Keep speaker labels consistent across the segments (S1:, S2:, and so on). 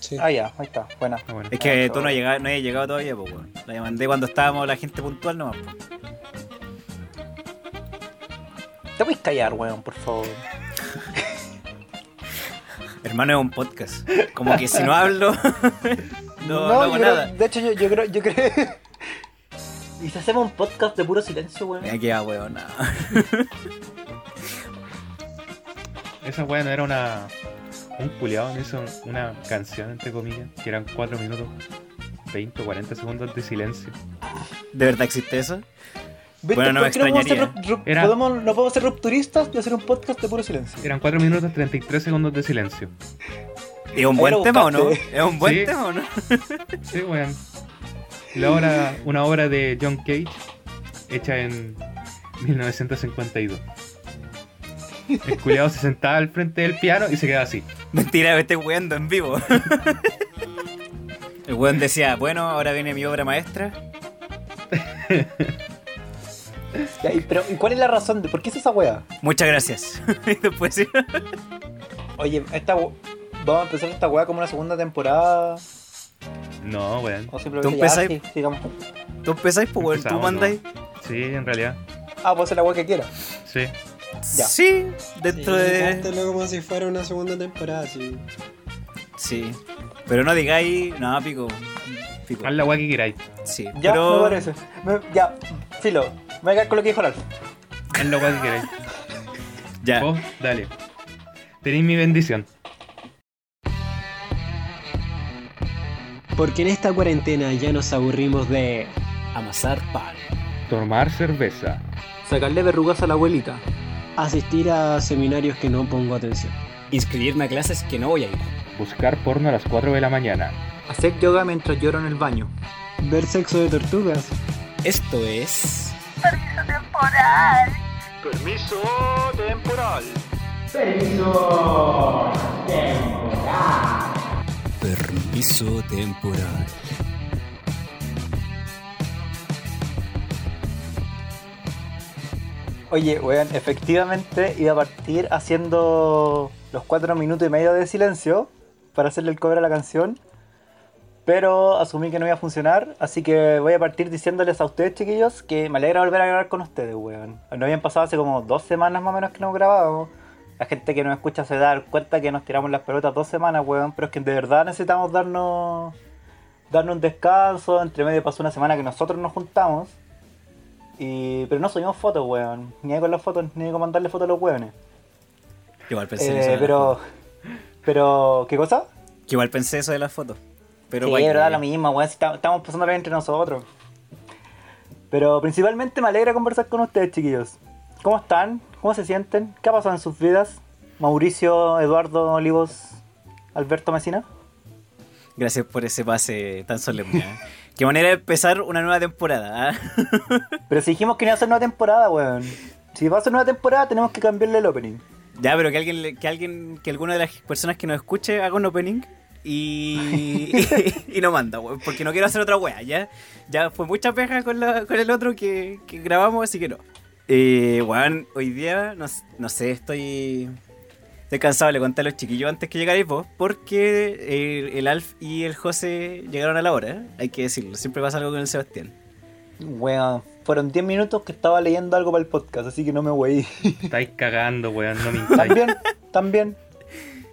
S1: Sí.
S2: Ah, ya, ahí está, buena.
S3: Ah, bueno.
S4: Es que tú no, has llegado, no has llegado todavía, pues, weón. La mandé cuando estábamos la gente puntual nomás. po.
S2: Te voy a callar, weón, por favor.
S4: Hermano, es un podcast. Como que si no hablo, no, no hago
S2: yo creo-
S4: nada.
S2: de hecho, yo, yo creo, yo creo. ¿Y si hacemos un podcast de puro silencio, weón?
S4: Mira que va, weón. no.
S3: Esa weá no era una. Un culiado me hizo una canción, entre comillas, que eran 4 minutos 20 o 40 segundos de silencio.
S4: ¿De verdad existe eso?
S2: ¿Viste?
S4: Bueno, no me
S2: ¿Por qué podemos ser
S4: extrañaría.
S2: ru- ru-
S3: Era-
S2: podemos- no podemos ser rupturistas y hacer un podcast de puro silencio.
S3: Eran 4 minutos 33 segundos de silencio.
S4: ¿Es un
S2: Ahí
S4: buen
S2: lo
S4: tema o no?
S2: buscaste.
S4: ¿Es un buen
S3: Sí.
S4: tema o no?
S3: Sí, weón. La obra, una obra de John Cage, hecha en 1952. El culiado se sentaba al frente del piano y se quedaba así.
S4: Mentira, me estoy weando en vivo. El weón decía, bueno, ahora viene mi obra maestra.
S2: Ya, y- pero, ¿y cuál es la razón? De, ¿Por qué es esa weá?
S4: Muchas gracias. Y después sí.
S2: Oye, esta we- vamos a empezar esta weá como una segunda temporada.
S3: No, weón.
S2: O simplemente
S4: Tú
S2: ya,
S4: empezás-
S2: sí, sigamos.
S4: Tú empezáis, pues weón, tú
S3: Empezamos,
S4: mandáis.
S3: Sí, en realidad.
S2: Ah, pues hacer la weá que quieras.
S3: Sí.
S2: Ya.
S4: Sí, dentro
S1: Sí,
S4: de.
S1: cántalo como si fuera una segunda temporada, sí.
S4: Sí. Pero no digáis, no, pico. Pico.
S3: Haz la weá que queráis.
S4: Sí,
S2: Ya,
S4: pero.
S2: me parece. Me- ya, filo. Me voy a quedar con lo que dijo el Alf.
S3: Haz la weá que queráis.
S4: Ya.
S3: Vos, dale. Tenéis mi bendición.
S1: Porque en esta cuarentena ya nos aburrimos de amasar pan,
S3: Tomar cerveza.
S2: Sacarle verrugas a la abuelita.
S1: asistir a seminarios que no pongo atención, inscribirme a clases que no voy a ir,
S3: Buscar porno a las 4 de la mañana.
S2: Hacer yoga mientras lloro en el baño.
S1: ver sexo de tortugas,
S4: Esto es. Permiso temporal. Permiso temporal. Permiso temporal.
S2: Oye, weón, efectivamente iba a partir haciendo los cuatro minutos y medio de silencio para hacerle el cover a la canción. Pero asumí que no iba a funcionar, así que voy a partir diciéndoles a ustedes, chiquillos, que me alegra volver a grabar con ustedes, weón. No habían pasado hace como dos semanas más o menos que no grabábamos. La gente que nos escucha se da cuenta que nos tiramos las pelotas dos semanas, weón. Pero es que de verdad necesitamos darnos, darnos un descanso. Entre medio pasó una semana que nosotros nos juntamos. Y, pero no subimos fotos, weón. Ni ahí con las fotos, ni con mandarle fotos a los weones.
S4: Igual pensé en
S2: Eh,
S4: eso. de la
S2: pero.
S4: foto.
S2: Pero. ¿Qué cosa?
S4: Que igual pensé eso de las fotos. Pero
S2: sí,
S4: guay, eh,
S2: es verdad,
S4: guay.
S2: lo mismo, weón. si está- estamos pasando bien entre nosotros. Pero principalmente me alegra conversar con ustedes, chiquillos. ¿Cómo están? ¿Cómo se sienten? ¿Qué ha pasado en sus vidas? Mauricio, Eduardo, Olivos, Alberto Mesina.
S4: Gracias por ese pase tan solemne. ¿eh? Qué manera de empezar una nueva temporada. ¿ah?
S2: Pero si dijimos que no iba a ser una temporada, weón. Si va a ser una temporada, tenemos que cambiarle el opening.
S4: Ya, pero que alguien, le- que alguien, que alguna de las personas que nos escuche haga un opening y, y, no manda, weón, porque no quiero hacer otra wea, ya. Ya fue mucha peja con, la- con el otro que, que grabamos, así que no. Eh, weón, hoy día, no, s- no sé, estoy, estoy cansado, le conté a los chiquillos antes que llegarais vos, porque eh, el Alf y el José llegaron a la hora, ¿eh? hay que decirlo, siempre pasa algo con el Sebastián.
S2: Weón, fueron 10 minutos que estaba leyendo algo para el podcast, así que no me weí.
S3: Estáis cagando, weón. No mintáis.
S2: También, también.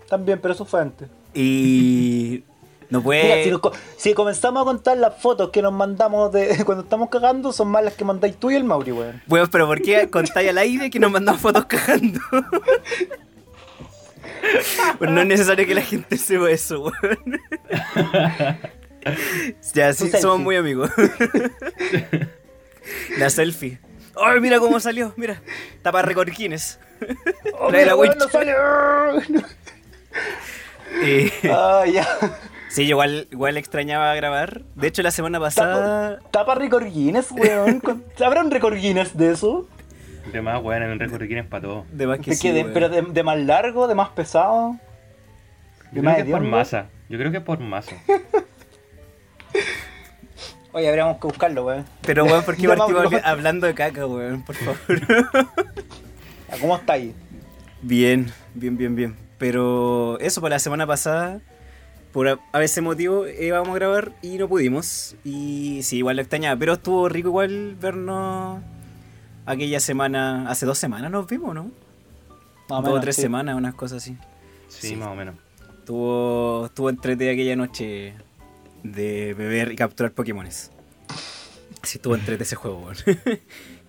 S2: También, pero eso fue antes.
S4: Y no puede...
S2: Mira, si, nos co- si comenzamos a contar las fotos que nos mandamos de cuando estamos cagando, son más las que mandáis tú y el Mauri, weón.
S4: Weón, pero ¿por qué contáis al aire que nos mandan fotos cagando? Bueno, no es necesario que la gente sepa eso, weón. ya, sí,
S2: Tu
S4: somos
S2: selfie.
S4: muy amigos. la selfie. ¡Ay, mira cómo salió! Mira, tapa recorquines.
S2: ¡Oh,
S4: Trae
S2: mira,
S4: la
S2: weón,
S4: wincha.
S2: no sale!
S4: Eh,
S2: Ah, ya.
S4: sí, igual, igual extrañaba grabar. De hecho, la semana pasada...
S2: Tapa récord Guinness, weón. Con- ¿Habrá un récord Guinness de eso?
S3: De más, weón, en un récord que quieren para todo.
S4: De más que
S2: ¿De
S4: sí,
S2: qué? De-
S4: weón.
S2: ¿Pero de, de más largo, de más pesado? más
S3: Yo creo que es por
S2: hediondo?
S3: masa. Yo creo que es por masa.
S2: Oye, habríamos que buscarlo, weón.
S4: Pero, weón, ¿por qué
S2: De más
S4: partimos habli-
S2: broma.
S4: hablando de caca, weón? Por favor.
S2: Ya, ¿Cómo está ahí?
S4: Bien, bien, bien, bien. Pero eso, para la semana pues pasada por a, a ese motivo eh, vamos a grabar y no pudimos. Y sí, igual lo extrañaba, pero estuvo rico igual vernos aquella semana, hace dos semanas nos vimos, ¿no?
S2: Más o
S4: dos o
S2: menos,
S4: tres
S2: sí.
S4: semanas, unas cosas así.
S3: Sí,
S4: Sí.
S3: más o menos.
S4: Estuvo, estuvo entrete aquella noche de beber y capturar Pokémones. Así estuvo entrete ese juego, weón.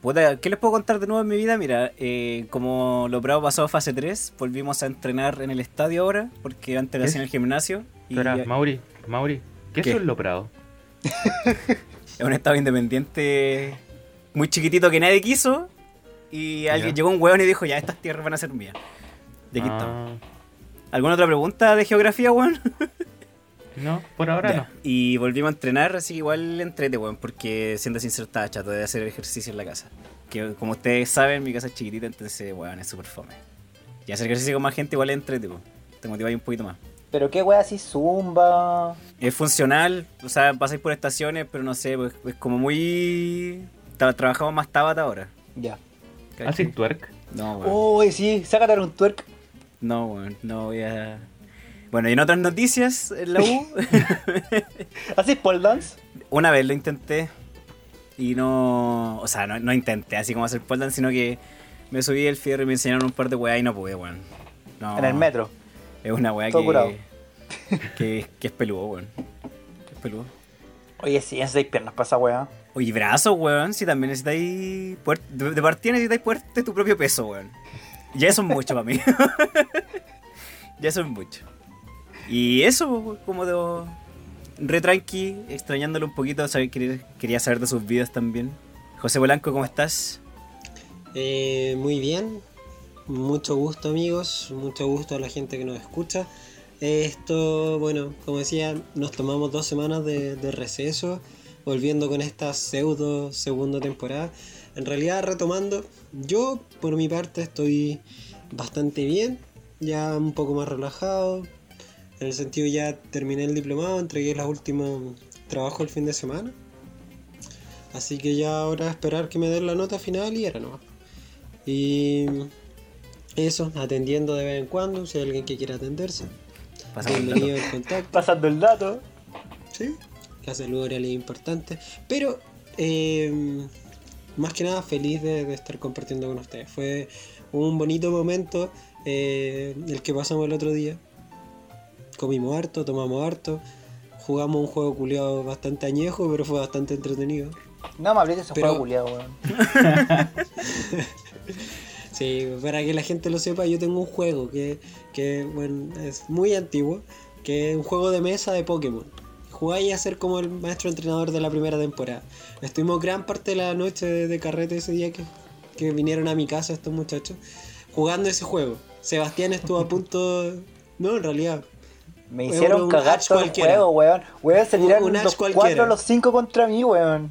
S4: Puta, ¿qué les puedo contar de nuevo en mi vida? Mira, eh, como lo bravo pasó a fase 3, volvimos a entrenar en el estadio ahora, porque antes lo
S3: ¿Qué?
S4: hacía en el gimnasio. Y
S3: Espera,
S4: es
S3: Mauri, Mauri, ¿qué,
S4: ¿Qué?
S3: es lo Prado?
S4: un estado independiente muy chiquitito que nadie quiso. Y alguien
S3: Ya.
S4: llegó un weón y dijo, ya, estas tierras van a ser mías. Y aquí estamos.
S3: Ah,
S4: ¿Alguna otra pregunta de geografía, weón?
S3: No, por ahora
S4: Ya,
S3: no.
S4: Y volvimos a entrenar, así que igual entrete, weón, porque siendo sincero estaba chato de hacer ejercicio en la casa. Que como ustedes saben, mi casa es chiquitita, entonces, weón, es súper fome. Y hacer ejercicio con más gente igual es entrete, weón. Te motiva ahí un poquito más.
S2: Pero qué wea así zumba.
S4: Es funcional, o sea, pasáis por estaciones, pero no sé, pues es como muy... tra- trabajamos más tabata ahora.
S2: Ya.
S4: ¿cachai?
S3: ¿Hacen twerk?
S4: No, weón.
S3: Oh.
S2: Uy, sí, sácate un twerk.
S4: No, weón, no voy a... Bueno, y en otras noticias, en la U...
S2: ¿Haces pole dance?
S4: Una vez lo intenté y no. O sea, no, no intenté así como hacer pole dance, sino que me subí el fierro y me enseñaron un par de weas y no pude, weón. No,
S2: En el metro.
S4: Es una wea
S2: Todo curado.
S4: que, que. que es peludo, weón. Que es peludo.
S2: Oye, sí, en seis piernas pasa wea.
S4: Oye, brazos, weón. Si también necesitáis. puer- De, de partida necesitáis fuerte tu propio peso, weón. Ya eso es mucho para mí. ya eso es mucho. Y eso, weón, como de. Re tranqui, extrañándolo un poquito. saber- quería, quería saber de sus vidas también. José Bolanco, ¿cómo estás?
S1: Eh, muy bien, mucho gusto amigos, mucho gusto a la gente que nos escucha. Eh, Esto, bueno, como decía, nos tomamos dos semanas de, de receso, volviendo con esta pseudo segunda temporada. En realidad retomando, yo por mi parte estoy bastante bien, ya un poco más relajado, en el sentido ya terminé el diplomado, entregué los últimos trabajos el fin de semana. Así que ya ahora esperar que me den la nota final y era nomás. Y eso, atendiendo de vez en cuando, si hay alguien que quiera atenderse.
S4: Pasamos el
S1: Bienvenido
S4: dato.
S1: al contacto,
S2: Pasando el dato.
S1: sí. La salud oral es importante. Pero eh, más que nada feliz de, de estar compartiendo con ustedes. Fue un bonito momento eh, el que pasamos el otro día. Comimos harto, tomamos harto. Jugamos un juego culiado bastante añejo, pero fue bastante entretenido.
S2: No me hables de ese
S1: Pero-
S2: juego culiado, weón.
S1: Sí, para que la gente lo sepa, yo tengo un juego que, que, bueno, es muy antiguo, que es un juego de mesa de Pokémon. Jugáis a ser como el maestro entrenador de la primera temporada. Estuvimos gran parte de la noche de, de carrete ese día que, que vinieron a mi casa estos muchachos jugando ese juego. Sebastián estuvo a punto... No, en realidad.
S2: Me
S1: Weón,
S2: hicieron
S1: un
S2: cagar
S1: Ash
S2: todo
S1: cualquiera.
S2: el juego, weón. Weón, se
S1: Un-
S2: tiraron
S1: un Ash
S2: los
S1: cualquiera.
S2: cuatro, los cinco contra mí, weón.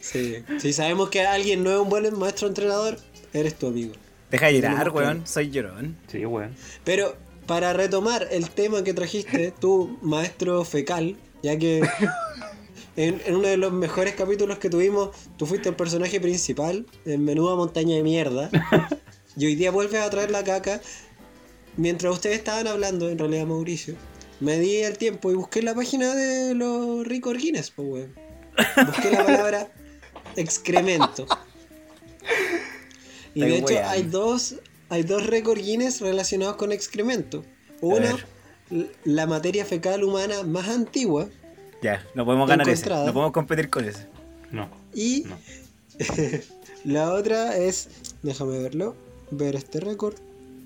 S1: Sí. Si sabemos que alguien no es un buen maestro entrenador, eres tu amigo.
S4: Deja de llorar,
S1: Tenemos
S4: weón. Soy llorón.
S3: Sí, weón.
S1: Pero para retomar el tema que trajiste, tu maestro fecal, ya que en, en uno de los mejores capítulos que tuvimos, tú fuiste el personaje principal en Menuda Montaña de Mierda. Y hoy día vuelves a traer la caca. Mientras ustedes estaban hablando, en realidad Mauricio, me di el tiempo y busqué la página de los ricos Guinness, pues weón. Busqué la palabra excremento. Y de
S4: Estoy
S1: hecho
S4: weando.
S1: hay dos, hay dos récords Guinness relacionados con excremento. Uno,
S4: ver.
S1: l- la materia fecal humana más antigua
S4: Ya, no podemos ganar ese.
S1: Encontrada.
S4: No podemos competir con ese.
S3: No,
S1: y
S3: no.
S1: la otra es, déjame verlo, ver este récord,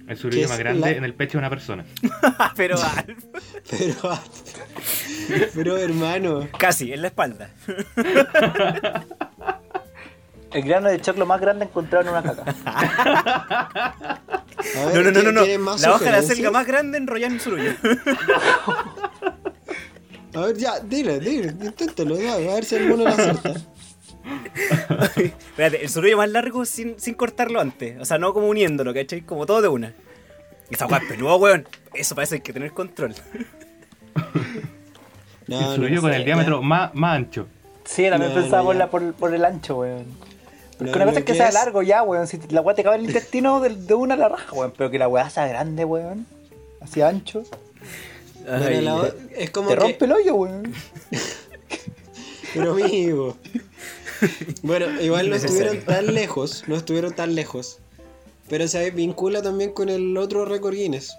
S3: El surullo
S1: es
S3: más grande
S1: la-
S3: en el pecho de una persona.
S4: Ah, pero Alf,
S1: pero, pero hermano,
S4: casi, en la espalda.
S2: El grano de choclo más grande encontrado en una caca.
S1: a ver,
S4: No, no, no, no.
S1: ¿quién-
S4: no.
S1: quieren más
S4: La hoja de la
S1: sugerencias?
S4: selga más grande enrollada en un surullo.
S1: A ver, ya, dile, dile, inténtalo, ya, a ver si alguno la acierta.
S4: Espérate, el surullo más largo sin, sin cortarlo antes. O sea, no como uniéndolo, ¿cachai? Como todo de una. Esa weá es peluda, weón. Eso parece que hay que tener control.
S1: No,
S3: el
S1: no,
S3: surullo
S1: no,
S3: con
S1: ya,
S3: el diámetro más, más ancho.
S2: Sí, también
S1: No,
S2: pensaba
S1: no,
S2: por,
S1: ya.
S2: la, por, por el ancho, weón. Porque
S1: No,
S2: una
S1: lo
S2: cosa es que
S1: que
S2: sea
S1: es-
S2: largo ya, weón. Si la weá te cabe en el intestino de, de una a la raja, weón. Pero que la weá sea grande, weón. Así ancho.
S1: Bueno,
S4: Ay,
S1: la o-
S2: te-
S1: es como
S2: Te
S1: que-
S2: rompe el hoyo, weón.
S1: Pero amigo. Bueno, igual no
S4: Innecesario.
S1: estuvieron tan lejos, no estuvieron tan lejos. Pero se vincula también con el otro récord Guinness.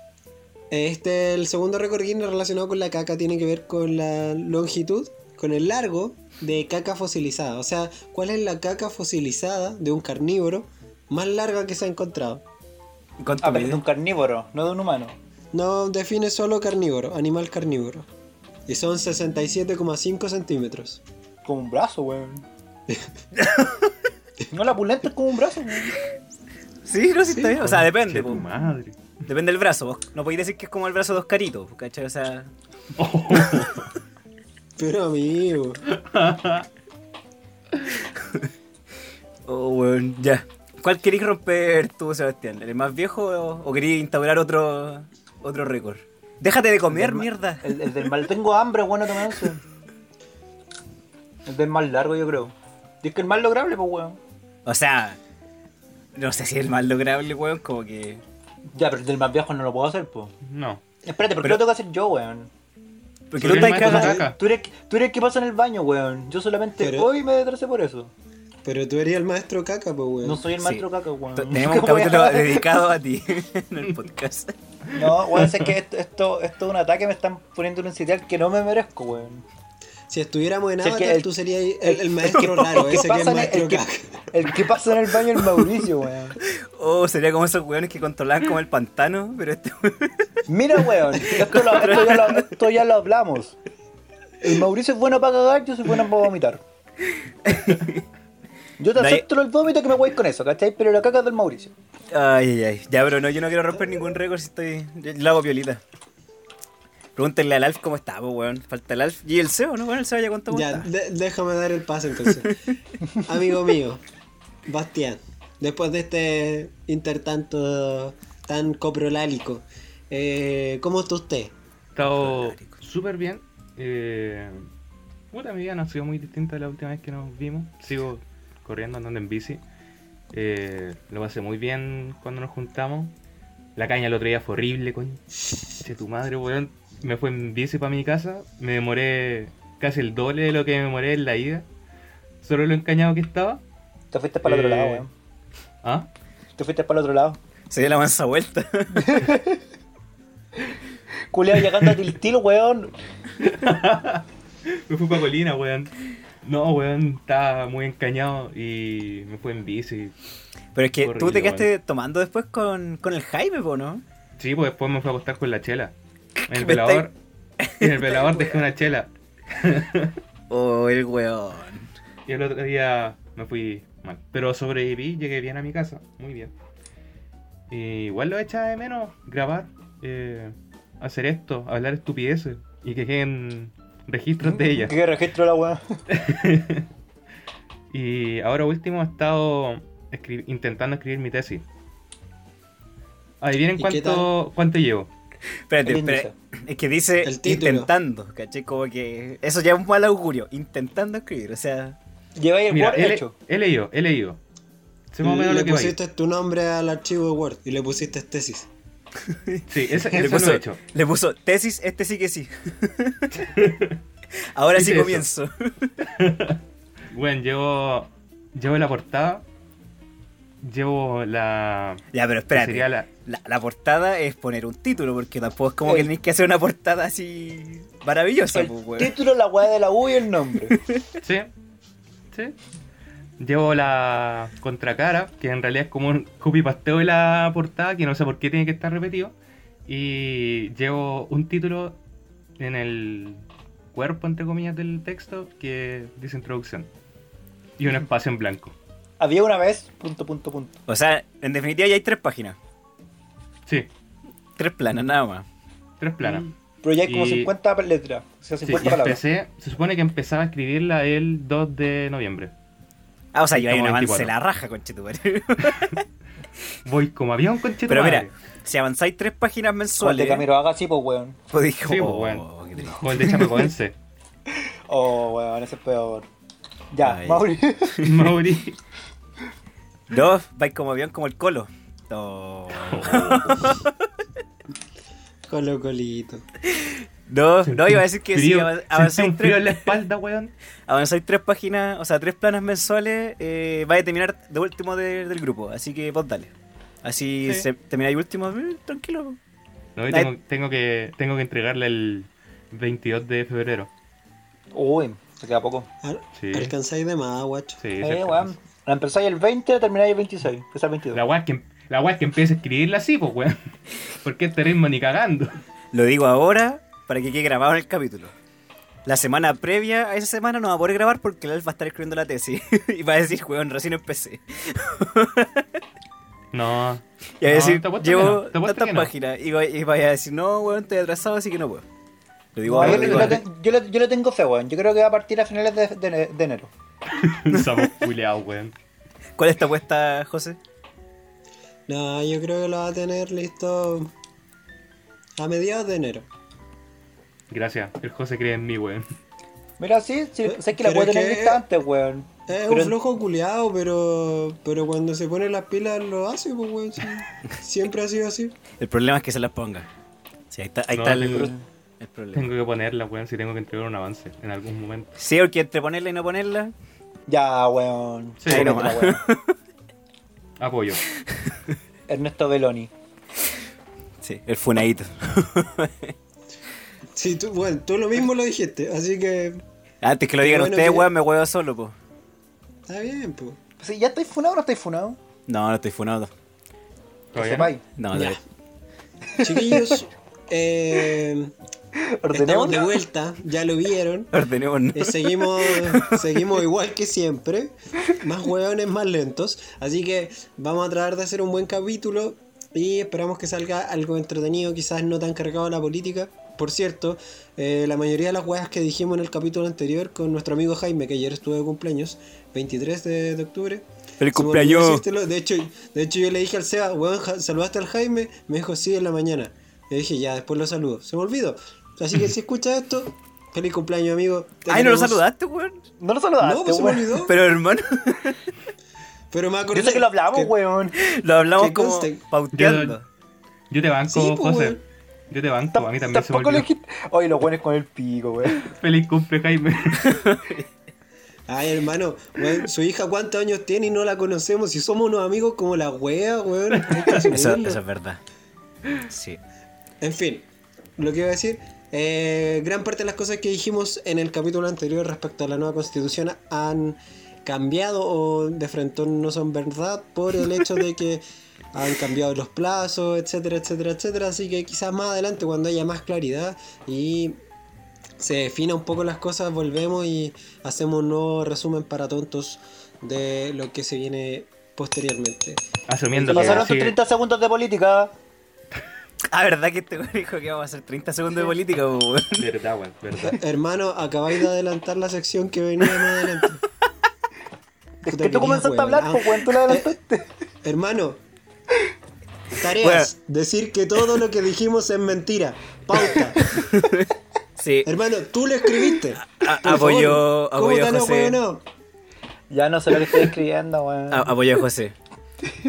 S1: Este, el segundo récord Guinness relacionado con la caca tiene que ver con la longitud, con el largo de caca fosilizada. O sea, ¿cuál es la caca fosilizada de un carnívoro más larga que se ha encontrado?
S4: ¿Cuánto
S2: Ah, pero
S4: mide?
S2: de un carnívoro, no de un humano.
S1: No define solo carnívoro, animal carnívoro. Y son 67,5 centímetros.
S2: Como un brazo, weón. no, la pulenta es como un brazo, weón.
S4: Sí, no, sí, está bien. O sea, Ah, depende.
S3: Che, tu
S4: po.
S3: madre.
S4: Depende del brazo. vos No podéis decir que es como el brazo de Oscarito, po, ¿cachai? O sea,
S1: Pero amigo.
S4: oh, weón, ya. ¿Cuál querís romper tú, Sebastián? ¿El más viejo o, o querís instaurar otro, otro récord? Déjate de comer, mierda.
S2: El, el del mal. Tengo hambre, weón, no te eso. El del más largo, yo creo. Y es que el más lograble, pues, weón.
S4: O sea, no sé si es el más lograble, weón, como que...
S2: Ya, pero el del más viejo no lo puedo hacer, pues.
S3: No.
S2: Espérate, ¿por qué
S4: Pero-
S2: lo tengo que hacer yo, weón?
S4: Porque
S3: Pero
S4: tú
S3: el
S4: estás
S3: maestro
S4: cagado.
S3: saca.
S2: Tú eres, tú eres el que pasa en el baño, weón. Yo solamente
S1: Pero-
S2: hoy me detrasé por eso.
S1: Pero tú eres el maestro caca, pues, weón.
S2: No soy el
S4: Sí.
S2: maestro caca, weón.
S4: T- Tenemos un
S2: ¿Cómo voy a-
S4: capítulo dedicado a ti en el podcast.
S2: No, weón, es que esto, esto, esto es un ataque, me están poniendo un sitial que no me merezco, weón.
S1: Si estuviéramos en
S2: Si es
S1: Avatar,
S2: que el-
S1: tú serías el, el maestro
S2: que-
S1: raro,
S2: el que
S1: ese que es
S2: pasa en el-
S1: maestro
S2: el que-
S1: caca.
S2: El que pasa en el baño el Mauricio, weón.
S4: Oh, sería como esos weones que controlaban como el pantano, pero este
S2: Mira, weón, esto, lo- esto ya lo, esto ya lo hablamos. El Mauricio es bueno para cagar, yo soy bueno para vomitar. Yo te
S4: Nadie-
S2: acepto el vómito que me voy con eso, ¿cachai? Pero la caca es del Mauricio.
S4: Ay, ay, ay. Ya, pero no, yo no quiero romper ningún récord si estoy. Yo lo hago violita. Pregúntenle al Alf cómo está, pues, weón. Falta el Alf. Y el CEO, ¿no? Bueno, el CEO ya cuánto
S1: Ya,
S4: cuenta.
S1: de- déjame dar el pase entonces. Amigo mío, Bastián, después de este intertanto tan coprolálico, eh, ¿cómo está usted?
S3: He estado súper bien. Eh, puta, mi vida no ha sido muy distinta de la última vez que nos vimos. Sigo corriendo, andando en bici. Eh, lo pasé muy bien cuando nos juntamos. La caña el otro día fue horrible, coño. Che, tu madre, weón. Me fue en bici para mi casa. Me demoré casi el doble de lo que me demoré en la ida. Solo lo encañado que estaba.
S2: Te fuiste para el otro
S3: Eh.
S2: lado, weón.
S3: Ah,
S2: Te fuiste para el otro lado.
S4: Se dio la mansa vuelta.
S2: Culeado llegando a Tiltil, weón.
S3: Me fui para Colina, weón. No, weón, estaba muy encañado y me fue en bici.
S4: Pero es que tú
S3: Horrible,
S4: te quedaste tomando después con, con el Jaime, po, ¿no?
S3: Sí, pues después me fue a acostar con la chela. En el
S4: Me está-
S3: velador. En el velador dejé una chela.
S4: Oh, el weón.
S3: Y el otro día me fui mal. Pero sobreviví, llegué bien a mi casa. Muy bien. Y igual lo echa de menos grabar, eh, hacer esto, hablar estupideces y que queden registros de ellas.
S2: Que registro la weón.
S3: Y ahora último he estado escri- intentando escribir mi tesis. Adivinen
S1: ¿Y qué
S3: cuánto, cuánto llevo.
S4: Espérate,
S2: El
S4: espérate. Es que dice
S1: El título.
S4: intentando, ¿cachai? Como que. Eso ya es un mal augurio. Intentando escribir, o sea.
S2: Lleváis el
S3: Mira,
S2: Word
S3: he,
S2: hecho.
S3: he leído, he leído. Sé más o menos
S1: le
S3: lo que va a ir.
S1: pusiste tu nombre al archivo de Word y le pusiste tesis.
S3: Sí, ese-
S4: le,
S3: eso
S4: puso,
S3: lo he hecho.
S4: le puso tesis, este sí que sí. Ahora
S3: Hice
S4: sí
S3: eso.
S4: comienzo.
S3: Bueno, llevo, llevo la portada. Llevo la...
S4: Ya, pero espérate.
S3: Sería la...
S4: La, la portada es poner un título, porque tampoco es como que
S2: El-
S4: tenéis que hacer una portada así maravillosa, pues,
S2: El
S4: weón.
S2: título, la weá de la U y el nombre.
S3: Sí, sí. Llevo la contracara, que en realidad es como un copy-pasteo de la portada, que no sé por qué tiene que estar repetido. Y llevo un título en el cuerpo, entre comillas, del texto que dice introducción. Y un espacio en blanco.
S2: Había una vez, punto, punto, punto.
S4: O sea, en definitiva ya hay tres páginas.
S3: Sí,
S4: Tres planas, nada más.
S3: tres planas.
S2: Pero ya hay como
S3: Y-
S2: 50 letras, o sea,
S3: Sí,
S2: 50
S3: y
S2: palabras.
S3: empecé, se supone que empezaba a escribirla el 2 de noviembre.
S4: Ah, o sea, yo hay un
S3: Estamos
S4: avance
S3: 24.
S4: la raja, conchetumare.
S3: Voy como avión con
S4: Pero mira, si avanzáis tres páginas
S2: Juan de
S4: mensuales,
S2: Camilo haga así, pues weón.
S4: podéis
S3: Sí, pues,
S4: oh,
S3: bueno.
S4: qué triste.
S3: O el de Chapecoense.
S2: Oh, weón, ese es peor. Ya,
S4: Ay.
S2: Mauri.
S3: Mauri.
S4: Dos, vais como avión como el colo. No.
S1: Colocolito.
S4: No, no, iba a decir que sí,
S3: Frío,
S4: avan-
S3: sentí
S4: avanzáis
S3: un frío en la
S4: tres,
S3: espalda, weón.
S4: avanzáis tres páginas, o sea, tres planas mensuales, eh, vais a terminar de último de- del grupo, así que vos dale. Así
S3: Sí.
S4: se- termináis último, eh, tranquilo.
S3: No,
S4: Ay.
S3: y tengo, tengo que, tengo que entregarle el 22 de febrero.
S2: Uy, se queda poco.
S1: Al-
S3: Sí.
S1: Alcanzáis de más, guacho.
S3: Sí,
S2: Eh,
S3: cerca.
S2: weón. La empezáis el 20, la termináis el 26. Empezáis el 22.
S3: La weá es que, la weá es que empiece a escribirla así, pues, weón. Porque este ritmo ni cagando.
S4: Lo digo ahora para que quede grabado en el capítulo. La semana previa a esa semana no va a poder grabar porque el Alf va a estar escribiendo la tesis. y va a decir, weón, recién empecé.
S3: No.
S4: Y va a
S3: No,
S4: decir,
S3: te apuesto que no,
S4: llevo
S3: te apuesto
S4: tantas
S3: que no".
S4: páginas. Y va, y va a decir, no, weón, estoy atrasado, así que no puedo. Lo digo
S2: No,
S4: ahora.
S2: yo, le- yo
S4: lo digo
S2: le
S4: ahora.
S2: ten- yo le, yo le tengo fe, weón. Yo creo que va a partir a finales de, de- de enero.
S3: Somos culeados, weón.
S4: ¿Cuál es tu apuesta, José?
S1: No, yo creo que lo va a tener listo a mediados de enero.
S3: Gracias. El José cree en mí, weón.
S2: Mira, sí, sí
S1: Eh,
S2: sé que la
S1: pero
S2: puedo tener
S1: que-
S2: lista antes, weón.
S1: Es un
S2: Pero-
S1: flojo culeado, pero, pero cuando se pone las pilas lo hace, pues, weón. sí. Siempre ha sido así.
S4: El problema es que se las ponga. Sí, ahí está, ahí
S3: No,
S4: está el,
S3: tengo-
S4: el problema.
S3: Tengo que ponerla, weón, si tengo que entregar un avance en algún momento.
S4: Sí, porque entre ponerla y no ponerla,
S2: Ya, weón.
S3: Sí.
S2: Cómetela,
S4: Ahí nomás.
S2: weón.
S3: Apoyo.
S2: Ernesto Beloni.
S4: sí, el funadito.
S1: Sí, tú, bueno, tú lo mismo lo dijiste, así que
S4: Antes que lo digan
S1: Bueno,
S4: ustedes,
S1: que-
S4: weón, me huevo solo, po.
S1: está bien, pues.
S2: Sí, ¿Ya estáis funado o no estáis funado?
S4: No, no estoy funado.
S2: Que
S3: ¿Todavía?
S2: sepáis.
S4: No,
S1: Ya.
S4: de-
S1: Chiquillos, eh, estamos
S2: Ordenemos.
S1: de vuelta, ya lo vieron.
S4: ordenemos, ¿no?
S1: Eh, seguimos, seguimos igual que siempre. Más hueones, más lentos. Así que vamos a tratar de hacer un buen capítulo. Y esperamos que salga algo entretenido, quizás no tan cargado a la política. Por cierto, eh, la mayoría de las hueas que dijimos en el capítulo anterior con nuestro amigo Jaime, que ayer estuvo de cumpleaños, 23 de, de octubre.
S4: ¡Feliz
S1: Se me olvidó
S4: cumpleaños!
S1: decírtelo. De hecho, de hecho, yo le dije al Seba, weón, ja- ¿saludaste al Jaime? Me dijo, sí, en la mañana. Le dije, ya, después lo saludo. Se me olvidó. Así que si escuchas esto, feliz cumpleaños, amigo. Te
S4: Ay, no lo
S1: queremos.
S4: saludaste, weón.
S2: No lo saludaste,
S1: No, pues se me
S2: weón.
S1: olvidó. Pero,
S4: Pero hermano,
S1: me acordé.
S2: Yo sé que lo hablamos, weón.
S4: lo hablamos
S1: Que
S4: como
S1: conste.
S4: pauteando.
S3: Yo- Yo te banco,
S1: Sí, pues,
S3: José.
S1: weón.
S3: Yo te banco, a mí también se me
S2: Tampoco lo
S3: olvidó.
S2: dijiste. Oye, los buenos con el pico, weón.
S3: Feliz cumple, Jaime.
S1: Ay, hermano, weón, su hija cuántos años tiene y no la conocemos. Si somos unos amigos como la wea, weón. hay que
S4: Eso,
S1: asumirlo.
S4: eso es verdad. Sí.
S1: En fin, lo que iba a decir, eh, gran parte de las cosas que dijimos en el capítulo anterior respecto a la nueva constitución han cambiado o de frente no son verdad por el hecho de que han cambiado los plazos, etcétera, etcétera, etcétera. Así que quizás más adelante, cuando haya más claridad y se defina un poco las cosas, volvemos y hacemos un nuevo resumen para tontos de lo que se viene posteriormente.
S3: Asumiendo
S2: Te
S3: que
S2: pasaron
S3: sí,
S2: tus 30 segundos de política.
S4: Ah, ¿verdad que este weón dijo que vamos a hacer 30 segundos de política, po, weón?
S3: Verdad, weón, verdad.
S1: Hermano, acabáis de adelantar la sección que venía más adelante.
S2: Es
S1: Puta,
S2: que
S1: quería,
S2: tú comenzaste a
S1: weón.
S2: hablar,
S1: Ah,
S2: pues, weón, tú la adelantaste.
S1: Hermano, tareas. Decir que todo lo que dijimos es mentira. Pauta.
S4: Sí.
S1: Hermano, tú lo escribiste.
S4: A-
S1: Por
S4: Ah,
S1: favor.
S4: apoyó-
S1: ¿Cómo
S4: apoyó
S1: tan
S4: José.
S1: ahueonado?
S2: Ya no sé lo que estoy escribiendo, weón.
S4: A- apoyo a José.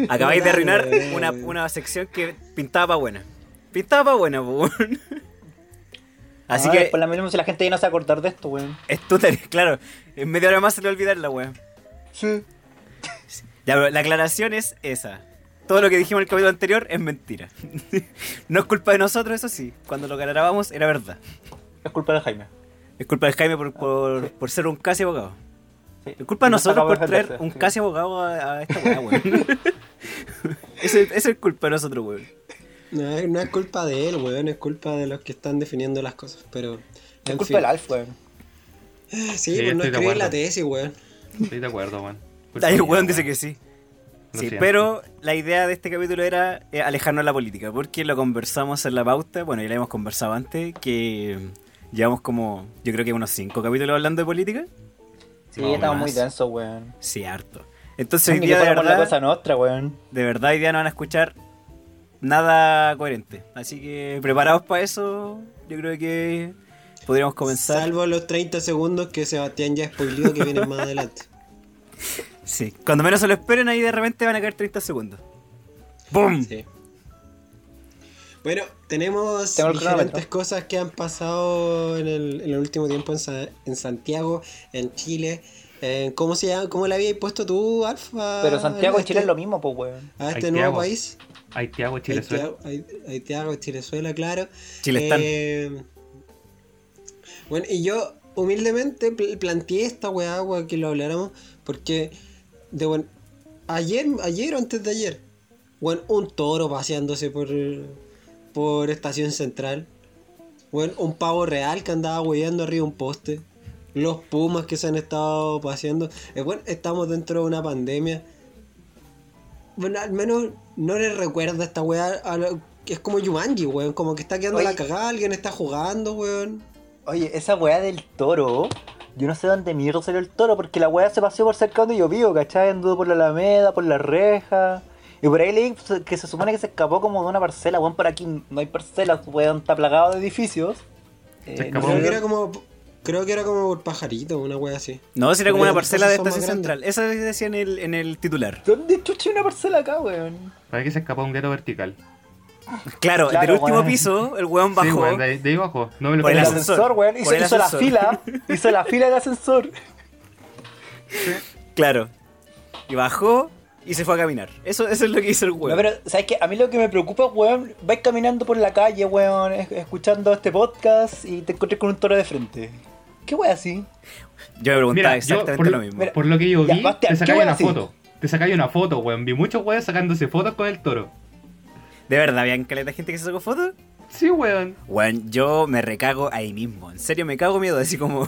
S4: Acabáis de arruinar
S1: Dale,
S4: una,
S1: dale.
S4: una sección que pintaba pa' buena. Pintaba pa' buena, po, weón. Así
S2: Ah,
S4: que
S2: Por lo mismo, si la gente ya no se va a acordar de esto, weón.
S4: es tu tarea, claro. En media hora más se le va a olvidar la weón.
S2: Sí.
S4: Ya, pero la aclaración es esa. Todo lo que dijimos en el capítulo anterior es mentira. no es culpa de nosotros, eso sí. Cuando lo grabamos era verdad.
S2: Es culpa de Jaime.
S4: Es culpa de Jaime por, por, por ser un casi abogado.
S2: Sí.
S4: Es culpa de
S2: No
S4: nosotros
S2: acabo de
S4: por traer
S2: defenderse,
S4: un
S2: sí.
S4: casi abogado a, a esta weá, weón. Eso es, eso es culpa de nosotros, weón.
S1: No, es- no es culpa de él, weón. Es culpa de los que están definiendo las cosas. Pero.
S2: Es
S1: en
S2: culpa
S1: fin.
S2: del Alf, weón.
S1: Sí,
S3: Sí,
S1: por no
S3: estoy de
S1: escribir la
S3: acuerdo.
S1: tesis, weón.
S3: Estoy de acuerdo, weón. Culpa
S4: Ahí el
S3: mía,
S4: weón dice que sí.
S3: Lo
S4: Sí,
S3: siento.
S4: pero la idea de este capítulo era eh, alejarnos de la política, porque lo conversamos en la pauta, bueno, ya lo hemos conversado antes, que mm, llevamos como, yo creo que unos cinco capítulos hablando de política.
S2: Sí,
S4: Más o
S2: estamos muy
S4: menos.
S2: densos, weón.
S4: Sí, harto. Entonces hoy
S2: Ni que
S4: día, de
S2: fuera por la cosa
S4: verdad,
S2: nuestra, weón.
S4: de verdad, hoy día no van a escuchar nada coherente. Así que preparados para eso, yo creo que podríamos comenzar.
S1: Salvo los 30 segundos que Sebastián ya spoileó que vienen más adelante.
S4: Sí, cuando menos se lo esperen, ahí de repente van a caer 30 segundos. ¡Bum!
S1: Sí. Bueno, tenemos
S2: Tengo el
S1: diferentes
S2: cronómetro.
S1: cosas que han pasado en el, en el último tiempo en, Sa- en Santiago, en Chile. En, ¿cómo, se llama, ¿Cómo le habías puesto tú, Alfa?
S4: Ah,
S2: Pero Santiago
S1: a
S2: y Chile es
S1: este-
S2: lo mismo, pues, weón.
S1: A este
S3: Haitiago.
S1: nuevo país.
S3: Haitiago, Chile, Suecia.
S1: Haitiago- Hait- Haitiago, Chilezuela, claro.
S4: Chilestán.
S1: Eh, bueno, y yo humildemente pl- planteé esta weá, weá, que lo habláramos, porque de buen- ayer, ayer o antes de ayer, bueno, un toro paseándose por, por estación central, bueno, un pavo real que andaba hueveando arriba de un poste, los pumas que se han estado paseando, Eh, bueno, estamos dentro de una pandemia. Bueno, al menos no le recuerda esta weá a lo- que es como Yumanji, weón. Como que está quedando
S2: Oye.
S1: la cagada, alguien está jugando, weón.
S2: Oye, esa weá del toro, yo no sé dónde mierda salió el toro, porque la weá se paseó por cerca donde yo vivo, ¿cachai? Anduvo por la Alameda, por la reja. Y por ahí leí que se supone que se escapó como de una parcela, weón, por aquí no hay parcelas, weón, está plagado de edificios. Eh,
S3: Se
S2: no
S3: escapó.
S2: sé
S1: Creo que
S2: dónde-
S1: era como. Creo que era como por pajarito, una weá así.
S4: No, si era como
S1: Pero
S4: una
S1: las
S4: parcela de
S1: cosas son más
S4: estación central. Eso decía en el, en el titular.
S2: ¿Dónde chucha hay una parcela acá, weón?
S3: Para que se escapó un gato vertical.
S4: Claro,
S2: Claro,
S4: del último
S2: weón.
S4: piso, el weón
S3: Sí,
S4: bajó.
S3: weón, de, ahí- de ahí bajo. No me lo
S4: Por
S2: el
S4: el
S3: creo.
S2: ascensor,
S4: ascensor,
S2: weón. Hizo,
S4: por el
S2: hizo la
S4: ascensor.
S2: fila. Hizo la fila del ascensor.
S4: Claro. Y bajó y se fue a caminar. Eso, eso es lo que hizo el
S2: No,
S4: weón.
S2: pero, ¿sabes qué? A mí lo que me preocupa, weón, vais caminando por la calle, weón, es- escuchando este podcast y te encuentras con un toro de frente. ¿Qué weón así?
S4: Yo me preguntaba
S3: Mira, yo
S4: exactamente
S3: por-
S4: lo mismo.
S2: mira,
S3: Por lo que yo
S2: Ya,
S3: vi,
S2: Bastián,
S3: te
S2: ¿qué
S3: sacáis
S2: weón
S3: una
S2: así?
S3: foto. Te sacáis una foto, weón. Vi muchos weones sacándose fotos con el toro.
S4: ¿De verdad habían caleta de gente que se sacó fotos?
S3: Sí, weón.
S4: Weón, yo me recago ahí mismo. En serio, me cago miedo, así como.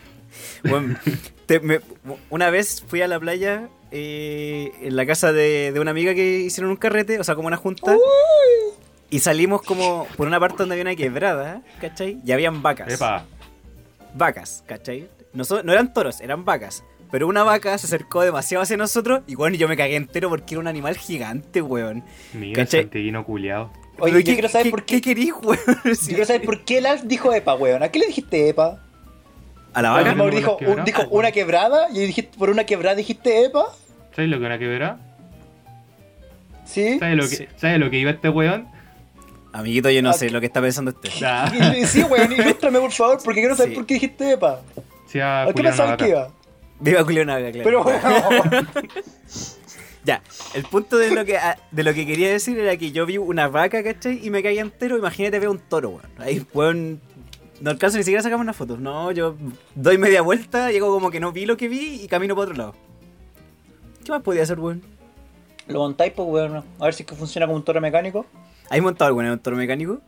S4: Weón, te- me- una vez fui a la playa eh, en la casa de, de una amiga que hicieron un carrete, o sea, como una junta. Y salimos como por una parte donde había una quebrada, ¿cachai? Y habían vacas.
S3: Epa.
S4: Vacas, ¿cachai? No, so- no eran toros, eran vacas. Pero una vaca se acercó demasiado hacia nosotros y bueno, yo me cagué entero porque era un animal gigante, weón.
S3: Mira,
S4: ¿Cachai?
S3: Santiaguino culiao.
S2: Oye,
S4: Pero
S2: yo quiero saber por qué.
S4: querís, weón?
S2: Yo quiero saber por qué el Alf dijo Epa, weón. ¿A qué le dijiste Epa?
S4: A la vaca.
S3: Ah,
S2: Porque el Mauro
S3: no,
S2: dijo,
S3: no, quebrada,
S2: un- dijo
S3: weón.
S2: una quebrada y dijiste, por una quebrada dijiste Epa.
S3: ¿Sabes lo que una que verá?
S2: ¿Sí?
S3: ¿Sabes lo
S4: Sí.
S3: que, ¿sabes lo que iba este weón?
S4: Amiguito, yo no
S2: Ah,
S4: sé
S2: ok.
S4: lo que está pensando este. usted.
S3: Nah.
S2: Y- y- Sí, weón, ilústrame por favor, porque quiero saber
S4: Sí.
S2: por qué dijiste Epa.
S3: Se iba a
S2: ¿A qué
S3: culiar una
S2: pensabas
S3: vaca.
S2: que iba?
S4: Viva Julio Naga, claro.
S2: Pero weón.
S4: Ya, el punto de lo, que, a- de lo que quería decir era que yo vi una vaca, ¿cachai? Y me caí entero. Imagínate ver un toro, weón. Ahí, weón. No alcanzo ni siquiera a sacarme una foto. No, yo doy media vuelta, llego como que no vi lo que vi y camino para otro lado. ¿Qué más podía hacer, weón?
S2: Lo montáis, pues, weón. A ver si es que funciona como un toro mecánico.
S4: ¿Hay montado alguna en un toro mecánico?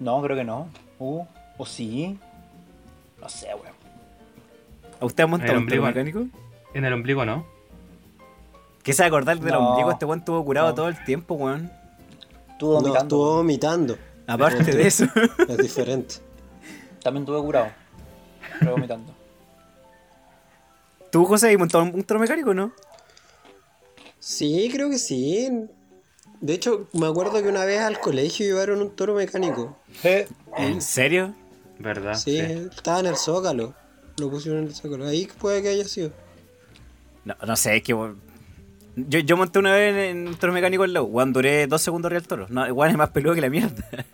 S2: No, creo que no. Uh, o sí. No sé, weón.
S4: ¿A usted ha montado
S3: El
S4: un toro
S3: ombligo.
S4: mecánico?
S3: En el ombligo, ¿no?
S4: ¿Qué se va a acordar del
S2: No.
S4: ombligo? Este weón estuvo curado
S2: No.
S4: todo el tiempo, weón.
S2: Estuve
S1: No,
S2: vomitando.
S1: estuvo vomitando.
S4: Aparte de eso.
S1: Es diferente.
S2: También estuve curado. Pero vomitando.
S4: ¿Tú, José, has montado un, un toro mecánico, no?
S1: Sí, creo que sí. De hecho, me acuerdo que una vez al colegio llevaron un toro mecánico.
S2: Eh,
S4: ¿En serio? Ah,
S3: ¿Verdad?
S1: sí, estaba en el zócalo. Lo pusieron en el zócalo. Ahí puede que haya sido.
S4: No, no sé, es que. weón, Yo, yo monté una vez en, un toro mecánico en la U, weón, duré dos segundos arriba del toro. No, igual es más peludo que la mierda.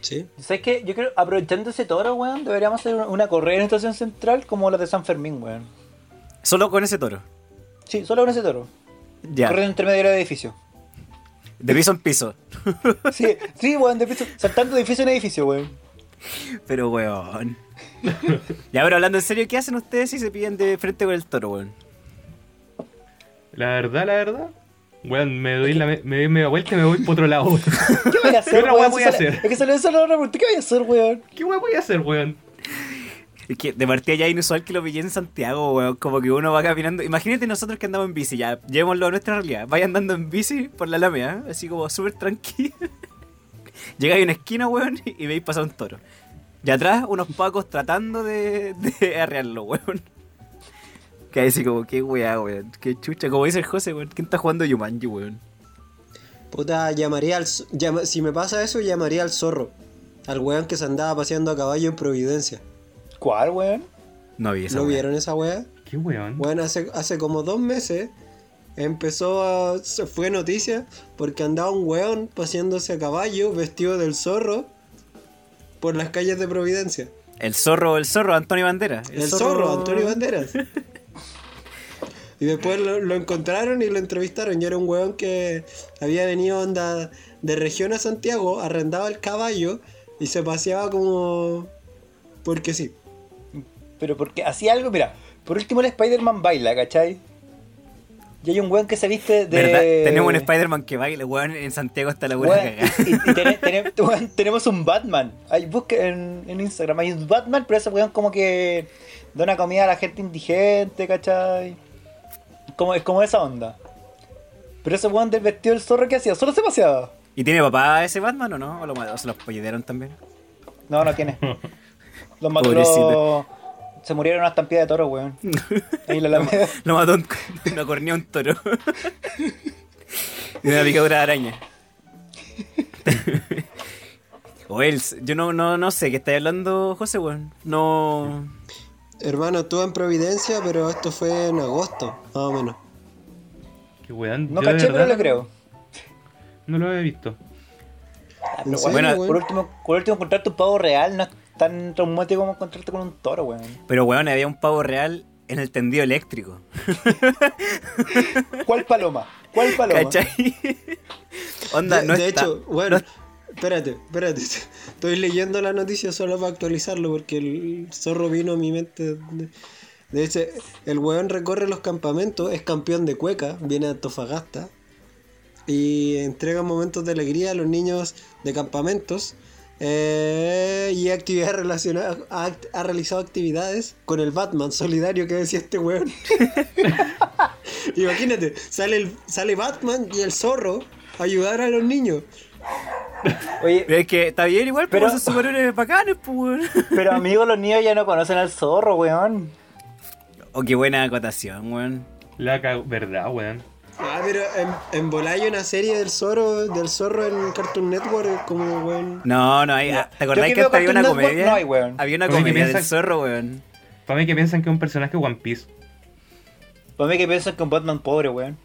S1: Sí.
S2: ¿Sabes qué? Yo creo, aprovechando ese toro, weón, deberíamos hacer una, una correa en estación central como la de San Fermín, weón.
S4: Solo con ese toro.
S2: Sí, solo con ese toro.
S4: Ya.
S2: Corriendo entre medio de edificio.
S4: De piso en piso.
S2: Sí, sí, weón, de piso- saltando de edificio en edificio, weón.
S4: Pero, weón. ya, pero hablando en serio, ¿qué hacen ustedes si se pillan de frente con el toro, weón?
S3: La verdad, la verdad. Weón, me doy, la, me me doy media vuelta y me voy por otro lado.
S2: ¿Qué voy a hacer,
S3: Yo la weá
S2: weón?
S3: voy
S2: Si
S3: a
S2: sale-
S3: hacer.
S2: Es que salió esa la pregunta. ¿Qué voy a hacer, weón?
S3: ¿Qué weón voy a hacer, weón?
S4: Es que de partida ya es inusual que lo pillé en Santiago, weón. Como que uno va caminando. Imagínate nosotros que andamos en bici, ya. Llevémoslo a nuestra realidad. Vaya andando en bici por la Alameda, ¿eh? así como súper tranquilo. Llegáis a una esquina, weón, y veis pasar un toro. Y atrás, unos pacos tratando de, de arrearlo, weón. Que así como, qué weá, weón. Qué chucha. Como dice el José, weón. ¿Quién está jugando Yumanji, weón?
S1: Puta, llamaría al. z- llama- si me pasa eso, llamaría al zorro. Al weón que se andaba paseando a caballo en Providencia.
S2: ¿Cuál, weón?
S4: No vi esa
S1: ¿No
S4: weá.
S1: vieron esa weá?
S3: ¿Qué weón?
S1: Bueno, hace, hace como dos meses empezó a. se fue noticia porque andaba un weón paseándose a caballo vestido del zorro por las calles de Providencia.
S4: El zorro, el zorro, Antonio Bandera.
S1: El, zorro, Antonio Banderas. Y después lo, lo encontraron y lo entrevistaron. Y era un weón que había venido onda de región a Santiago, arrendaba el caballo y se paseaba como. Porque sí.
S2: Pero porque hacía algo, mira, por último el Spider-Man baila, ¿cachai? Y hay un weón que se viste de.
S4: ¿Verdad? Tenemos un Spider-Man que baila, weón, en Santiago está la buena
S2: Weón,
S4: cagada.
S2: y- y tene- tene- weón, tenemos un Batman. Hay, busque en, en Instagram, hay un Batman, pero ese weón como que dona comida a la gente indigente, ¿cachai? Como, es como esa onda. Pero ese weón del vestido del zorro que hacía, solo se paseaba.
S4: ¿Y tiene papá ese Batman o no? ¿O, lo, o se los polledearon también?
S2: No, no tiene. Los mató.
S4: Pobrecito.
S2: Se murieron hasta en pie de toro, weón. Ahí en la Alameda.
S4: Lo mató un, una cornea un toro. y una picadura de araña. o él, yo no, no, no sé qué está hablando José, weón. No.
S1: Hermano, estuvo en Providencia, pero esto fue en agosto, más o menos.
S3: Qué weón.
S2: No
S3: yo de
S2: caché, pero
S3: verdad
S2: lo creo.
S3: No lo había visto.
S2: Ah, pero
S1: ¿En
S2: weón,
S4: serio,
S1: weón?
S2: por último, por último, encontrarte un pavo real no es tan traumático como encontrarte con un toro, weón.
S4: Pero weón, había un pavo real en el tendido eléctrico.
S2: ¿Cuál paloma? ¿Cuál paloma?
S4: ¿Cachai? Onda,
S1: de
S4: no
S1: de
S4: está.
S1: hecho, bueno, espérate, espérate. Estoy leyendo la noticia solo para actualizarlo porque el zorro vino a mi mente. de- De hecho, el weón recorre los campamentos, es campeón de cueca, viene a Antofagasta y entrega momentos de alegría a los niños de campamentos eh, y actividades relacionadas. Ha, act- ha realizado actividades con el Batman solidario que decía este weón. Imagínate, sale, el- sale Batman y el zorro a ayudar a los niños.
S2: Oye,
S3: Eh.
S4: Pero es que está bien igual, pero
S2: Pero-
S4: esos superhéroes bacanes, pues weón.
S2: pero amigos, los niños ya no conocen al zorro, weón.
S4: Oh, qué buena acotación, weón.
S3: La cago. ¿Verdad, weón?
S1: Ah, pero en, en volá hay una serie del zorro, del zorro en Cartoon Network, como weón.
S4: No, no hay. ¿Te
S2: Yo
S4: acordás
S2: que
S4: que
S2: veo
S4: hasta había
S2: Cartoon
S4: una
S2: Network,
S4: comedia?
S2: no hay, weón.
S4: Había una
S3: Oye, ¿qué
S4: comedia del
S3: piensas?
S4: zorro, weón.
S3: Para mí que piensan que es un personaje One Piece.
S2: Para mí que piensan que un Batman pobre, weón.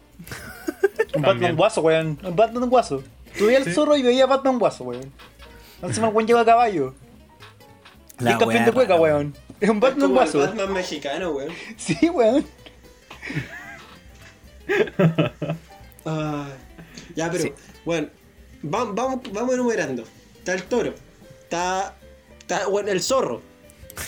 S2: Un
S3: También.
S2: Batman guaso, weón. Un Batman guaso. Tú veías el zorro y veías Batman guaso, weón. Encima el weón llega a caballo. Y
S4: La
S2: es campeón
S4: wea
S2: de cueca,
S4: rara,
S2: weón. Es un
S1: Es como
S2: Batman
S1: el
S2: guaso.
S1: Batman mexicano, weón.
S2: Sí, weón.
S1: Ah, ya, pero,
S4: Sí.
S1: bueno, va- vamos, vamos enumerando. Está el toro, está, está bueno, el zorro,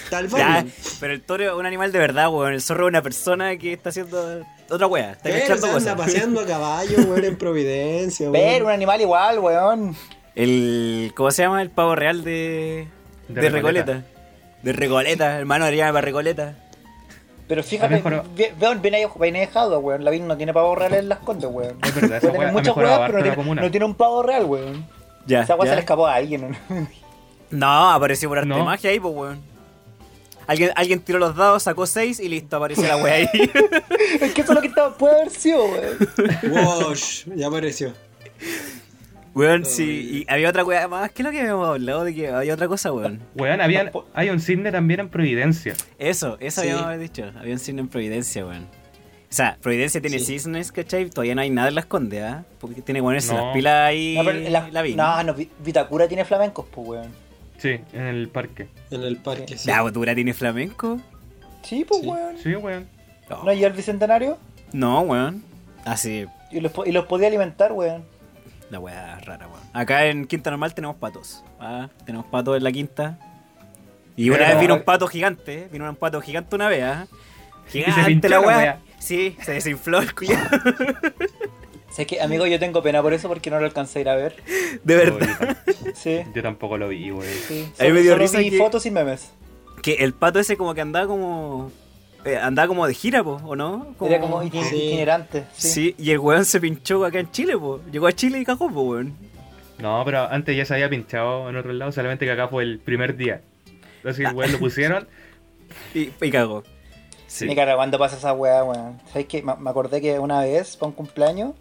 S1: está el
S4: Ya,
S1: Batman.
S4: pero el toro es un animal de verdad, weón. El zorro es una persona que está haciendo otra wea. Está
S1: Pero
S4: cachando
S1: se anda
S4: cosas.
S1: paseando a caballo, weón, en Providencia, weón.
S2: Pero un animal igual, weón.
S4: El. ¿Cómo se llama? El pavo real de. De,
S3: De
S4: Recoleta.
S3: Recoleta.
S4: De Recoleta, hermano Adriana para Recoleta.
S2: Pero
S3: Ha
S2: fíjate,
S3: mejorado.
S2: ve- vean, viene ahí- viene dejado, weón. La Vin no tiene pavo real en las condes, weón.
S3: Es verdad,
S2: Puede
S3: esa
S2: tener
S3: weá ha
S2: muchas
S3: mejorado
S2: weas, pero
S3: harto
S2: no
S3: la
S2: tiene,
S3: comuna.
S2: no tiene un pavo real, weón.
S4: Ya.
S2: Esa weá
S4: ya.
S2: se le escapó a alguien. ¿no?
S4: No, apareció por arte
S3: No.
S4: de magia ahí, pues, weón. Alguien, alguien tiró los dados, sacó seis y listo, apareció la wea ahí.
S2: es que eso es lo que estaba- puede haber sido, weón.
S1: Wosh, ya apareció.
S4: weón, sí. Y había otra wea más. ¿Qué es lo que habíamos hablado de que había otra cosa, weón?
S3: Weón, había, hay un cisne también en Providencia.
S4: Eso, eso
S1: Sí.
S4: habíamos dicho. Había un cisne en Providencia, weón. O sea, Providencia tiene
S1: Sí.
S4: cisnes, ¿cachai? Todavía no hay nada en las condes, ¿ah? Porque tiene que ponerse
S3: No.
S4: las pilas ahí.
S2: No, pero en
S4: la,
S2: la-
S4: vi.
S2: no, no, Vi- Vitacura tiene flamencos, pues, weón. Sí,
S3: Sí, en el parque.
S1: En el parque, sí.
S4: La Botura tiene flamenco.
S2: pues,
S1: Sí.
S2: weón.
S3: Sí, weón.
S4: No,
S2: No, y el bicentenario.
S4: no, weón. Así,
S2: Y los, po- y los podía alimentar, weón.
S4: la weá rara, weón. Acá en Quinta Normal tenemos patos. ¿ah? Tenemos patos en la quinta. Y una
S3: Pero-
S4: vez vino un pato gigante, ¿eh? vino un pato gigante una vez, ¿ah?
S3: se
S4: Gigante
S3: pinchó
S4: la
S3: la
S4: weá.
S3: weá.
S4: Sí, se desinfló el cuyo.
S2: O sea, es que, amigo, yo tengo pena por eso porque no lo alcancé a ir a ver.
S4: De verdad.
S2: Sí,
S3: Yo tampoco lo vi, weón.
S2: sí.
S4: Ahí me dio
S2: Solo
S4: risa
S2: vi
S4: que-
S2: fotos y memes.
S4: Que el pato ese como que andaba como... eh, andaba como de gira, po, ¿o no?
S2: Era como itin-
S1: Sí.
S2: itinerante.
S4: Sí.
S2: Sí.
S4: y el weón se pinchó acá en Chile, po. Llegó a Chile y cagó, po, weón.
S3: No, pero antes ya se había pinchado en otro lado, solamente que acá fue el primer día. Entonces,
S4: Ah.
S3: weón, lo pusieron.
S4: Y, y cagó. Sí.
S2: Me carga cuando pasa esa weá, weón. ¿Sabes qué? Me me acordé que una vez, para un cumpleaños,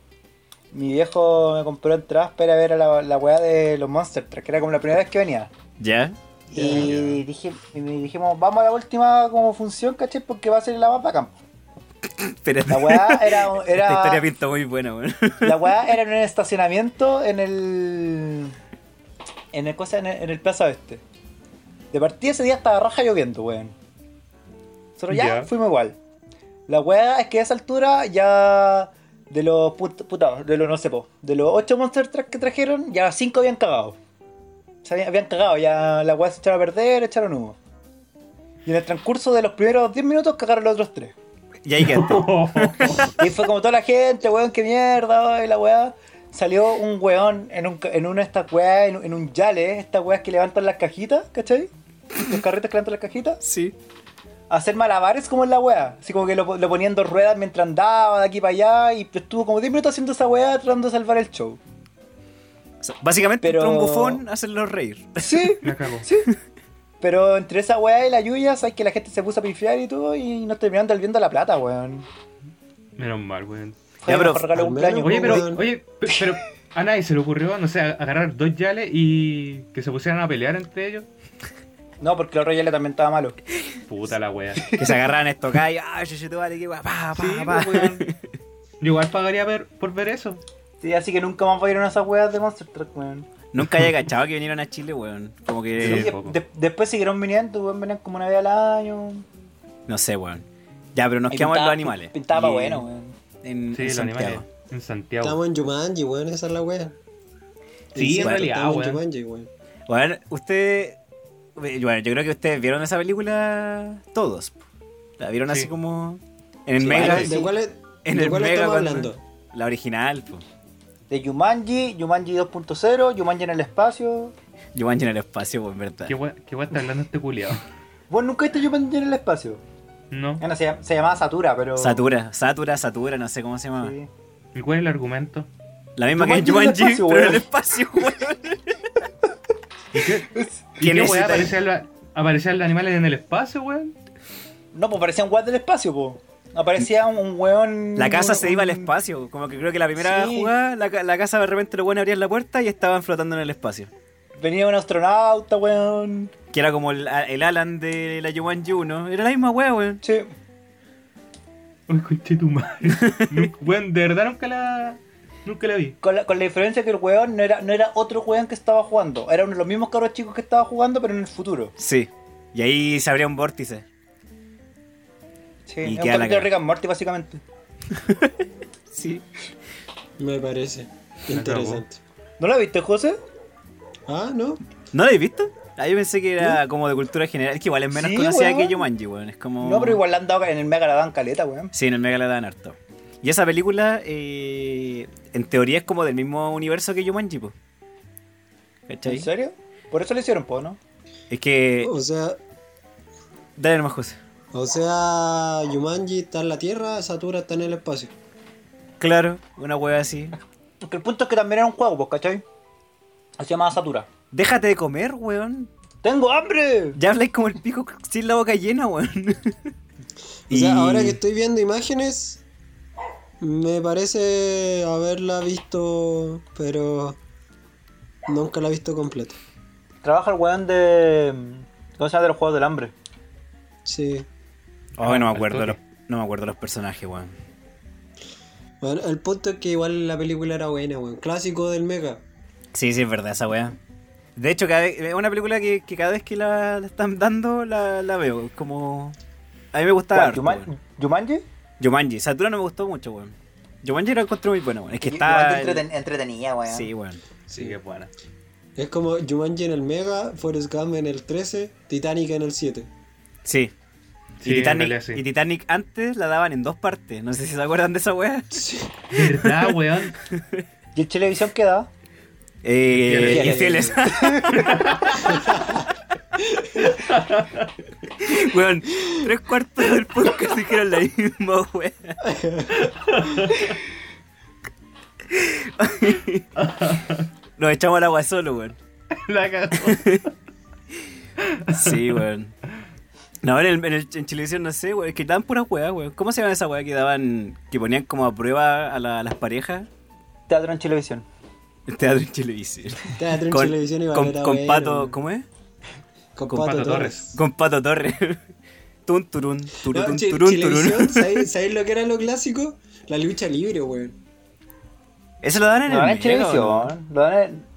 S2: mi viejo me compró entradas para ir a ver a la, la weá de los Monster Truck, que era como la primera vez que venía.
S4: ¿Ya?
S2: Y, dije, y me dijimos, vamos a la última como función, caché, porque va a ser la más bacán.
S4: Pero
S2: La weá era.
S4: Esta historia
S2: era
S4: pinta muy buena, weón.
S2: la weá era en un estacionamiento en el. En el, cosa, en el, en el Plaza Oeste. De partida ese día estaba raja lloviendo, weón. Nosotros ya
S3: Ya.
S2: fuimos igual. La weá es que a esa altura ya. De los put- puta, de los no sé po, de los 8 Monster Trucks que trajeron, ya 5 habían cagado. Se habían, habían cagado, ya la weá se echaron a perder, echaron humo. Y en el transcurso de los primeros 10 minutos cagaron los otros 3.
S4: Y ahí quedaste.
S3: Oh,
S2: Y fue como toda la gente, weón, qué mierda, ay, la weá. Salió un weón en, un, en una de estas weas, en, en un yale, estas weas que levantan las cajitas, ¿cachai? Los carritos que levantan las cajitas.
S4: Sí.
S2: A hacer malabares como en la wea. Así como que lo, lo ponía en dos ruedas mientras andaba de aquí para allá. Y pues, estuvo como 10 minutos haciendo esa wea tratando de salvar el show.
S4: O sea, básicamente
S2: Pero-
S4: entró un bufón a hacerlos reír.
S2: Sí,
S3: La cago.
S2: sí. Pero entre esa weá y la lluvia, sabes que la gente se puso a pifiar y todo. Y nos terminaron devolviendo la plata, weón.
S3: Menos mal, weón.
S2: Fue
S4: Ya,
S2: el
S4: pero-
S2: mejor regalo de
S1: al menos,
S2: cumpleaños,
S3: Oye, pero,
S1: Weón.
S3: oye, pe- pero a nadie se le ocurrió, no sé, a- agarrar dos yales y que se pusieran a pelear entre ellos.
S2: No, porque el otro yale también estaba malo.
S3: Puta la wea.
S4: Que se agarraban estos gallos. Ah, yo, yo, tú, vale, qué guay. Pa, pa,
S3: Sí,
S4: pa.
S3: pues, weón. Yo igual pagaría ver- por ver eso.
S2: Sí, así que nunca más voy a ir a esas weas de Monster Truck, weón.
S4: Nunca había cachado que vinieron a Chile, weón. Como
S2: Sí,
S4: que.
S2: de- de- después siguieron viniendo, weón, venían como una vez al año.
S4: No sé, weón. Ya, pero nos
S2: Y
S4: quedamos en
S2: pintaba-
S4: los animales.
S2: Pintaba
S4: Y-
S2: bueno, weón.
S4: En,
S3: Sí,
S4: en
S3: los
S4: Santiago.
S3: animales. En Santiago.
S1: Estamos en Jumanji, weón, esa es la wea.
S3: Sí, en
S1: Exacto,
S3: realidad,
S1: estamos
S3: weón.
S1: en Jumanji, weón.
S4: Bueno, usted. Bueno, yo creo que ustedes vieron esa película todos. La vieron
S3: Sí.
S4: así como. En el
S2: Sí,
S4: Mega.
S1: Ah, ¿De
S2: sí.
S1: cuál, es-
S4: En
S1: de
S4: el
S1: cuál
S4: Mega
S1: estamos
S4: cuando-
S1: hablando?
S4: La original, po.
S2: De Jumanji, Jumanji 2.0, Jumanji en el espacio.
S4: Jumanji en el espacio, pues, verdad.
S3: ¿Qué wea, qué wea está hablando este culiado?
S2: ¿Vos nunca viste Jumanji en el espacio?
S3: No.
S2: Bueno, se, llam- se llamaba Satura, pero...
S4: Satura, Satura, Satura, no sé cómo se llama.
S2: Sí.
S3: ¿Y cuál es el argumento?
S4: La misma que en
S2: Jumanji
S4: Jumanji,
S2: en el espacio,
S4: pero en
S2: weón.
S4: el espacio, weón.
S3: ¿Y qué, y
S4: ¿Quién
S3: qué
S4: es
S3: wea
S4: esta?
S3: aparecían los- aparecían los animales en el espacio, weón?
S2: No, pues parecía un weón del espacio, po. Aparecía un, un weón...
S4: La casa
S2: un-
S4: se iba al
S2: un-
S4: espacio. Como que creo que la primera
S2: Sí.
S4: jugada, la, ca- la casa de repente lo bueno abrían la puerta y estaban flotando en el espacio.
S2: Venía un astronauta, weón.
S4: Que era como el, el Alan de la Jumanji 1. Era la misma wea, weón.
S2: Sí.
S3: Uy, conche tu madre. Nunca- weón, de verdad nunca la. Nunca la vi.
S2: Con la, con la diferencia que el weón no era, no era otro weón que estaba jugando. Era uno de los mismos cabros chicos que estaba jugando, pero en el futuro.
S4: Sí. Y ahí se abría un vórtice.
S2: Sí,
S4: Y
S2: es un
S4: queda
S2: capítulo
S4: la
S2: de
S4: cagada.
S2: Rick and Morty, básicamente.
S4: Sí.
S1: Me parece.
S3: Me
S1: Interesante.
S2: ¿No la viste, José?
S1: Ah, ¿no?
S4: ¿No lo habéis visto? Ah, yo pensé que era como de cultura general. Es que igual es menos
S2: Sí,
S4: conocida
S2: weón.
S4: que Jumanji, weón. Es como.
S2: No, pero igual la han dado en el Mega la dan caleta, weón.
S4: Sí, en el Mega la dan harto. Y esa película, eh, en teoría, es como del mismo universo que Jumanji, po. ¿Cachai?
S2: ¿En serio? Por eso lo hicieron, po, ¿no?
S4: Es que.
S1: O sea,
S4: Dale nomás, José.
S1: o sea, Jumanji está en la Tierra, Satura está en el espacio.
S4: Claro, una hueá así.
S2: Porque el punto es que también era un juego, pues, ¿cachai? Se llamaba Satura.
S4: Déjate de comer, weón.
S2: ¡Tengo hambre!
S4: Ya habláis como el pico sin la boca llena, weón.
S1: O sea, ahora que estoy viendo imágenes, me parece haberla visto, pero nunca la he visto completa.
S2: Trabaja el weón de. ¿Cómo se llama de los juegos del hambre?
S1: Sí.
S4: Oh, no me
S3: Al
S4: acuerdo,
S3: toque.
S4: los, no me acuerdo los personajes, weón.
S1: Bueno, el punto es que igual la película era buena, weón. Clásico del Mega.
S4: Sí, sí, es verdad esa weá. De hecho, cada vez- es una película que, que cada vez que la, la están dando la, la veo. Es Como. A mí me
S2: ¿Cuál?
S4: gustaba. harto,
S2: ¿Juman-
S4: weón.
S2: ¿Jumanji?
S4: Jumanji. Satura no me gustó mucho, weón. Jumanji lo encontré muy bueno, weón. Es que
S2: Jumanji
S4: está. el-
S2: entreten- entretenida, weón.
S4: Sí, weón.
S3: Sí, que es buena.
S1: Es como Jumanji en el Mega, Forrest Gump en el 13, Titanic en el 7.
S4: Sí.
S3: Sí,
S4: y,
S3: en
S4: Titanic,
S3: realidad sí.
S4: y Titanic antes la daban en dos partes. No sé si se acuerdan de esa weá.
S3: ¿Verdad, weón?
S2: ¿Y el televisión qué da?
S4: Eh,
S1: Infieles.
S4: infieles. Weón, tres cuartos del podcast dijeron la misma weón. Nos echamos al agua solo, weón.
S3: La cagó.
S4: Sí, weón. No, en, el, en, el, en Chilevisión no sé, weón. Es que daban puras weas, weón. ¿Cómo se llama esa wea que daban, que ponían como a prueba a, la- a las parejas?
S2: Teatro en televisión.
S4: El teatro en Chilevisión.
S1: Teatro en
S4: Con,
S1: televisión y
S4: con,
S1: Valera
S4: con
S1: Bueno,
S4: Pato,
S1: weón.
S4: ¿cómo es?
S1: Con
S3: Con Pato Torres.
S4: Con Pato Torres. Tun, turun, turun,
S1: No, Chi-
S4: turun, turun.
S1: Chilevisión, ¿sabéis, sabéis lo que era lo clásico? La lucha libre, weón.
S4: ¿Eso lo dan en
S2: Lo dan
S4: el
S2: en
S4: Mega, o no?
S2: televisión. Lo dan en.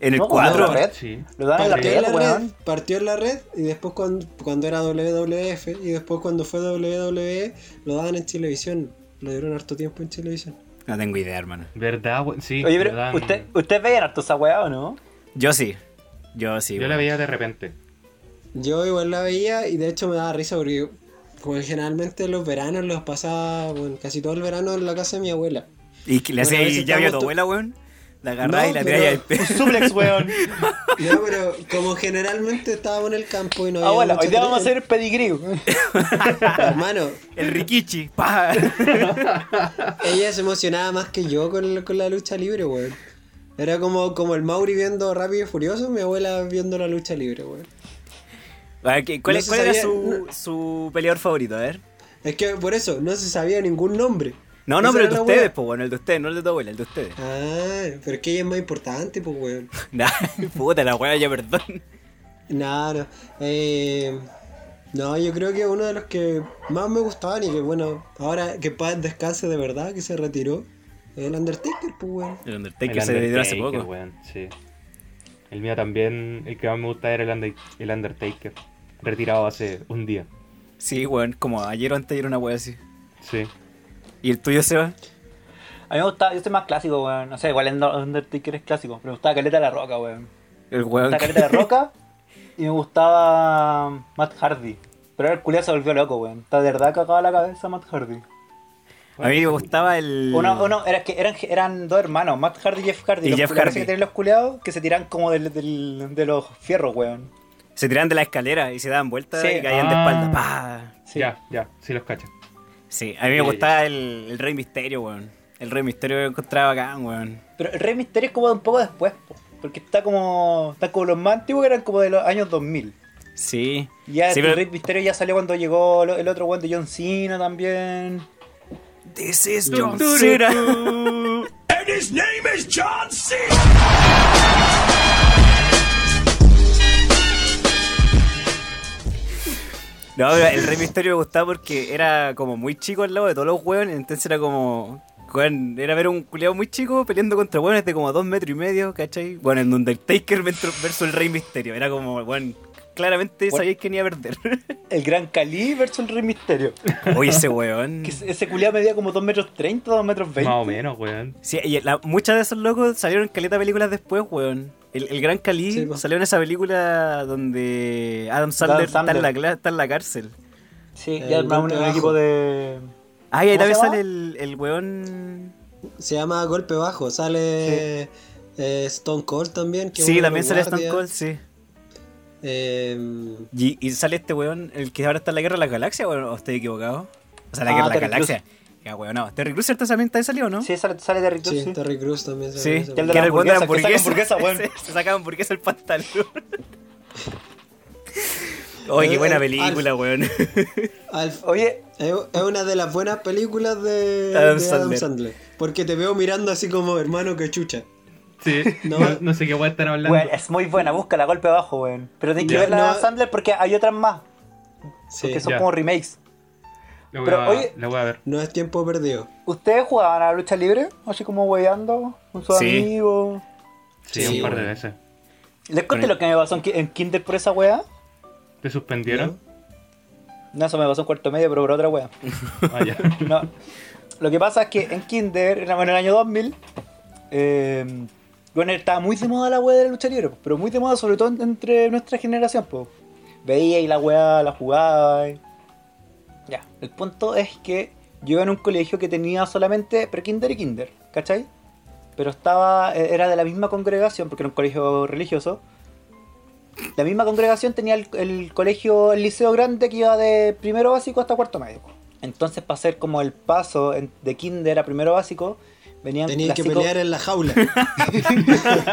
S4: En el
S2: No,
S4: cuadro.
S2: no, Red.
S3: Sí.
S2: Lo dan en Ah, la
S3: Sí.
S1: Partió en
S2: red,
S1: la red,
S2: weón.
S1: partió en la red y después cuando, cuando era WWF y después cuando fue WWE lo daban en televisión. Lo dieron harto tiempo en televisión.
S4: No tengo idea, hermano.
S3: ¿Verdad, weón? Sí.
S2: Oye,
S3: lo
S2: pero
S3: dan-
S2: ¿usted, ¿usted veían harto esa weá o no?
S4: Yo sí. Yo sí.
S3: Yo la veía de repente.
S1: Yo igual la veía y de hecho me daba risa porque como generalmente los veranos los pasaba bueno, casi todo el verano en la casa de mi abuela.
S4: Y que le
S1: Bueno,
S4: hacía
S1: a veces
S4: ya había tu
S1: estamos to-
S4: abuela, weón. La agarraba
S1: No,
S4: y la
S1: pero-
S4: tiraba al pe-
S2: Suplex, weón.
S1: No, pero como generalmente estábamos en el campo y no había
S2: Abuela,
S1: mucha
S2: Ah, hoy día vamos a
S1: tele-
S2: hacer pedigrí.
S1: Hermano,
S4: El rikichi. pa.
S1: ella se emocionaba más que yo con, con la lucha libre, weón. Era como, como el Mauri viendo Rápido y Furioso, mi abuela viendo la lucha libre, weón.
S4: A ver, ¿Cuál,
S1: No se
S4: cuál era
S1: sabía-
S4: su, su peleador favorito? A ver.
S1: Es que por eso no se sabía ningún nombre.
S4: No, no,
S1: Esa
S4: pero el
S1: era
S4: de
S1: la
S4: ustedes,
S1: wea.
S4: pues, bueno, el de ustedes, no el de tu abuela, el de ustedes.
S1: Ah, pero es que ella es más importante, pues, weón.
S4: Nah, puta la weá, ya perdón.
S1: No, no. Eh, no, yo creo que uno de los que más me gustaban y que, bueno, ahora que Paz descanse de verdad, que se retiró, el Undertaker, pues, weón.
S4: El Undertaker
S3: El
S4: se retiró hace
S3: Undertaker,
S4: poco.
S3: weón, sí. El mío también, el que más me gusta era el, Under- el Undertaker. Retirado hace un día.
S4: Sí, weón, como ayer o antes era una weá así.
S3: Sí.
S4: ¿Y el tuyo, Seba?
S2: A mí me gustaba, yo soy más clásico, weón. No sé, igual en Undertaker es clásico, pero me gustaba Caleta de la Roca, weón.
S4: El
S2: Me
S4: weón.
S2: gustaba Caleta de la Roca y me gustaba Matt Hardy. Pero ahora el culiao se volvió loco, weón. Está de verdad cagaba la cabeza Matt Hardy.
S4: A mí me gustaba el.
S2: Uno, uno, era que eran, eran dos hermanos, Matt Hardy y Jeff Hardy.
S4: Y
S2: los
S4: Jeff
S2: culiados
S4: Hardy.
S2: que tenían los culeados que se tiran como del, del- de los fierros, weón.
S4: Se tiraban de la escalera y se daban vueltas
S2: Sí.
S4: y caían de
S3: Ah.
S4: espalda. pa.
S2: Sí.
S3: Ya, ya, sí los cacho.
S4: Sí, a mí me
S3: Sí,
S4: gustaba el, el Rey Misterio, weón. El Rey Misterio lo encontraba acá, weón.
S2: Pero el Rey Misterio es como un poco después, po, porque está como, está como los más antiguos que eran como de los años 2000.
S4: Sí.
S2: Y Ya
S4: Sí,
S2: el
S4: pero-
S2: Rey Misterio ya salió cuando llegó lo- el otro weón de John Cena también.
S4: This is John
S3: Turu,
S4: Cena. No, pero el Rey Misterio me gustaba porque era como muy chico al lado de todos los hueones, entonces era como... weón, era ver un culiado muy chico peleando contra hueones de como dos metros y medio, ¿cachai? Bueno, el Undertaker ventru- versus el Rey Misterio. Era como, bueno, claramente
S2: Bueno.
S4: sabíais que ni iba a perder.
S2: El Gran Cali versus el Rey Misterio.
S4: Oye, ese hueón.
S2: Que ese ese culiao medía como 2 metros 30, 2 metros 20.
S3: Más o menos, weón.
S4: Sí, y la- muchas de esos locos salieron en caleta de películas después, weón. El, el Gran Cali
S1: Sí, po.
S4: salió en esa película donde Adam Sandler,
S2: Sandler.
S4: Está, en la, cla- está en la cárcel.
S2: Sí,
S1: El
S2: ya armaron
S1: golpe
S2: un
S1: bajo.
S2: equipo de...
S4: Ah, y ahí
S2: ¿Cómo
S4: también
S2: se llama?
S4: sale el, el weón.
S1: Se llama Golpe Bajo, sale eh, Stone Cold también. que es
S4: Sí,
S1: uno de
S4: también
S1: los
S4: sale Stone
S1: guardias.
S4: Cold, sí.
S1: Eh,
S4: Y, y sale este weón, el que ahora está en la Guerra de las Galaxias, weón, o estoy equivocado. O sea, la
S2: Ah,
S4: Guerra de las
S2: Terry
S4: Galaxias. Ya, weón, no. Terry Cruiser también está ahí salió, ¿no?
S2: Sí, sale, sale de Rick
S1: sí,
S2: sí.
S1: Terry Crews también.
S4: Sí,
S1: sale.
S4: que
S2: el de la
S4: era el weón de la
S2: hamburguesa, que saca
S4: hamburguesa.
S2: hamburguesa,
S4: se, se sacaba hamburguesa el pantalón. Oye, qué
S1: Eh,
S4: buena
S1: Alf.
S4: película, weón.
S1: Alf-
S2: Oye,
S1: es es una de las buenas películas de de
S4: Adam
S1: Adam,
S4: Sandler.
S1: Sandler. Porque te veo mirando así como hermano que chucha.
S3: Sí. No,
S1: No.
S3: no sé qué weón están hablando.
S2: weón, es muy buena, busca la golpe abajo, weón. Pero tienes que
S1: Ya.
S2: verla
S1: No.
S2: a Sandler porque hay otras más,
S1: Sí.
S2: porque son
S3: Ya.
S2: como remakes.
S3: la, voy
S2: pero,
S3: a,
S2: oye-
S3: la voy a ver.
S1: No es tiempo perdido.
S2: ¿Ustedes jugaban a la lucha libre? Así como weyando con sus
S4: Sí.
S2: amigos.
S3: Sí,
S1: Sí,
S3: un par de
S1: weón.
S3: veces.
S2: ¿Les conté
S4: Bueno.
S2: lo que me pasó en, ki- en Kinder por esa wea?
S3: ¿Te suspendieron?
S2: No, eso me pasó en cuarto medio, pero por otra wea.
S3: Ah, ya.
S2: No. Lo que pasa es que en Kinder, en el año 2000, eh, bueno, estaba muy de moda la wea de la lucha libre, pero muy de moda sobre todo en- entre nuestra generación, pues. Veía y la wea, la jugaba. y- Ya, el punto es que yo iba en un colegio que tenía solamente pre-kinder y kinder, ¿cachai? Pero estaba, e-, era de la misma congregación, porque era un colegio religioso. La misma congregación tenía el, el colegio, el liceo grande que iba de primero básico hasta cuarto medio. Entonces, para hacer como el paso en- de kinder a primero básico, venían
S1: Tenías que
S2: clásicos-
S1: pelear en la jaula.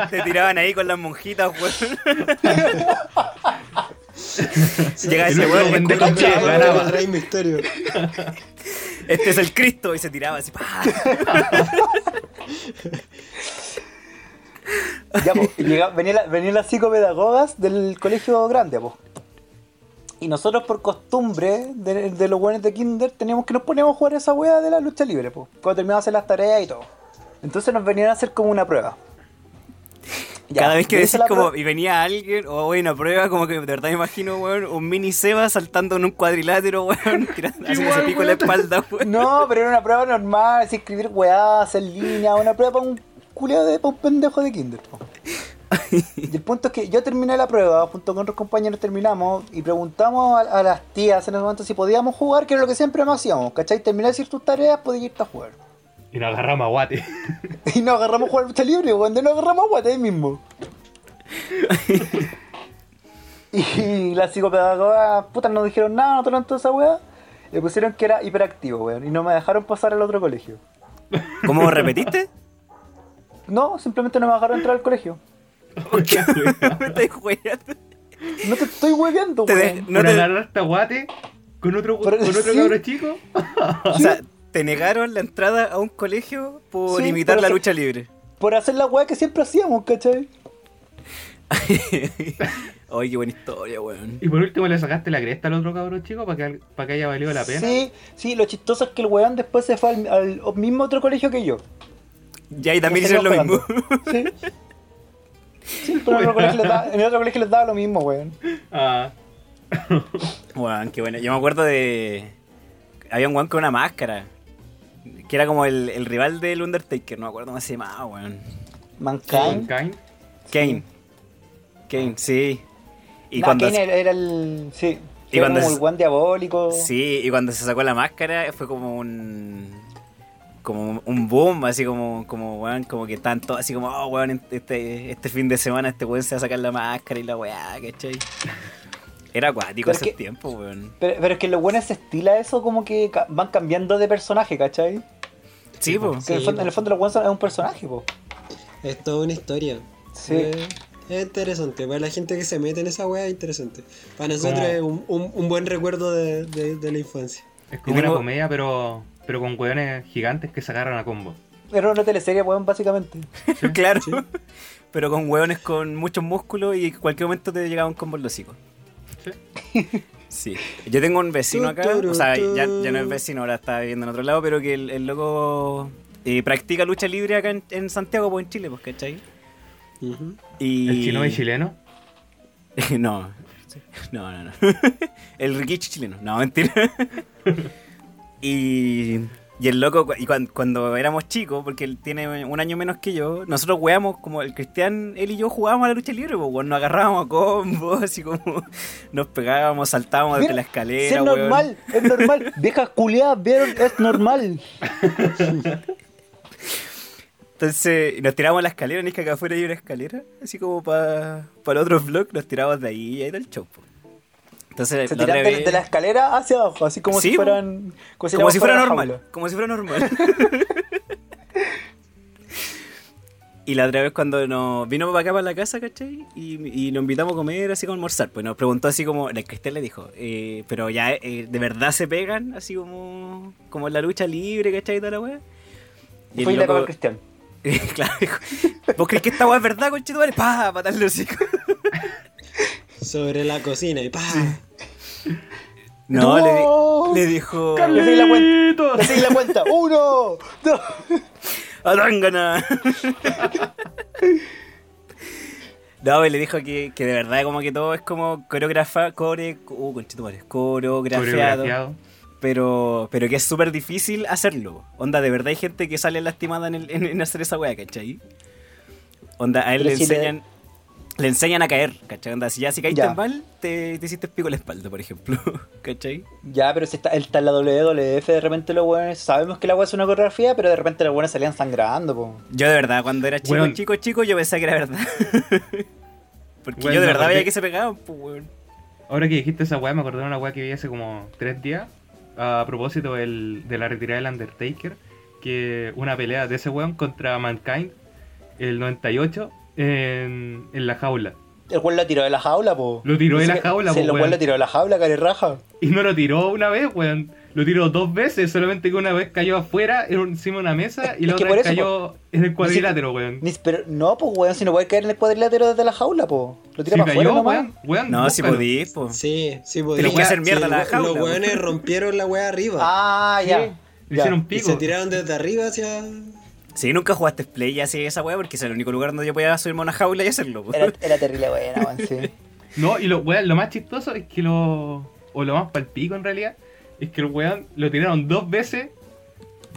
S4: Te tiraban ahí con las monjitas, weón. Llega
S3: Y
S4: ese
S3: luego
S4: weón,
S3: vende
S4: escucha,
S3: con pie,
S4: weón,
S3: ganaba.
S1: El Rey Misterio.
S4: este es el Cristo, y se tiraba así. ¡pah!
S2: Ya, po, y llega- venía la- venían las psicopedagogas del colegio grande, po. Y nosotros por costumbre de, de los buenos de Kinder teníamos que nos poníamos a jugar esa wea de la lucha libre, po, cuando terminábamos de hacer las tareas y todo. Entonces nos venían a hacer como una prueba. Ya,
S4: Cada vez que
S2: yo
S4: decís
S2: hice la
S4: como,
S2: prueba-
S4: y venía alguien, o voy una prueba, como que de verdad me imagino, weón, un mini Seba saltando en un cuadrilátero, weón, tirando, haciéndose
S3: Igual,
S4: pico en la
S3: weón.
S4: espalda, weón.
S2: No, pero era una prueba normal, así escribir weá, hacer línea, una prueba para un culiao de para un pendejo de kinder. po. Y el punto es que yo terminé la prueba, junto con otros compañeros terminamos y preguntamos a, a las tías en ese momento si podíamos jugar, que era lo que siempre nos hacíamos, ¿cachai? Terminar ciertas tus tareas, podías irte a jugar.
S3: Y nos agarramos a guate.
S2: Y nos agarramos a jugar lucha libre, cuando nos agarramos a guate ahí mismo. y las psicopedagogas putas no dijeron nada, no tomaron toda esa weá. Le pusieron que era hiperactivo, weón, y no me dejaron pasar al otro colegio.
S4: ¿Cómo repetiste?
S2: No, simplemente no me dejaron entrar al colegio.
S4: me estáis jugando.
S2: No te estoy hueveando,
S4: Te de-
S2: weón.
S4: no
S3: Por
S4: te-
S3: agarrarte a guate con otro,
S2: Por-
S3: con otro
S2: sí.
S3: cabro chico.
S4: o sea, te negaron la entrada a un colegio por
S2: Sí,
S4: imitar
S2: pero
S4: la
S2: que-
S4: lucha libre.
S2: Por hacer la weá que siempre hacíamos, ¿cachai?
S4: Oye, qué buena historia, weón.
S3: Y por último le sacaste la cresta al otro cabro chico para que, al- para que haya valido la pena.
S2: Sí, sí, lo chistoso es que el weón después se fue al, al- al mismo otro colegio que yo.
S4: Ya, y también
S2: Y
S4: hicieron lo
S2: seguimos
S4: mismo.
S2: pegando. Sí. Sí, pero en otro colegio les daba- en el otro colegio les daba lo mismo, weón.
S3: Ah,
S4: Weón, qué bueno. Yo me acuerdo de. Había un weón con una máscara. Que era como el, el rival del Undertaker, no me acuerdo cómo se llamaba, weón.
S2: Mankind.
S3: Mankind.
S4: Kane. Kane, sí. Y
S2: Nah,
S4: cuando.
S2: Ah. Kane era, era el. Sí.
S4: Y
S2: era
S4: cuando
S2: como
S4: es-
S2: el weón diabólico.
S4: Sí, y cuando se sacó la máscara fue como un. Como un boom, así como, como, weón, como que tanto, así como, oh, weón, este, este fin de semana este weón se va a sacar la máscara y la weá, ¿cachai? Era acuático
S2: Pero
S4: ese
S2: que-
S4: tiempo, weón.
S2: Pero, pero es que los weones se estila eso como que ca- van cambiando de personaje, ¿cachai?
S4: Sí, po.
S2: Que en, el
S1: Sí,
S2: fondo,
S1: po.
S2: en el fondo los weones son- es un personaje, po.
S1: Es toda una historia.
S2: Sí.
S1: Eh, es interesante. Para la gente que se mete en esa wea es interesante. Para nosotros
S3: Como-
S1: es un, un- un buen recuerdo de, de- de la infancia.
S3: Es como
S4: Y tengo-
S3: una comedia, pero, pero con hueones gigantes que se agarran a combo.
S2: Era una teleserie, weón, básicamente.
S4: claro. Pero con hueones con muchos músculos y en cualquier momento te llegaban con los hocicos. Sí. Yo tengo un vecino acá, o sea, ya, ya no es vecino, ahora está viviendo en otro lado, pero que el, el loco eh, practica lucha libre acá en, en Santiago, pues en Chile, pues, ¿cachai?
S1: Ujú.
S4: Y...
S3: El chino es chileno.
S4: no. No, no, no. el riquicho chileno. No, mentira. y, y el loco, cu- y cuan- cuando, éramos chicos, porque él tiene un año menos que yo, nosotros jugábamos como el Cristian, él y yo jugábamos a la lucha libre, pues, weón, nos agarrábamos a combos, así como nos pegábamos, saltábamos desde
S2: Mira,
S4: la
S2: Sí,
S4: escalera.
S2: es
S4: weón.
S2: normal, es normal. Viejas culiadas, vieron, es normal.
S4: Entonces y nos tiramos a la escalera, ni que acá afuera hay una escalera, así como para para otro vlog, nos tiramos de ahí y ahí era el show. pues. Entonces,
S2: Se
S4: la otra
S2: tiran de,
S4: vez-
S2: de la escalera hacia abajo, así como
S4: Sí,
S2: si fueran.
S4: Como si fuera
S2: la
S4: normal.
S2: jaula.
S4: Como si fuera normal. y la otra vez cuando nos vino para acá para la casa, ¿cachai? Y, y lo invitamos a comer, así como a almorzar. Pues nos preguntó así como, la Cristel le dijo, eh, pero ya eh, de verdad se pegan, así como, como en la lucha libre, ¿cachai? Y toda la wea.
S2: Y
S4: el
S2: fue y le
S4: loco-
S2: pegó al Cristian.
S4: claro, dijo, ¿vos crees que esta wea es verdad, conchetumare? Pa, patarle los hocico.
S1: Sobre la cocina y pa.
S4: No, le,
S2: ¡No!
S4: di- le dijo...
S2: Le seguí la cuenta.
S3: ¡Carlitos!
S2: Le seguí la cuenta. ¡Uno! ¡Dos!
S4: ¡Adángana! No, y le dijo que, que de verdad como que todo es como coreografa, core, uh, conchetumare, coreografiado,
S3: Coreografiado.
S4: pero, pero que es súper difícil hacerlo. Onda, de verdad hay gente que sale lastimada en, el- en- en hacer esa weá, ¿cachai? Onda, a él
S2: Pero
S4: le
S2: si le-
S4: enseñan, le... enseñan a caer, ¿cachai? Onda, si ya si caíste
S2: Ya.
S4: mal, te, te hiciste pico en la espalda, por ejemplo, ¿cachai?
S2: Ya, pero si está, él está en la WWF, de repente los weones. Sabemos que la weá es una coreografía, pero de repente los weones salían sangrando, po.
S4: Yo de verdad, cuando era chico,
S3: Weón.
S4: chico, chico, yo pensaba que era verdad. Porque
S3: Weón,
S4: yo de
S3: me
S4: verdad
S3: acordé-
S4: veía que se pegaban, pues, weón.
S3: Ahora que dijiste esa weá, me acordé de una weá que vi hace como tres días. A propósito del- de la retirada del Undertaker, que una pelea de ese weón contra Mankind, el 98, en, en la jaula.
S2: El weón la tiró de la jaula, po.
S3: Lo tiró de
S2: Dice
S3: la
S2: que-
S3: jaula,
S2: sí,
S3: po,
S2: el weón
S3: weón.
S2: la tiró de la jaula, cara y raja.
S3: Y no lo tiró una vez, weón. Lo tiró dos veces, solamente que una vez cayó afuera, en un- encima de una mesa, y
S2: Es
S3: la
S2: que
S3: otra
S2: por
S3: vez
S2: eso,
S3: cayó en el cuadrilátero, weón.
S2: Ni- pero, no, pues, weón, si no puede caer en el cuadrilátero desde la jaula, po. Lo tira
S3: Si
S2: para afuera
S3: cayó,
S2: nomás.
S3: weón, weón,
S4: No, si
S3: búscalo.
S4: podí, po.
S1: Sí, sí,
S4: Pero
S1: podría.
S4: puede hacer mierda
S1: Sí,
S4: la
S1: lo-
S4: jaula,
S1: Los hueones rompieron la wea arriba.
S2: Ah,
S3: Sí,
S2: ya.
S3: Le
S2: ya.
S3: hicieron
S1: y
S3: pico.
S1: se tiraron desde arriba hacia.
S4: Sí, nunca jugaste Play y así esa weá, porque es el único lugar donde yo podía subirme a una jaula y hacerlo. po.
S2: Era, era terrible, buena, weón, sí.
S3: No, y lo, weón, lo más chistoso es que lo. O lo más palpico en realidad, es que el weón lo tiraron dos veces,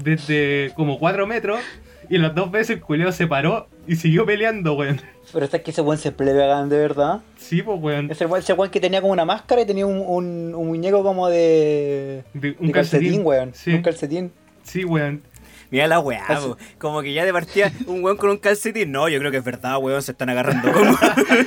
S3: desde como cuatro metros, y las dos veces el culeo se paró y siguió peleando, weón.
S2: Pero esta es que ese weón se plebe hagan de verdad.
S3: Sí, pues, weón.
S2: Ese weón, ese weón que tenía como una máscara y tenía un, un, un muñeco como de.
S3: De- un
S2: de calcetín, weón.
S3: Sí,
S2: Un calcetín.
S3: sí, weón.
S4: Mira la weá,
S2: Calce-
S4: po. como que ya de partida un weón con un calcetín. No, yo creo que es verdad, weón, se están agarrando. como-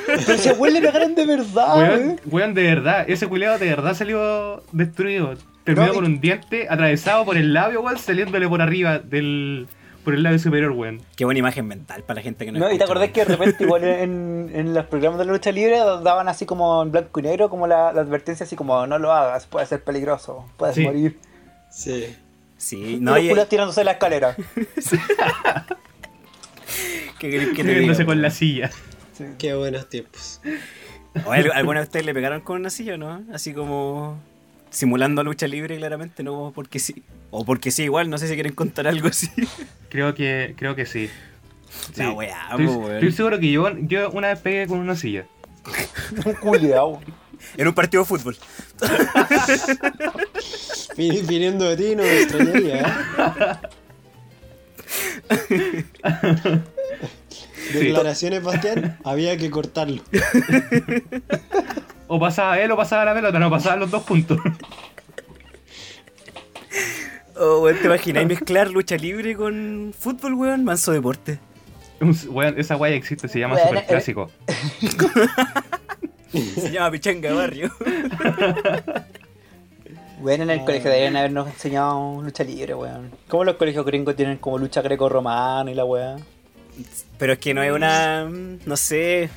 S2: Pero ese weón le pegaron de verdad,
S3: Weón,
S2: weón.
S3: weón, de verdad, ese culeado de verdad salió destruido. Terminó
S2: No, y-
S3: con un diente atravesado por el labio, weón, saliéndole por arriba del. por el labio superior, weón.
S4: Qué buena imagen mental para la gente que no
S2: No, y te
S4: escucha,
S2: acordás
S4: weón.
S2: que de repente, igual en, en los programas de la lucha libre, daban así como en blanco y negro, como la, la advertencia, así como: no lo hagas, puede ser peligroso, puedes
S3: Sí.
S2: morir.
S1: Sí.
S4: Sí,
S2: Y
S4: no,
S2: los
S4: y-
S2: culos tirándose de la escalera.
S4: ¿qué querés que te diga,
S3: Peleándose con
S4: weón?
S3: la silla.
S2: Sí.
S1: Qué buenos tiempos.
S4: ¿O al- ¿Alguna vez ustedes le pegaron con una silla o no? Así como simulando lucha libre, claramente, no porque sí. O porque sí, igual, no sé si quieren contar algo así.
S3: Creo que, creo que sí. Sí.
S4: La weá,
S3: estoy,
S4: po, weón.
S3: estoy seguro que yo, yo una vez pegué con una silla.
S2: Un culiao.
S4: En un partido de fútbol.
S1: Vin- Viniendo de ti no me extrañaría. ¿eh? Declaraciones, Bastián. Había que cortarlo.
S3: O pasaba él o pasaba la pelota, no, pasaban los dos juntos.
S4: O, Oh, weón, ¿te imagináis mezclar lucha libre con fútbol, weón? Manso deporte.
S3: Un- weón, esa weá existe, se llama
S2: Weón,
S3: super clásico.
S4: Se llama Pichanga Barrio.
S2: Bueno, en el
S4: Eh.
S2: colegio deberían habernos enseñado lucha libre, weón. ¿Cómo los colegios gringos tienen como lucha greco-romana y la weá?
S4: Pero es que no es una. mm, No sé.